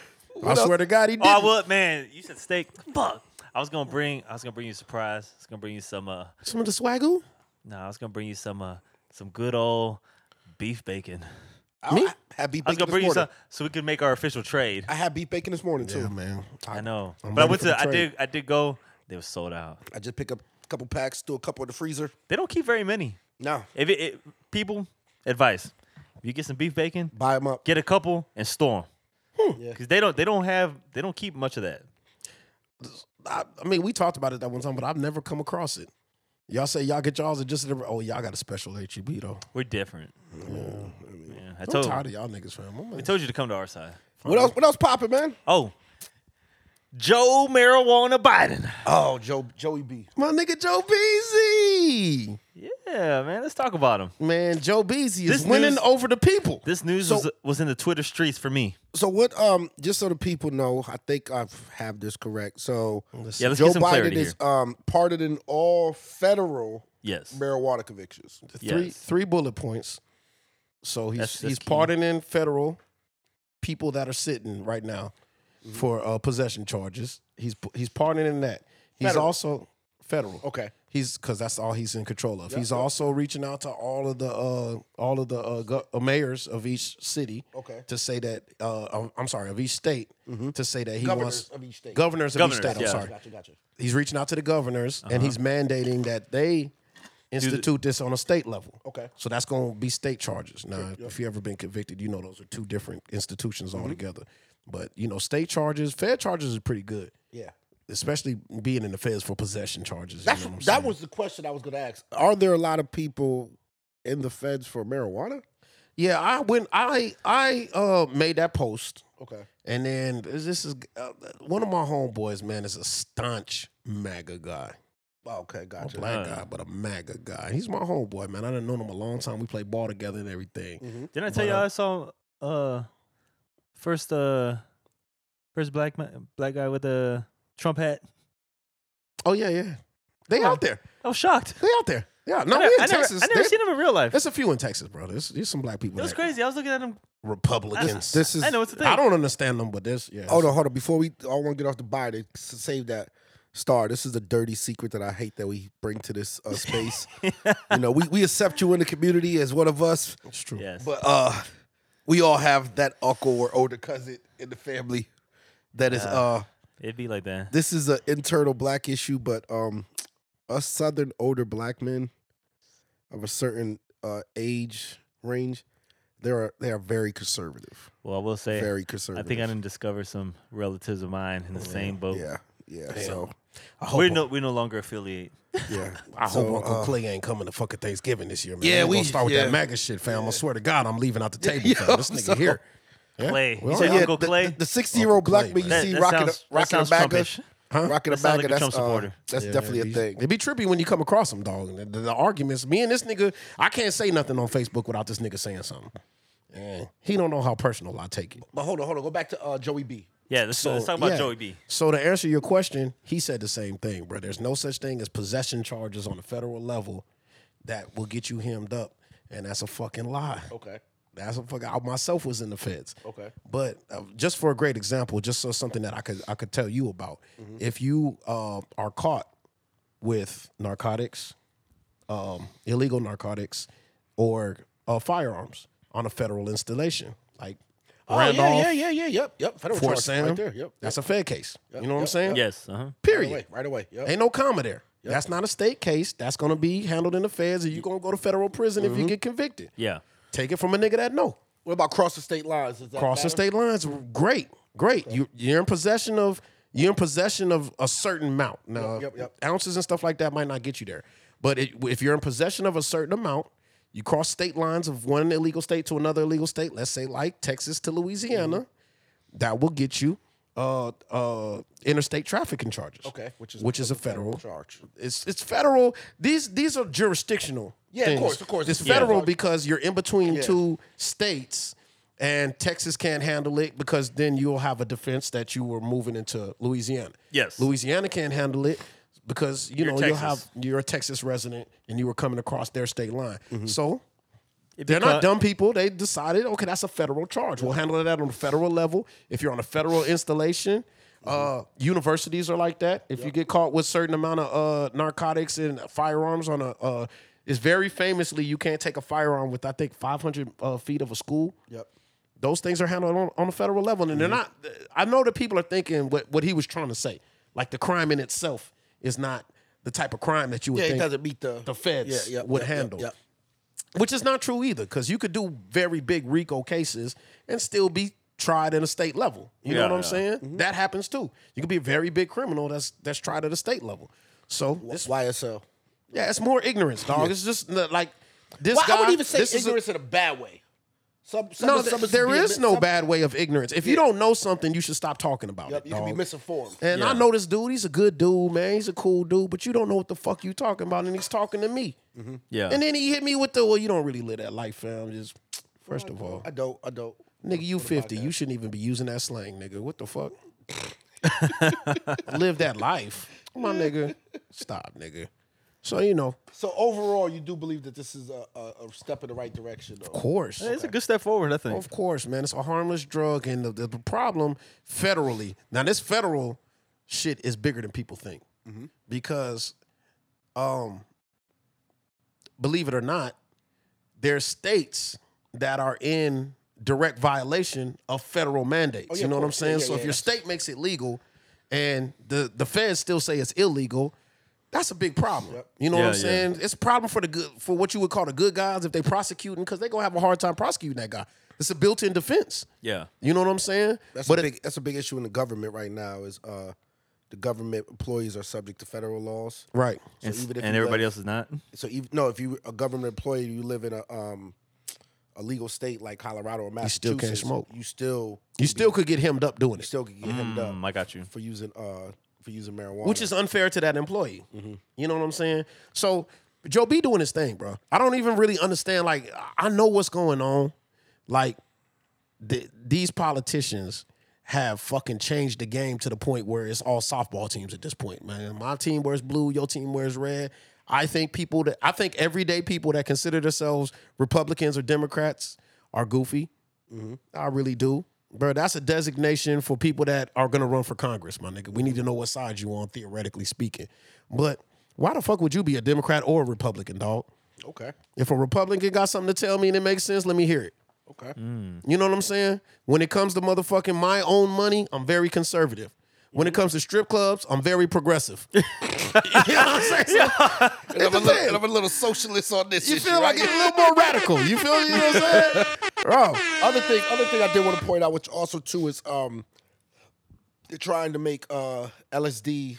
I
up?
swear to God, he did.
Oh, I would, man. You said steak. Fuck. I was gonna bring. I was gonna bring you a surprise. I was gonna bring you some. Uh,
Some of the swagoo.
no, I was gonna bring you some. Uh, some good old beef bacon.
I, I had beef
I was
bacon
gonna
this
bring you
morning.
some, so we could make our official trade.
I had beef bacon this morning too.
Yeah, man.
I know,
I'm
but I
ready
went
for the
to. I
trade.
did. I did go. They were sold out.
I just pick up a couple packs, threw a couple in the freezer.
They don't keep very many.
No,
If it, it people advice, if you get some beef bacon,
buy them up.
get a couple and store them.
Yeah.
Because they don't. They don't have. They don't keep much of that.
I, I mean, we talked about it that one time, but I've never come across it. Y'all say y'all get y'all's and just oh y'all got a special HEB though.
We're different. Yeah, I
I'm
told.
tired
I
of y'all niggas, fam. I'm like,
told you to come to our side.
What else? What else popping, man?
Oh, Joe Marijuana Biden.
Oh, Joe, Joey B.
my nigga Joe Beezy.
Yeah, man. Let's talk about him.
Man, Joe Beezy is
This
winning
news-
over the people.
This news
So-
was was in the Twitter streets for me.
So what? Um, just so the people know, I think I have this correct. So
Yeah, let's
Joe
get some
Biden
clarity
is
here.
um pardoned in all federal
Yes.
marijuana convictions.
three
Yes.
three bullet points. So he's
That's- that's
he's
key.
pardoning federal people that are sitting right now
Mm-hmm.
for uh, possession charges. He's he's pardoning that. He's
Federal.
also federal.
Okay.
He's because that's all he's in control of. he's also reaching out to all of the uh, all of the uh, go- uh, mayors of each city.
Okay. Mm-hmm.
To say that uh, I'm- I'm sorry of each state to say that he
Governors
wants
of each state.
governors of
Governors,
each state. I'm
yeah.
sorry.
Gotcha, gotcha.
He's reaching out to the governors
Uh-huh.
and he's mandating that they institute this on a state level.
Okay.
So that's going to be state charges. Now, if you've ever been convicted, you know those are two different institutions
Mm-hmm.
altogether. But, you know, state charges, fair charges is pretty good,
Yeah.
especially being in the feds for possession charges. you
That's,
know what I'm
that
saying?
was the question I was going to ask. Are there a lot of people in the feds for marijuana?
Yeah, I went, I, I uh, made that post.
Okay.
And then this is uh, one of my homeboys, man, is a staunch MAGA guy.
Okay,
a
gotcha.
black
Uh.
guy, but a MAGA guy. He's my homeboy, man. I done known him a long time. We played ball together and everything.
Didn't I tell
But,
you
uh,
I saw uh first uh first black ma- black guy with a Trump hat?
Oh yeah, yeah. They
Huh.
out there.
I was shocked.
They out there. Yeah. No,
I,
we
never,
in
I never,
Texas.
I never
They-
seen him in real life. It
there's a few in Texas, bro. There's, there's some black people.
was
that-
crazy. I was looking at him.
Republicans.
This is.
I know it's a thing.
I don't understand them, but there's yeah.
Hold on, hold on. Before we, I want to get off the Biden. s- Save that star. This is a dirty secret that I hate that we bring to this uh, space. you know, we, we accept you in the community as one of us,
it's true.
Yes.
but uh, we all have that uncle or older cousin in the family that is uh
It'd be like that.
this is an internal black issue, but um, us southern older black men of a certain uh, age range, they are they are very conservative,
Well, I will say
very conservative.
I think I didn't discover some relatives of mine in the same boat.
Yeah, Oh, yeah. So
I hope.
We're
un-
no we no longer affiliate.
yeah,
I hope
so,
Uncle
uh,
Clay ain't coming to fucking Thanksgiving this year, man.
Yeah,
ain't
we-
gonna start with
yeah.
that MAGA shit, fam. I swear to God, I'm leaving out the table.
Yeah,
fam. This nigga
so-
here. Yeah.
Clay. You
Well,
said
yeah,
Uncle
the-
Clay?
the, sixty-year-old
Uncle
black
Clay,
man you
man.
see
That- that
rocking,
sounds-
a, rocking
that
a
sounds
bagger,
Trumpish.
rocking a
That sounds
bagger.
like a
that's
Trump supporter.
Uh, that's
Yeah,
definitely
it'd
a
be-
thing.
It'd be trippy when you come across them, dog. The, the- the arguments. Me and this nigga, I can't say nothing on Facebook without this nigga saying something. And he don't know how personal I take it.
But hold on, hold on. Go back to uh, Joey B.
Yeah, let's,
So,
let's talk about
yeah.
Joey B.
So to answer your question, he said the same thing, bro. There's no such thing as possession charges on the federal level that will get you hemmed up, and that's a fucking lie.
Okay.
That's a fucking. I myself was in the feds.
Okay.
But uh, just for a great example, just so something that I could I could tell you about,
Mm-hmm.
if you uh, are caught with narcotics, um, illegal narcotics, or uh, firearms on a federal installation, like Randolph,
Oh, yeah, yeah, yeah, yep, yep. Federal
Fort
charge
Sam,
right there. Yep.
that's a Fed case. you know what I'm
yep,
saying?
Yes. Uh-huh.
Right
Period.
away, right away. Yep.
Ain't no comma there. That's not a state case. That's gonna be handled in the feds, and you're gonna go to federal prison
Mm-hmm.
if you get convicted.
Yeah.
Take it from a nigga that know.
What about cross the state lines? Does that
Crossing
matter?
state lines, great, great. You you're in possession of you're in possession of a certain amount. Now
yep, yep.
ounces and stuff like that might not get you there, but it, if you're in possession of a certain amount, you cross state lines of one illegal state to another illegal state. Let's say like Texas to Louisiana,
Mm-hmm.
that will get you uh uh interstate trafficking charges.
Okay, which is
which is a federal,
charge.
It's it's federal. These these are jurisdictional.
Yeah, of
things.
course, of course.
It's
Yeah.
federal because you're in between two states, and Texas can't handle it because then you'll have a defense that you were moving into Louisiana.
Yes.
Louisiana can't handle it because you
You're
know you'll have
Texas.
you're a Texas resident and you were coming across their state line.
Mm-hmm.
So
It
they're not
beco-
dumb people. They decided, okay, that's a federal charge. We'll handle that on the federal level. If you're on a federal installation, uh, universities are like that. If you get caught with certain amount of uh, narcotics and firearms on a, uh, it's very famously you can't take a firearm with I think 500 uh, feet of a school.
Yep. Mm-hmm.
Those things are handled on, on a federal level, and they're not. I know that people are thinking what what he was trying to say, like the crime in itself is not the type of crime that you would
Yeah, it
think
doesn't meet the
the feds
yeah, yeah,
would
yeah, yeah,
handle
yeah.
which is not true either because you could do very big RICO cases and still be tried at a state level. You know
Yeah,
what I'm
yeah.
saying?
Mm-hmm.
That happens too. You could be a very big criminal that's that's tried at a state level. So
It's
it's,
YSL.
yeah, it's more ignorance, dog. It's just n- like this
Well,
guy.
I would even say
this is a-
ignorance in a bad way. Some, some,
no,
some-
th-
some-
there
being
is
mi-
no
some-
bad way of ignorance. If you don't know something, you should stop talking about
Yep,
it.
you can be
dog.
misinformed.
And I know this dude. He's a good dude, man. He's a cool dude, but you don't know what the fuck you talking about, and he's talking to me.
Yeah.
And then he hit me with the, well, you don't really live that life, fam. Just first of all,
I don't. I don't.
Nigga, you 50. You shouldn't even be using that slang, nigga. What the fuck? Live that life. Come on, nigga. Stop, nigga. So, you know,
So overall, you do believe that this is a, a, a step in the right direction, though.
of course.
it's a good step forward, I think.
Of course, man. It's a harmless drug. And the, the problem federally, now this federal shit is bigger than people think.
Mm-hmm.
Because, um, believe it or not, there's states that are in direct violation of federal mandates.
Oh, yeah,
you know
of
what I'm
course.
saying?
Yeah, yeah,
so if
yeah.
your state makes it legal and the, the feds still say it's illegal, that's a big problem. You know
Yeah,
what I'm
yeah.
saying? It's a problem for the good for what you would call the good guys if they prosecuting because they're gonna have a hard time prosecuting that guy. It's a built-in defense.
Yeah.
You know what I'm saying?
That's
but
a big. that's a big issue in the government right now. Is uh, the government employees are subject to federal laws.
right.
So even if
and
you
everybody
live-
else is not. Mm,
So even no, if you a government employee, you live in a um, a legal state like Colorado or Massachusetts.
still can't smoke.
You still
You still could get hemmed up doing
you
it,
still can get hemmed up
Mm, I got you.
for using uh for using marijuana.
which is unfair to that employee. You know what I'm saying? So Joe B doing his thing, bro. I don't even really understand. Like I- I know what's going on. Like th- these politicians have fucking changed the game to the point where it's all softball teams at this point, man. My team wears blue, your team wears red. I think people that I think everyday people that consider themselves Republicans or Democrats are goofy. I really do. Bro, that's a designation for people that are gonna run for Congress, my nigga. We need to know what side you on, theoretically speaking. But why the fuck would you be a Democrat or a Republican, dog?
okay.
If a Republican got something to tell me and it makes sense, let me hear it.
Okay.
You know what I'm saying? When it comes to motherfucking my own money, I'm very conservative. When it comes to strip clubs, I'm very progressive. you know what I'm saying? So, it
And I'm, a little,
depends.
and I'm a little socialist on this.
you
issue,
feel like
right?
it's a little more radical. You feel you know what I'm saying? Bro,
other thing other thing I did want to point out, which also too is um they're trying to make uh LSD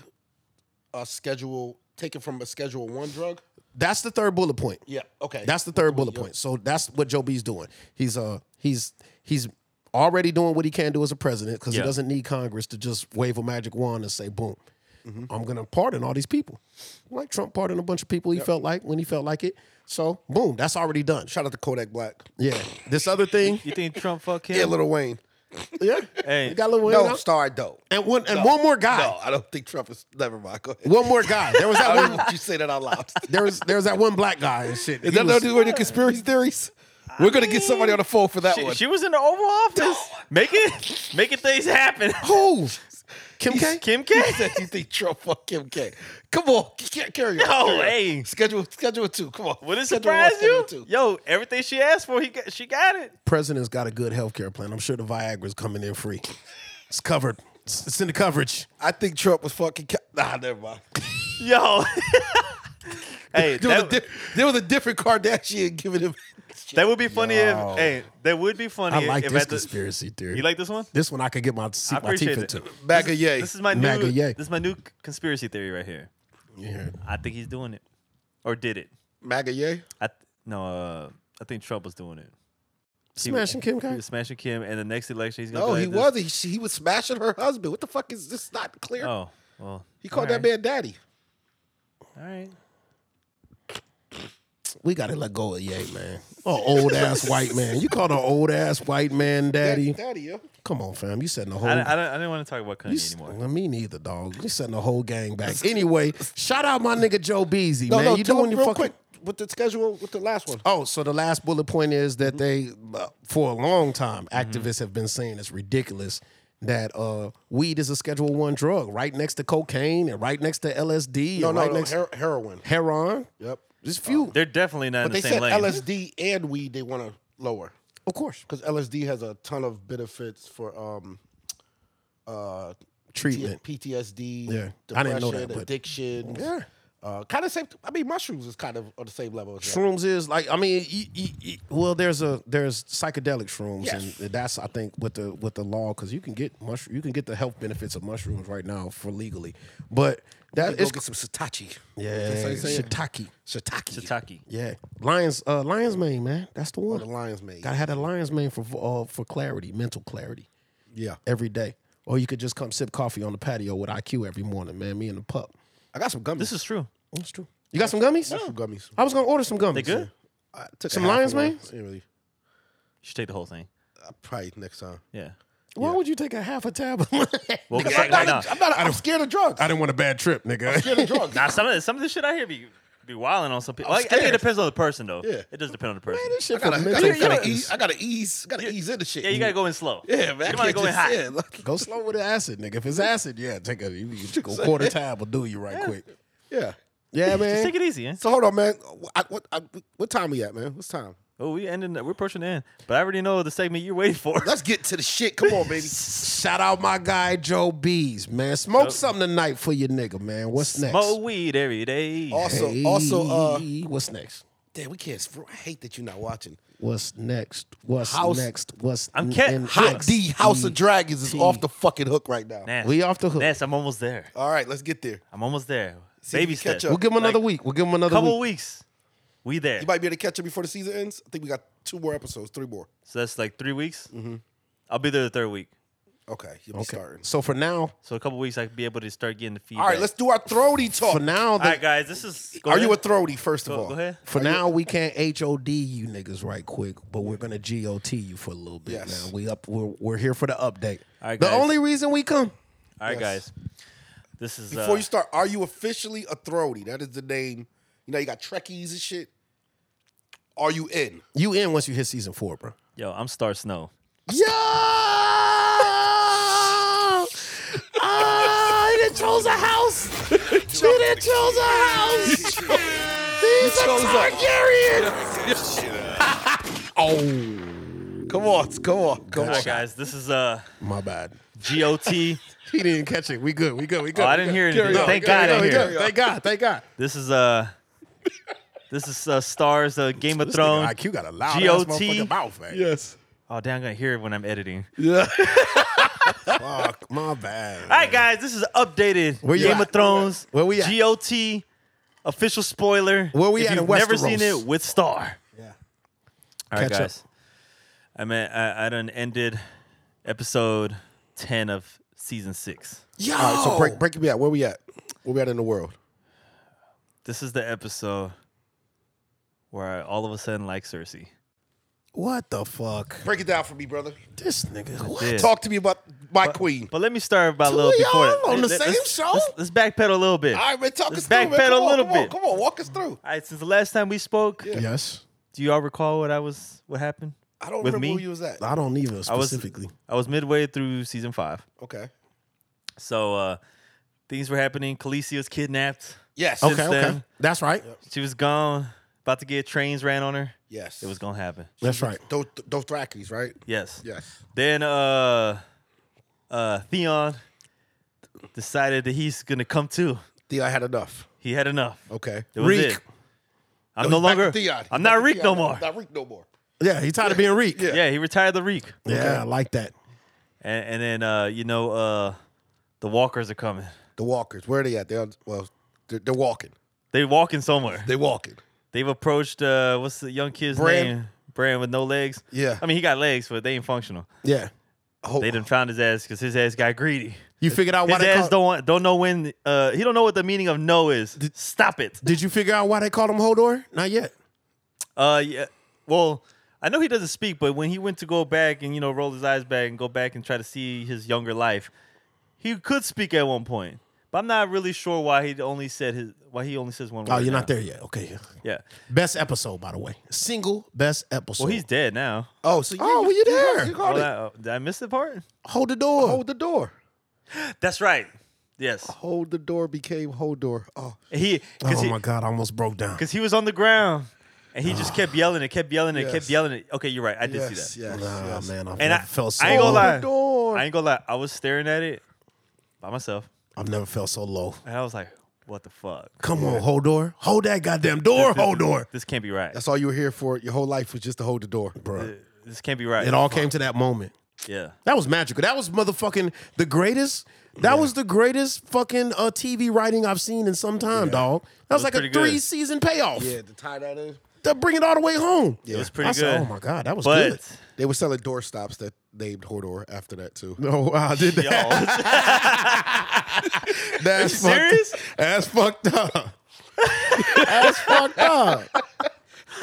a uh, schedule taken from a schedule one drug.
that's the third bullet point.
Yeah, okay.
That's the third bullet point. So that's what Joe B's doing. He's uh he's he's already doing what he can do as a president because
Yeah.
he doesn't need Congress to just wave a magic wand and say boom,
Mm-hmm.
I'm gonna pardon all these people. Like Trump pardoned a bunch of people he felt like when he felt like it. So boom, that's already done.
shout out to Kodak Black.
Yeah. This other thing,
You think Trump fuck him?
Yeah, Little Wayne.
yeah,
hey,
you got a little
No, sorry though.
and one and one more guy,
No, I don't think Trump is never mind. Go ahead.
one more guy. There was that
I don't
one.
want you say that out loud.
There was there was that one black guy and shit.
Is
He
that
was-
not one of your conspiracy theories? We're gonna get somebody on the phone for that
she,
one.
she was in the Oval Office making making things happen.
who? Kim K.
Kim
He
K.
said you think Trump fuck Kim K. Come on, ca- carry on.
No eh?
carry on.
way.
Schedule schedule two. Come on.
Oh, Would it
Schedule one,
surprise you?
schedule two.
Yo, everything she asked for, he got, she got it.
president's got a good health care plan. I'm sure the Viagra's coming in free. It's covered. It's, it's in the coverage.
I think Trump was fucking. Ca- nah, never mind.
Yo. hey,
There was,
that,
a di- there was a different Kardashian giving him.
that would be funny if hey, that would be funny
I like
if
this
at the-
conspiracy theory.
You like this one?
this one? I could get my
I
my teeth
appreciate it.
into.
Back of yay.
This is my
MAGA
new
yay.
This is my new conspiracy theory right here.
Yeah.
I think he's doing it. Or did it.
MAGA yay.
I th- no, uh, I think Trump was doing it. He-
Smashing Kim K.
He was smashing Kim, and the next election he's gonna.
No,
go
Oh, he
like this.
wasn't. He, she- he was smashing her husband. What the fuck is this? Not clear.
Oh, well.
he called that man daddy.
All right.
we gotta let go of Ye, man. Oh, old ass white man. You call the old ass white man daddy?
Daddy, yo.
Come on, fam. You setting the whole.
I, don't- I, don't, I didn't want to talk about Kanye
you s-
anymore.
well, me neither, dog. You setting the whole gang back. Anyway, shout out my nigga Joe Beezy,
No,
man.
no,
you
tell
doing
him
your
real
fucking.
quick with the schedule with the last one.
Oh, so the last bullet point is that
Mm-hmm.
they, uh, for a long time, activists have been saying it's ridiculous that uh, weed is a Schedule One drug, right next to cocaine and right next to LSD,
No,
and
no,
right
no
next
her- Uh, heroin.
heroin.
Yep.
There's few,
They're definitely not in
But
the
they
same
said
lane.
LSD and weed they want to lower
of course,
because LSD has a ton of benefits for um uh T-
treatment.
PTSD,
Yeah.
depression,
I didn't know that, but-
addiction.
Yeah.
Uh, kind of same. I mean, mushrooms is kind of on the same level. As that.
Shrooms is like I mean, y- y- y- well, there's a there's psychedelic shrooms,
Yes.
and that's I think with the with the law because you can get mush you can get the health benefits of mushrooms right now for legally, but that
Go
is
get some satachi.
yeah, shiitake.
Sataki.
Taki.
Yeah, Lions, uh, Lions Mane, man, that's the one.
The lion's mane.
Gotta have the Lions Mane for uh, for clarity, mental clarity,
Yeah.
every day. Or you could just come sip coffee on the patio with IQ every morning, man. Me and the pup. oh,
I got some gummies.
This is true.
That's true. You got some gummies?
Mushroom gummies.
I was gonna order some gummies.
They good?
I took a
Some
half
lion's
of one.
mane?
I didn't Really.
You should take the whole thing.
Uh, Probably next time.
Yeah.
Why would you take a half a tab? of
Well,
Nigga,
why- why not?
I'm not. I'm scared of drugs.
I didn't want a bad trip, nigga.
drugs.
Nah, some of the, some of the shit I hear be be wilding on some people. Like, I think it
scared.
depends on the person though.
Yeah.
It does depend on the person.
this
I
shit for
gotta, I
mental
gotta, I gotta
fitness.
ease. I gotta ease. I gotta ease into shit.
yeah, you gotta go in slow.
Yeah, man.
You gotta go in hot.
Yeah, like,
Go slow with the acid, nigga. If it's acid, yeah, take a you, you go quarter tab will do you right quick.
yeah.
Yeah,
Just
man.
take it easy, man.
So hold on, man. I, what, I, what time we at, man? What's time?
Oh, we ending. We're approaching the end, but I already know the segment you're waiting for.
Let's get to the shit. Come on, baby.
Shout out my guy Joe Bees, man. Smoke something tonight for your nigga, man. What's next?
Smoke weed every day.
Also, also, uh,
Hey, what's next?
damn, we can't. I hate that you're not watching.
What's next? What's
House-
next? What's
I'm
n-
cat-
and
Hot
next? Mm.
D House of Dragons is off the fucking hook right now.
Nas,
We off the hook.
Nas, I'm almost there.
All right, let's get there.
I'm almost there.
if
Baby
you catch
steps.
We'll
A
up.
give him another week. We'll give him another
couple
week.
weeks. We there.
You might be able to catch it before the season ends. I think we got two more episodes, three more.
So that's like three weeks. Mm-hmm. I'll be there the third week.
Okay, you'll be starting.
So for now,
So a couple weeks, I could be able to start getting the feedback.
All right, let's do our throaty talk.
for now,
All
the,
right, guys. This is. Go
Are
ahead. Oh,
you a throaty? First of
Go,
all,
go ahead.
for now we can't HOD you niggas right quick, but we're gonna GOT you for a little bit.
Yes.
Now we up. We're, we're here for the update.
All right,
the
guys.
only reason we come.
All right,
Yes.
guys. This is
Before
uh,
you start, are you officially a throaty? That is the name. You know, you got Trekkies and shit. Are you in?
You in once you hit season four, bro.
Yo, I'm Star Snow.
Yo! Ah, you done chose a house. You done chose a house. These are Targaryen.
Oh.
Come on, come on, come
All right, guys. This is uh,
My bad.
GOT. oh,
He didn't catch it. We good. We good. We good.
I
we
didn't
good.
hear anything.
No,
Thank
we good,
God
we
I
good, we
didn't
good.
hear.
Thank God. Thank God.
This is uh, this is uh, stars uh, Game of
This
Thrones.
nigga IQ got a loud
GOT.
ass motherfucking mouth, man.
Yes.
Oh, damn, I'm gonna hear it when I'm editing.
Fuck, my bad.
All right, guys, this is updated
Where you
Game
at?
of Thrones.
Where we at?
GOT official spoiler.
Where we
if
at
You've
in
never
Westeros?
seen it with Star. Yeah. All right,
Catch up.
guys. I mean, I, I done ended episode ten of season six.
Yo,
All right, so break, break me out. Where we at? Where we at in the world?
This is the episode where I all of a sudden like Cersei.
what the fuck?
Break it down for me, brother.
This nigga, what?
Did.
Talk to me about my queen.
But let me start by a little
of
before
y'all
that.
on the
Let-
same
let's-
show?
Let's, let's backpedal a little bit.
All right, man, talk
Let's
us through. man.
backpedal
Come
a
on,
little
come on,
bit.
come on, walk us through.
All right, since the last time we spoke,
Yes.
do y'all recall what I was what happened?
I don't
With
remember who
me?
you was at.
I don't even
was-
specifically.
I was midway through season five.
Okay.
So uh things were happening. Khaleesi was kidnapped.
Yes.
Okay.
okay, okay.
then-
That's right.
She was gone. About to get trains ran on her.
Yes.
It was gonna happen.
That's right.
Those those Thrakis, right?
Yes.
Yes.
Then uh uh Theon decided that he's gonna come too.
Theon had enough.
He had enough.
Okay.
It was
Reek.
it. I'm no,
He's back to
longer
Theon. He's
I'm
back
not
to
Reek
Theon
no
now.
more.
Not Reek no more.
Yeah, he tired of being reek.
Yeah.
Yeah, he retired the Reek.
Yeah, I like that.
And, and then uh, you know, uh the walkers are coming.
The walkers. Where are they at? They're on- well, they're, they're walking.
They walking somewhere.
They walking.
They've approached uh what's the young kid's
Bran.
name? Bran with no legs.
Yeah.
I mean he got legs, but they ain't functional.
Yeah.
Oh,
They done found his ass because his ass got greedy.
You figured out why
His
they
ass
call,
don't want, don't know when. Uh, he don't know what the meaning of no is. Stop it.
Did you figure out why they called him Hodor? Not yet.
Uh, yeah. Well, I know he doesn't speak, but when he went to go back and you know roll his eyes back and go back and try to see his younger life, he could speak at one point. But I'm not really sure why he only said his why he only says one word.
Oh, you're
now.
not there yet. Okay.
Yeah.
Best episode, by the way. Single best episode.
Well, he's dead now.
Oh, so you,
Oh, well, you there.
You
Oh,
called it.
that- oh, did I miss the part?
Hold the door.
Hold the door.
That's right. Yes.
Hold the door became hold door. Oh,
He because
oh
he,
my God, I almost broke down.
because he was on the ground and he just kept yelling and kept yelling and kept
Yes.
yelling. it. Okay, you're right. I did see that.
yes, yes,
Nah,
yes.
man, I,
And I,
never felt so
I ain't gonna
low.
lie.
door.
I ain't gonna lie. I was staring at it by myself,
I've never felt so low.
and I was like, "What the fuck?
Come on, hold door. Hold that goddamn door, hold door.
This can't be right.
That's all you were here for. Your whole life was just to hold the door.
Bro.
This can't be right."
It all came to that moment.
Yeah.
That was magical. That was motherfucking the greatest. That was the greatest fucking uh, TV writing I've seen in some time, dog. That was,
was
like a
pretty good.
three season payoff.
Yeah, to tie that in.
To bring it all the way home.
It was pretty
I
good.
said, oh my God, that was
But
good.
They were selling door stops that named Hodor after that too.
Oh, wow, I did
yo,
that. That's
Are you
fucked-
serious?
That's fucked up.
That's fucked up.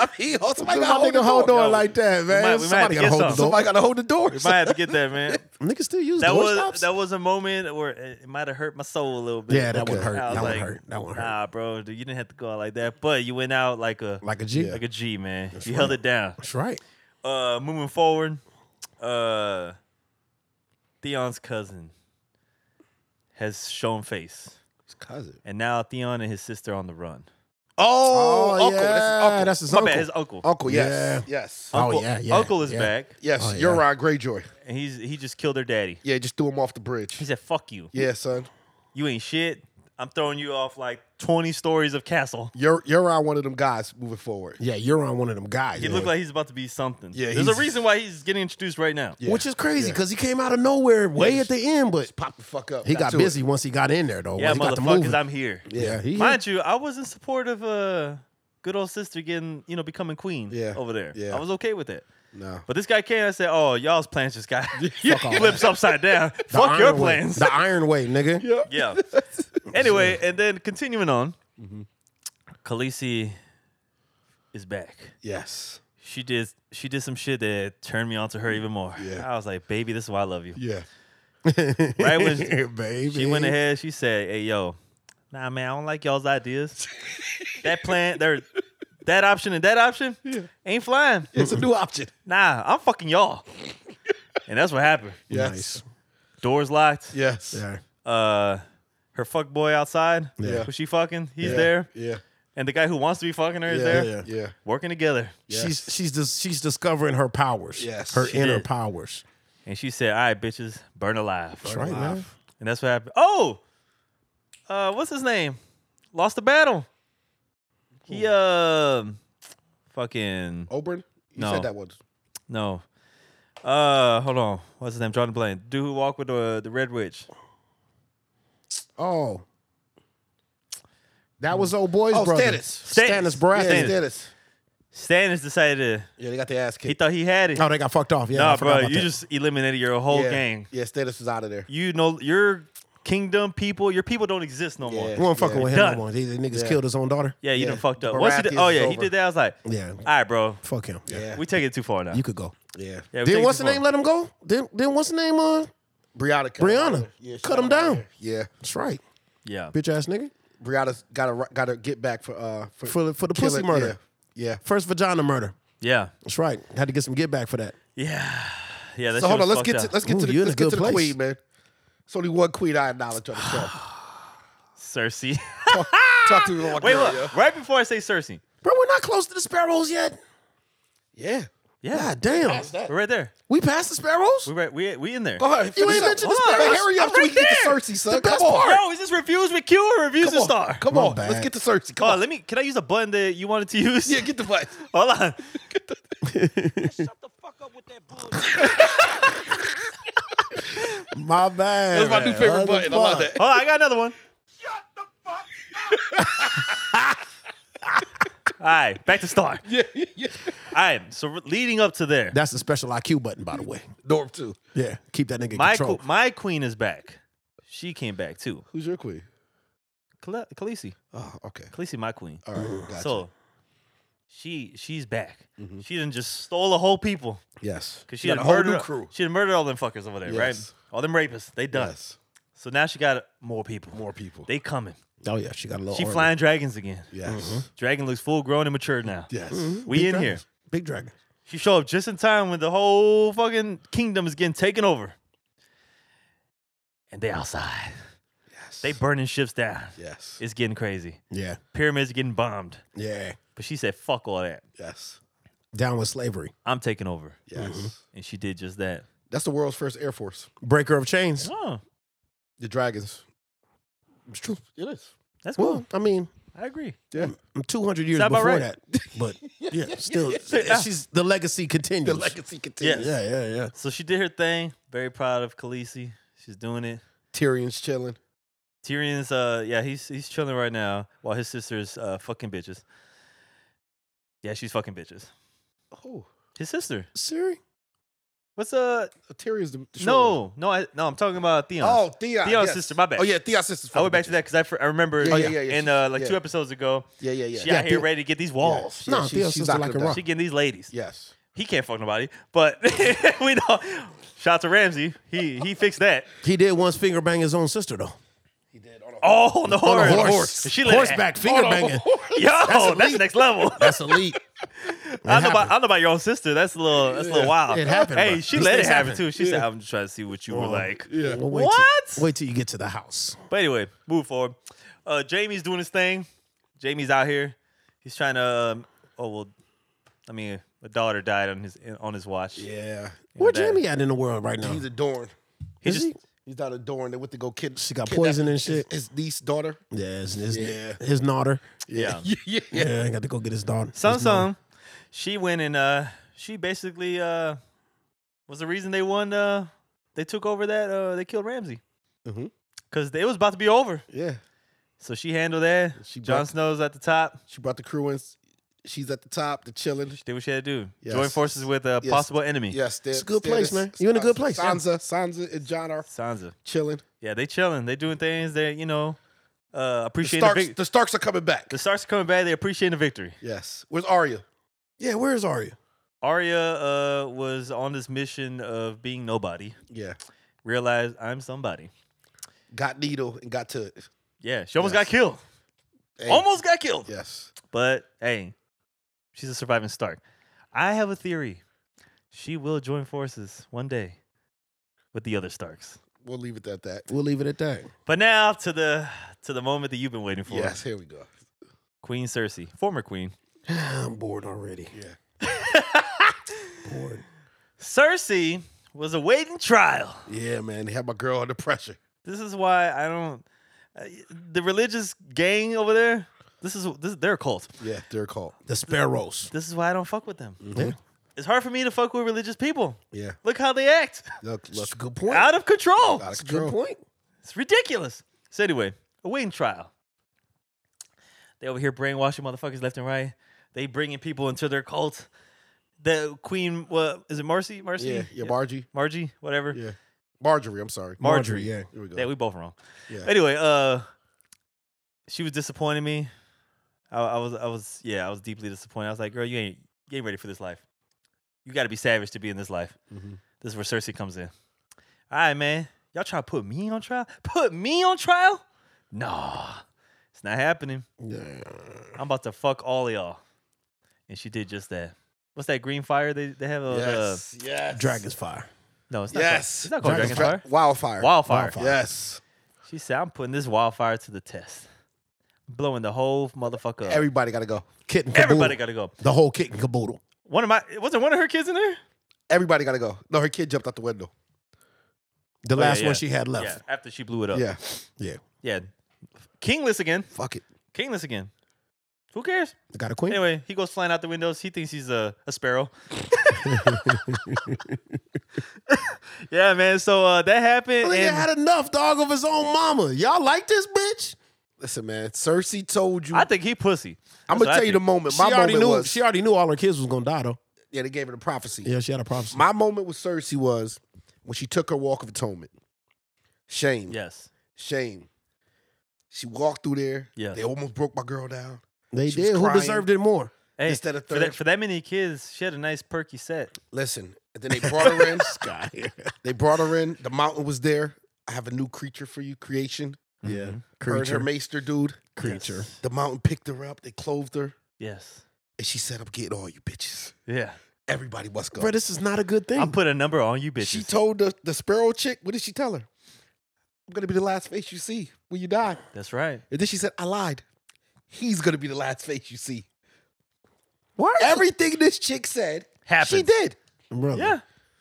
I mean, oh, somebody
Somebody
got hold the
nigga hold
door.
door
Yo,
like that,
might-
man.
we might have
Somebody
to
gotta
get
hold
some.
the door.
Somebody got to hold the door.
might have to get that, man.
Niggas still use
That
door
was
stops.
that was a moment where it it might have hurt my soul a little bit.
yeah, that would hurt.
I was
That
like,
would hurt. That would hurt.
Nah, bro, dude, you didn't have to go out like that, but you went out like a
Like a G.
like a G, man. you held it down.
That's right.
Uh, moving forward, uh, Theon's cousin has shown face,
cousin.
and now Theon and his sister are on the run.
Oh,
Oh,
uncle. That's his
yeah,
uncle.
that's his
My
uncle.
bad, his uncle.
uncle. Yes. Yes.
Oh,
Uncle-
yeah, yeah,
Uncle is
yeah.
back,
Yes.
Oh, yeah.
You're Ron Greyjoy.
and he's he just killed their daddy.
Yeah, just threw him off the bridge.
He said, "Fuck you,
Yeah, son.
you ain't shit. I'm throwing you off like 20 stories of castle."
You're you're on one of them guys moving forward.
Yeah, you're on one of them guys.
He
man.
looked like he's about to be something.
Yeah,
there's a
he's-
reason why he's getting introduced right now.
Which is crazy because he came out of nowhere way at the end, but
Pop the fuck up.
he got
to
busy once he got in there though.
Yeah,
once he got to
motherfuckers,
moving.
I'm here.
yeah, he
Mind you, I was in support of uh good old sister getting, you know, becoming queen
Yeah,
over there.
yeah.
I was okay with
It.
it.
No.
But this guy came and I said, Oh, y'all's plans just got
all
flips upside down.
the
Fuck your
iron way.
plans.
The iron way, nigga.
yeah. Anyway, and then continuing on, Khaleesi is back.
Yes.
She did she did some shit that turned me on to her even more.
Yeah.
I was like, baby, this is why I love you.
Yeah.
Right when
baby.
She went ahead. She said, "Hey, yo, nah, man, I don't like y'all's ideas. that plan, there, that option and that option ain't flying.
It's a new option.
Nah, I'm fucking y'all." and that's what happened.
Yes.
Nice.
Doors locked.
Yes.
Yeah.
Uh, her fuck boy outside.
Yeah.
Who she fucking? He's
Yeah.
there.
Yeah.
And the guy who wants to be fucking her is
Yeah.
there.
Yeah. yeah.
Working together.
She's she's dis- she's discovering her powers.
Yes.
her
She
inner
did.
powers.
And she said, "All right, bitches, burn alive."
That's right, man.
And that's what happened. Oh, uh, what's his name? Lost the battle. He um, fucking
Oberon. You
No.
said that one.
no. Uh, hold on. What's his name? Jordan Blaine. Dude who walked with the the Red Witch.
Oh, that was old boy's
Oh,
brother.
Stannis.
Stannis Brad.
Yeah,
Stannis.
Stannis.
Stannis decided to.
Yeah, they got their ass
He
kicked.
thought he had it.
Oh, they got fucked off. Yeah, I
nah,
forgot
bro.
about
You
that.
just eliminated your whole
yeah.
gang.
Yeah, Stannis is out of there.
You know your kingdom people. Your people don't exist no
we
more.
weren't fucking
Yeah.
with him
Done.
no more. These niggas
Yeah.
killed his own daughter.
Yeah, you
Yeah.
done fucked up. Once he did,
Baratheon's
oh yeah, he
over.
did that. I was like,
Yeah,
all right, bro.
fuck him.
Yeah.
We take it too far now.
you could go.
Yeah.
Yeah, we take
Then
it
what's
too
the
far.
name? Let him go. Then then what's the name? Uh,
Brianna. cut
Brianna.
him out. Yeah, she
Cut
got
him down.
there. Yeah.
that's right,
Yeah.
bitch ass nigga.
Brianna's got to got to get back for uh for,
For the- for the pussy
killing-
murder.
Yeah. yeah.
First vagina murder.
Yeah.
That's right. Had to get some get back for that.
Yeah. Yeah. That
So
shit
hold
was
on, let's
fucked
get
up.
to, let's get
Ooh,
to the
you're in
let's
a
get
good
to the
place.
queen, man. It's only one queen I acknowledge on the show.
Cersei.
Talk to me about my
Wait,
girl,
look.
yeah.
Right before I say Cersei,
Bro, we're not close to the sparrows yet.
Yeah.
yeah,
God damn,
we're right there.
we passed the sparrows.
We right, we we in there.
Go ahead.
You
finish
ain't
up.
mentioned the
Hold on,
sparrows.
Hurry up
I'm
so we
right
can get to
there.
Cersei, son.
The
Come
best
on.
part.
Bro, is this reviews with Q or reviews with
Come on.
Star?
Come
My
on.
bad.
Let's get to Cersei. Come
Oh,
on.
let me. Can I use a button that you wanted to use?
Yeah, get the button.
Hold on.
My bad.
That's my new
man.
favorite
What the
button. I love
fuck?
that.
Hold on. I got another one. All right, back to Star.
Yeah, yeah, yeah.
All right, so re- leading up to there,
That's the special IQ button, by the way.
Norm too.
Yeah, keep that nigga in
my
control.
qu- my queen is back. She came back too.
Who's your queen?
Khale- Khaleesi,
Oh, okay.
Khaleesi, my queen.
All right. Gotcha.
So she she's back.
Mm-hmm.
She didn't just stole a whole people
Yes.
because she
got
done
a whole
murdered
new crew.
She done murdered all them fuckers over there, right?
Yes.
All them rapists, they done.
Yes.
So now she got more people.
More people.
They coming.
Oh yeah, she got a little.
She
army.
flying dragons again.
Yes. Mm-hmm.
Dragon looks full grown and mature now.
Yes.
We in here.
Big Mm-hmm. dragon.
She show up just in time when the whole fucking kingdom is getting taken over. And they outside.
Yes.
They burning ships down.
Yes.
It's getting crazy.
Yeah,
Pyramids getting bombed.
Yeah.
But she said, fuck all that.
Yes.
down with slavery,
I'm taking over.
Yes.
And she did just that.
That's the world's first air force.
breaker of chains.
Oh,
The dragons. It's true. It is.
that's cool.
Well, I mean,
I agree.
Yeah.
two hundred years
Sound about
before
right.
that, but yeah, still,
Yeah.
she's the legacy continues.
The legacy continues.
Yes.
Yeah, yeah, yeah.
So she did her thing. Very proud of Khaleesi. She's doing it.
Tyrion's chilling.
Tyrion's uh yeah, he's he's chilling right now while his sister's uh fucking bitches. Yeah, she's fucking bitches.
Oh,
His sister.
Siri,
What's uh
Tyrion's the, the short one.
no, no, I no, I'm talking about Theon.
Oh, Theon.
Theon's
yes.
sister, my bad.
Oh yeah, Theon's sister's
I went back to
fucking
that because I, fr- I remember
Yeah, yeah, yeah, yeah,
in
she's-
uh, like two
yeah.
episodes ago,
bitch. Yeah, yeah, yeah.
she
Yeah,
out here
Theo-
ready to get these
Yeah,
walls.
she-
No,
she-
Theon's
she's
sister
knocking
like a
them down.
rock.
She getting these ladies.
Yes.
He can't fuck nobody, but we know. Shout out to Ramsey. He he fixed that.
he did once finger bang his own sister though.
Oh, on the horse.
On a horse,
She let it-
horseback finger banging.
Yo, that's, next level.
That's elite.
I know, about, I
happened.
don't know about your own sister. That's a little, that's a little wild.
It Uh-huh. happened,
Hey,
bro.
she
These
let it
things
happen
happen.
too. She said, "I'm just trying to see what you were like."
Well, wait
What?
Till, wait till you get to the house.
But anyway, move forward. Uh, Jamie's doing his thing. Jamie's out here. He's trying to. Um, oh well, I mean, a daughter died on his on his watch.
Yeah.
Where
that-
Jamie at in the world right now?
He's adorned.
he
Is
just
he?
He's not adorned. They went to go kid.
She got
kidnap
poison and
his-
shit.
His niece, daughter.
Yeah, his, his,
Yeah.
his daughter.
yeah.
yeah.
Yeah, I got to go get his daughter.
Sun
His mother.
Sun, she went and uh, she basically uh, was the reason they won. Uh, they took over that. Uh, they killed Ramsey
Mm-hmm.
Mhm.
because it was about to be over.
Yeah.
So she handled that.
She
Jon
brought-
Snow's at the top.
She brought the crew in. She's at the top. They're chilling.
She did what she had to do.
Yes.
Join forces with a
Yes.
possible enemy.
Yes,
It's a good place, man. You in a good place.
uh, Sansa, Sansa, and John are
Sansa.
chilling.
Yeah, they chilling. They doing things that you know uh,
The
appreciate. The,
Starks,
vic-
the Starks are coming back.
the Starks coming back. They appreciate the victory.
Yes. Where's Arya?
Yeah, where is Arya?
Arya uh, was on this mission of being nobody.
Yeah.
Realized I'm somebody.
Got Needle and got to.
Yeah, she almost
Yes.
got killed.
Hey.
Almost got killed.
Yes.
But hey, she's a surviving Stark. I have a theory. She will join forces one day with the other Starks.
We'll leave it at that.
We'll leave it at that.
But now to the to the moment that you've been waiting for.
Yes. Here we go.
Queen Cersei, former queen.
I'm bored already.
Yeah.
Bored.
Cersei was awaiting trial.
Yeah, man. They had my girl under pressure.
This is why I don't. Uh, the religious gang over there. This is this. They're a cult.
Yeah, they're called.
The sparrows.
This is why I don't fuck with them.
Yeah,
It's hard for me to fuck with religious people.
Mm-hmm. Yeah.
Look how they act.
Look,
that's a
look.
good point.
Out of control.
Out
That's
of
a good
control.
point.
It's ridiculous. So anyway, awaiting trial. They over here brainwashing motherfuckers left and right. They bringing people into their cult. The queen, what is it? Marcy, Marcy,
Yeah. Yeah. Margie.
Margie, whatever.
Yeah. Marjorie. I'm sorry.
Marjorie.
Yeah.
Here we go.
Yeah, we both wrong.
Yeah.
Anyway, uh, she was disappointing me. I, I was, I was, yeah, I was deeply disappointed. I was like, girl, you ain't, you ain't ready for this life. You got to be savage to be in this life.
Mhm.
This is where Cersei comes in. All right, man, y'all try to put me on trial? Put me on trial? Nah, it's not happening. I'm about to fuck all of y'all, and she did just that. What's that green fire they they have? Uh, the-
Yes. Yes.
Dragon's fire.
no, it's not.
Yes.
it's not called dragon
Dragon's
fire.
Wildfire.
Wildfire.
Wildfire.
Yes.
She said, I'm putting this wildfire to the test. Blowing the whole motherfucker up.
Everybody got to go.
Kit and caboodle.
Everybody gotta go.
the whole kit and caboodle.
One of my wasn't one of her kids in there?
Everybody got to go. No, her kid jumped out the window.
The
Oh, yeah,
last
yeah.
one she had
Yeah,
left.
after she blew it up.
Yeah.
Yeah.
Yeah. Kingless again.
Fuck it.
Kingless again. Who cares?
Got a queen.
Anyway, he goes flying out the windows. He thinks he's a, a sparrow. yeah, man. So uh, that happened.
Nigga
and-
had enough dog of his own mama. Y'all like this bitch?
Listen, man. Cersei told you.
I think he pussy.
I'm gonna
That's what I
tell you the
think.
moment.
She
My
already
moment
knew.
was
She already knew all her kids was gonna die though.
yeah. They gave her the prophecy.
Yeah, she had a prophecy.
My moment with Cersei was when she took her walk of atonement. Shame,
Yes.
shame. She walked through there.
Yes.
They almost broke my girl down.
they
she was
did. Who
crying.
deserved it more?
Hey,
instead of
for that,
third.
for that many kids, she had a nice perky set.
Listen, and then they brought her in. They brought her in. The mountain was there. I have a new creature for you, creation.
Yeah.
Heard her maester dude.
Creature.
The mountain picked her up. They clothed her,
Yes.
and she said, "I'm getting all you bitches.
Yeah.
Everybody must go."
Bro, this is not a good thing.
I'll put a number on you, bitches.
she told the, the sparrow chick, "What did she tell her? I'm gonna be the last face you see when you die."
That's right.
And then she said, "I lied. He's gonna be the last face you see."
What?
Everything this chick said, she
Happens.
did.
Brother,
Yeah.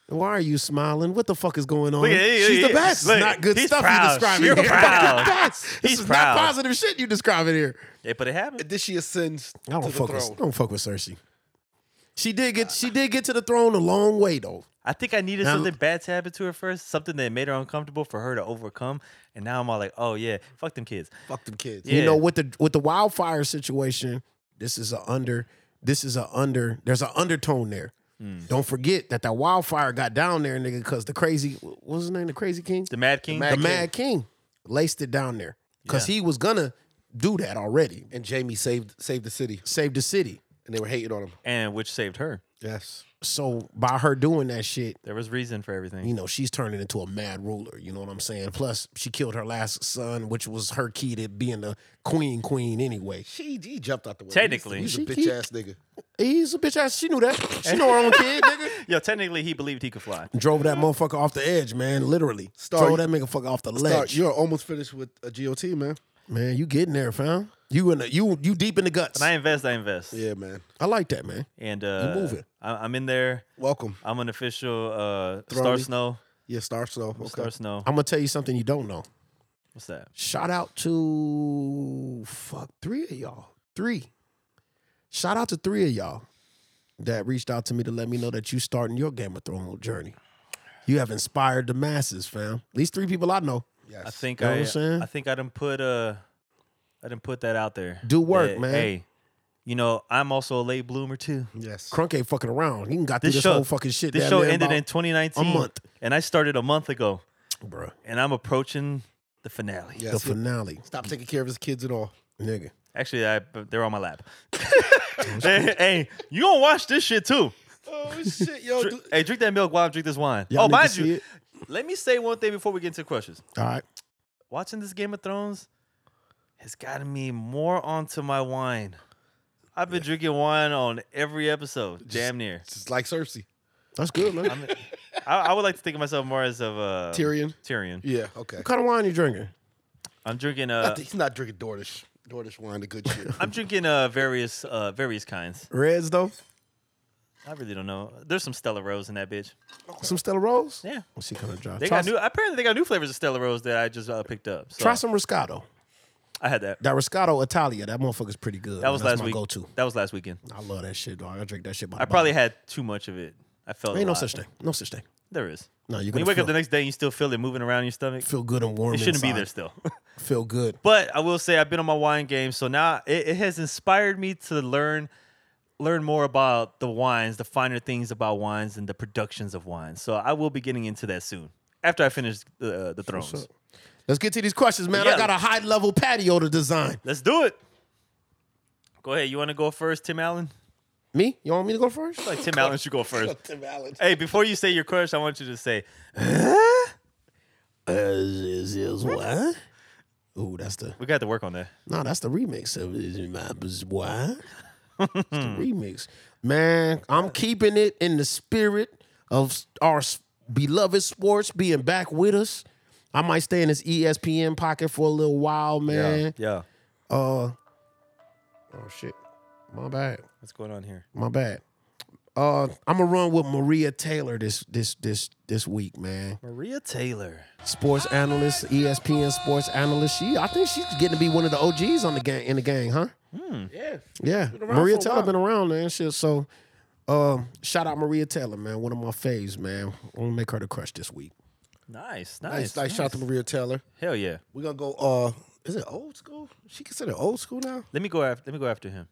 Why are you smiling? What the fuck is going on?
Look at- yeah,
She's
yeah,
the
yeah.
best.
Look,
It's not good
he's
stuff
proud.
you describing
She's
here.
proud.
Fucking best. This
He's
is
proud.
not positive shit you describing here.
Yeah, but it
And
happened.
then she ascends
I don't
to the
fuck
throne.
with don't fuck with Cersei. She did get she did get to the throne a long way though.
I think I needed
Now-
something bad to happen to her first, something that made her uncomfortable for her to overcome. And now I'm all like, oh yeah, fuck them kids.
Fuck them kids.
Yeah.
You know, with the with the wildfire situation, this is a under this is a under there's an undertone there.
Hmm.
Don't forget that that wildfire got down there, nigga, because the crazy what was his name, the crazy king,
The Mad King.
the
Mad-
Mad King, laced it down there because
Yeah.
he was gonna do that already,
And Jamie saved saved the city,
save the city.
and they were hating on him.
and which saved her.
Yes.
So by her doing that shit,
There was reason for everything.
you know, she's turning into a mad ruler. You know what I'm saying? Plus, she killed her last son, which was her key to being the queen, queen anyway.
She he jumped out the way.
Technically.
he's, a- he's a
She-
bitch ass nigga.
He's a bitch ass. She knew that. She know her own kid, nigga.
Mm.
Yo, technically he believed he could fly.
Drove that motherfucker off the edge, man. Literally.
Star-
Drove that nigga fucker off the
Star,
ledge.
you're almost finished with a GOT, man.
man, you getting there, fam. You in the, you you deep in the guts.
When I invest, I invest.
Yeah, man.
I like that, man.
And uh
moving.
I- I'm in there.
Welcome.
I'm an official uh Star
Throwing.
Snow.
Yeah, Star Snow. Okay.
Star Snow.
I'm gonna tell you something you don't know.
What's that?
Shout out to fuck three of y'all. Three. Shout out to three of y'all that reached out to me to let me know that you starting your Game of Thrones journey. You have inspired the masses, fam. These three people I know.
Yes.
I think
know what
I uh,
I'm saying?
I think I done put uh I done put that out there.
Do work,
That,
man.
Hey, you know, I'm also a late bloomer too.
Yes.
Crunk ain't fucking around. He done got through
This,
this,
show
whole fucking shit.
This
down
show
there
ended in
about,
2019.
a month.
And I started a month ago
bruh,
and I'm approaching the finale.
Yes.
the finale,
Stop taking care of his kids at all.
Oh,
nigga.
Actually, I, they're on my lap. hey, hey, you gonna watch this shit too.
Oh shit, yo.
Dr- hey, drink that milk while I drink this wine.
Y'all
oh,
need to
mind
see
you,
it?
let me say one thing before we get into questions.
All right.
Watching this Game of Thrones has gotten me more onto my wine. I've been drinking wine on every episode, damn near.
It's like Cersei.
That's good, man.
I'm- I, I would like to think of myself more as of uh,
Tyrion.
Tyrion.
Yeah. Okay.
what kind of wine you drinking?
I'm drinking
Not
uh,
that- he's not drinking Dornish. Dornish wine, the good shit.
I'm drinking uh various uh various kinds.
Reds though.
I really don't know. There's some Stella Rose in that bitch.
Some Stella Rose.
Yeah.
What's she kind of dry?
They
try
got new. Apparently, they got new flavors of Stella Rose that I just uh, picked up. So
try some Roscato.
I had that.
That Roscato Italia. That motherfucker's pretty good.
That was
That's
last
my
week.
Go-to.
That was last weekend.
I love that shit, dog. I drink that shit. By
I probably had too much of it. I felt a
ain't no
lot.
such thing. No such thing.
There is.
No, you're
When
gonna
you wake
feel,
up the next day and you still feel it moving around in your stomach,
feel good and warm.
it shouldn't be
inside.
there still.
Feel good.
but I will say I've been on my wine game, so now it, it has inspired me to learn learn more about the wines, the finer things about wines, and the productions of wines. So I will be getting into that soon after I finish the the thrones.
Let's get to these questions, man.
Yeah.
I got a high level patio to design.
Let's do it. Go ahead. You want to go first, Tim Allen?
Me? You want me to go first?
I feel like Tim Allen should go first.
Tim Allen.
Hey, before you say your crush, I want you to say
Uh, is, is what? Ooh, that's the
we got to work on that.
no. That's the remix of is my bus- what? It's the remix, man. I'm keeping it in the spirit of our s- beloved sports being back with us. I might stay in this E ESPN pocket for a little while, man.
Yeah.
Uh oh shit. My bad.
What's going on here?
My bad. Uh I'm gonna run with Maria Taylor this this this this week, man.
Maria Taylor.
Sports analyst, E ESPN sports analyst. She I think she's getting to be one of the OGs on the gang in the gang, huh?
Hmm.
Yeah.
Yeah.
around
Maria
for a
Taylor
while.
been around, man. Shit. So um shout out Maria Taylor, man. One of my faves, man. I'm gonna make her the crush this week.
Nice,
Nice,
nice,
nice shout out to Maria Taylor.
Hell yeah.
We're gonna go. Uh, is it old school? She considered old school now.
Let me go after. Let me go after him.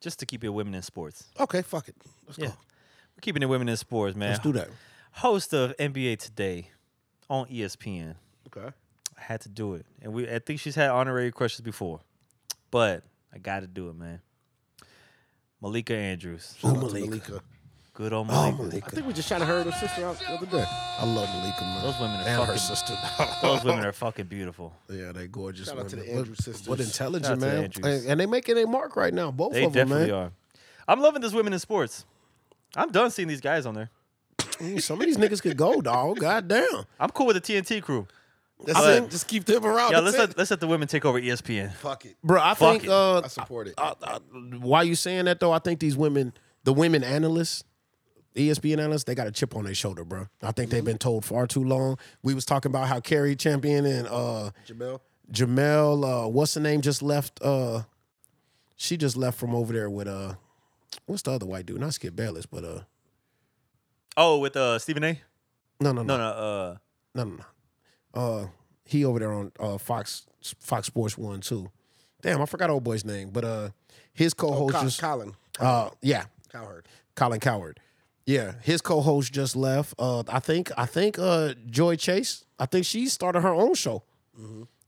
Just to keep it women in sports.
Okay, fuck it. Let's
Yeah,
go.
we're keeping it women in sports, man.
Let's do that.
Host of NBA Today on E ESPN.
Okay.
I had to do it, and we. I think she's had honorary crushes before, but I got to do it, man. Malika Andrews.
Ooh, Malika.
Good
Oh,
old Malika.
I think we just trying to hurt her sister out the other day.
I love Malika, man.
Those women are
and her
fucking-
sister.
Those women are fucking beautiful.
yeah, they gorgeous.
Shout out to
women.
the Andrew
What-
sisters.
What
Shout out
intelligent
to the
man,
Andrews.
and, and they making a mark right now. Both
They
of them,
definitely
man.
are. I'm loving this women in sports. I'm done seeing these guys on there.
Mm, Some of these niggas could go, dog. Goddamn.
I'm cool with the TNT crew.
That's
But-
it. Just keep them
Oh,
around.
Yeah,
Yeah,
let's let, let's let the women take over E ESPN.
Fuck it.
Bro, I
Fuck
think
it.
uh,
I support it.
I, I, why you saying that though? I think these women, the women analysts, E ESPN analysts, they got a chip on their shoulder, bro. I think they've been told far too long. We was talking about how Kerry Champion and uh
Jamel.
Jamel, uh, what's the name, just left. Uh, she just left from over there with uh, what's the other white dude? Not Skip Bayless, but uh,
Oh, with uh Stephen A.
no,
No,
no, no,
no. Uh,
no, no, no. Uh, he over there on uh Fox Fox Sports One too. Damn, I forgot old boy's name, but uh, his
Oh,
co-host
Col-
just
Colin.
uh, yeah,
Cowherd.
Colin Coward. Yeah, his co-host just left. Uh, I think I think uh, Joy Chase. I think she started her own show.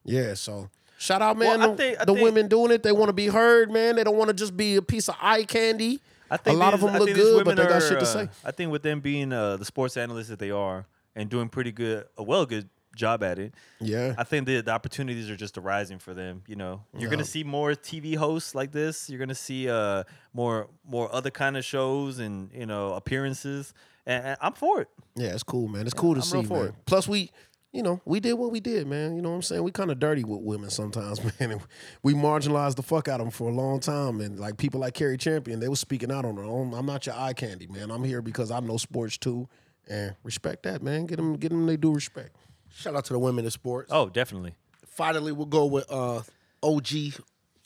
Yeah, so shout out, man.
Mm-hmm. Well, I
the
think- I
the
think-
women doing it, they want to be heard, man. They don't want to just be a piece of eye candy.
I think
a lot of
these-
them
I
look
think these
good, but they
women
got
are,
shit
uh,
to say.
I think with them being uh, the sports analysts that they are and doing pretty good, a well good job at it.
Yeah,
I think the, the opportunities are just arising for them. You know, you're gonna see more TV hosts like this. You're gonna see uh, more more other kind of shows and you know appearances. And, and I'm for it.
yeah, it's cool, man. It's cool to
I'm
see,
real for
man.
it.
Plus, we, you know, we did what we did, man. You know what I'm saying? We kind of dirty with women sometimes, man. And we marginalized the fuck out of them for a long time, and like people like Carrie Champion, they was speaking out on their own. I'm not your eye candy, man. I'm here because I know sports too, and respect that, man. Get them, get them. They do respect.
Shout out to the women in sports.
Oh, definitely.
Finally, we'll go with uh, OG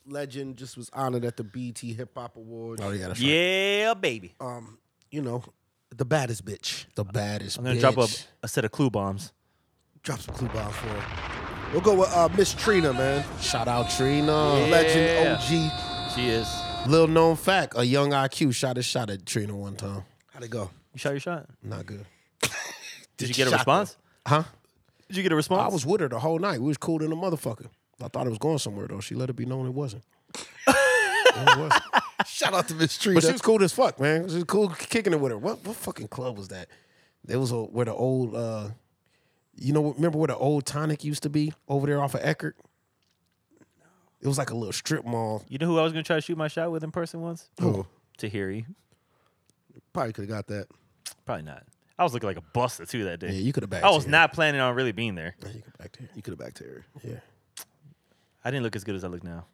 legend. Just was honored at the BT Hip Hop Awards.
Oh yeah, that's right.
Yeah, baby.
Oh,
Um, you know, the baddest bitch.
The baddest.
I'm gonna
bitch.
drop a, a set of clue bombs.
Drop some clue bombs for her. We'll go with uh, Miss Trina, man. Uh,
Shout out Trina.
Legend OG.
She is.
Little known fact: a young IQ shot a shot at Trina one time.
How'd it go?
You shot your shot.
Not good.
Did, you
you
get a
shot
response?
Huh?
Did you get a
I
response?
was with her the whole night. We was cool than a motherfucker. I thought it was going somewhere though. She let it be known it wasn't. it wasn't.
Shout out to Miss Trina.
But she was cool as fuck, man. She was cool kicking it with her. What what fucking club was that? There was a where the old uh you know remember where the old tonic used to be over there off of Eckert? It was like a little strip mall.
You know who I was gonna try to shoot my shot with in person once?
Who?
Tahiri.
Probably could have got that.
Probably not. I was looking like a buster too that
Yeah,
day.
you could have backed
I was
here.
not planning on really being there.
You could back there.
You could have backed her.
Yeah.
I didn't look as good as I look now.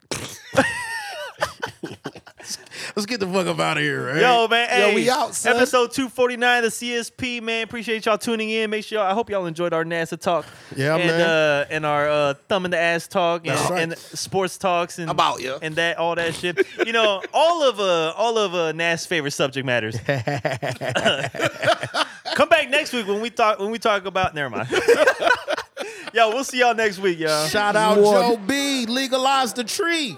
Let's get the fuck up out of here, right?
Yo, man.
Yo,
Hey,
we out, son.
Episode 249 of CSP, man. Appreciate y'all tuning in. Make sure y'all, I hope y'all enjoyed our NASA talk.
Yeah,
and,
man.
Uh, and our uh, thumb in the ass talk and,
That's right.
and sports talks and
About ya.
and that all that shit. you know, all of uh all of uh NAS favorite subject matters. Come back next week when we talk when we talk about never mind. Yo, we'll see y'all next week, y'all.
Shout out Joe B. Legalize the tree.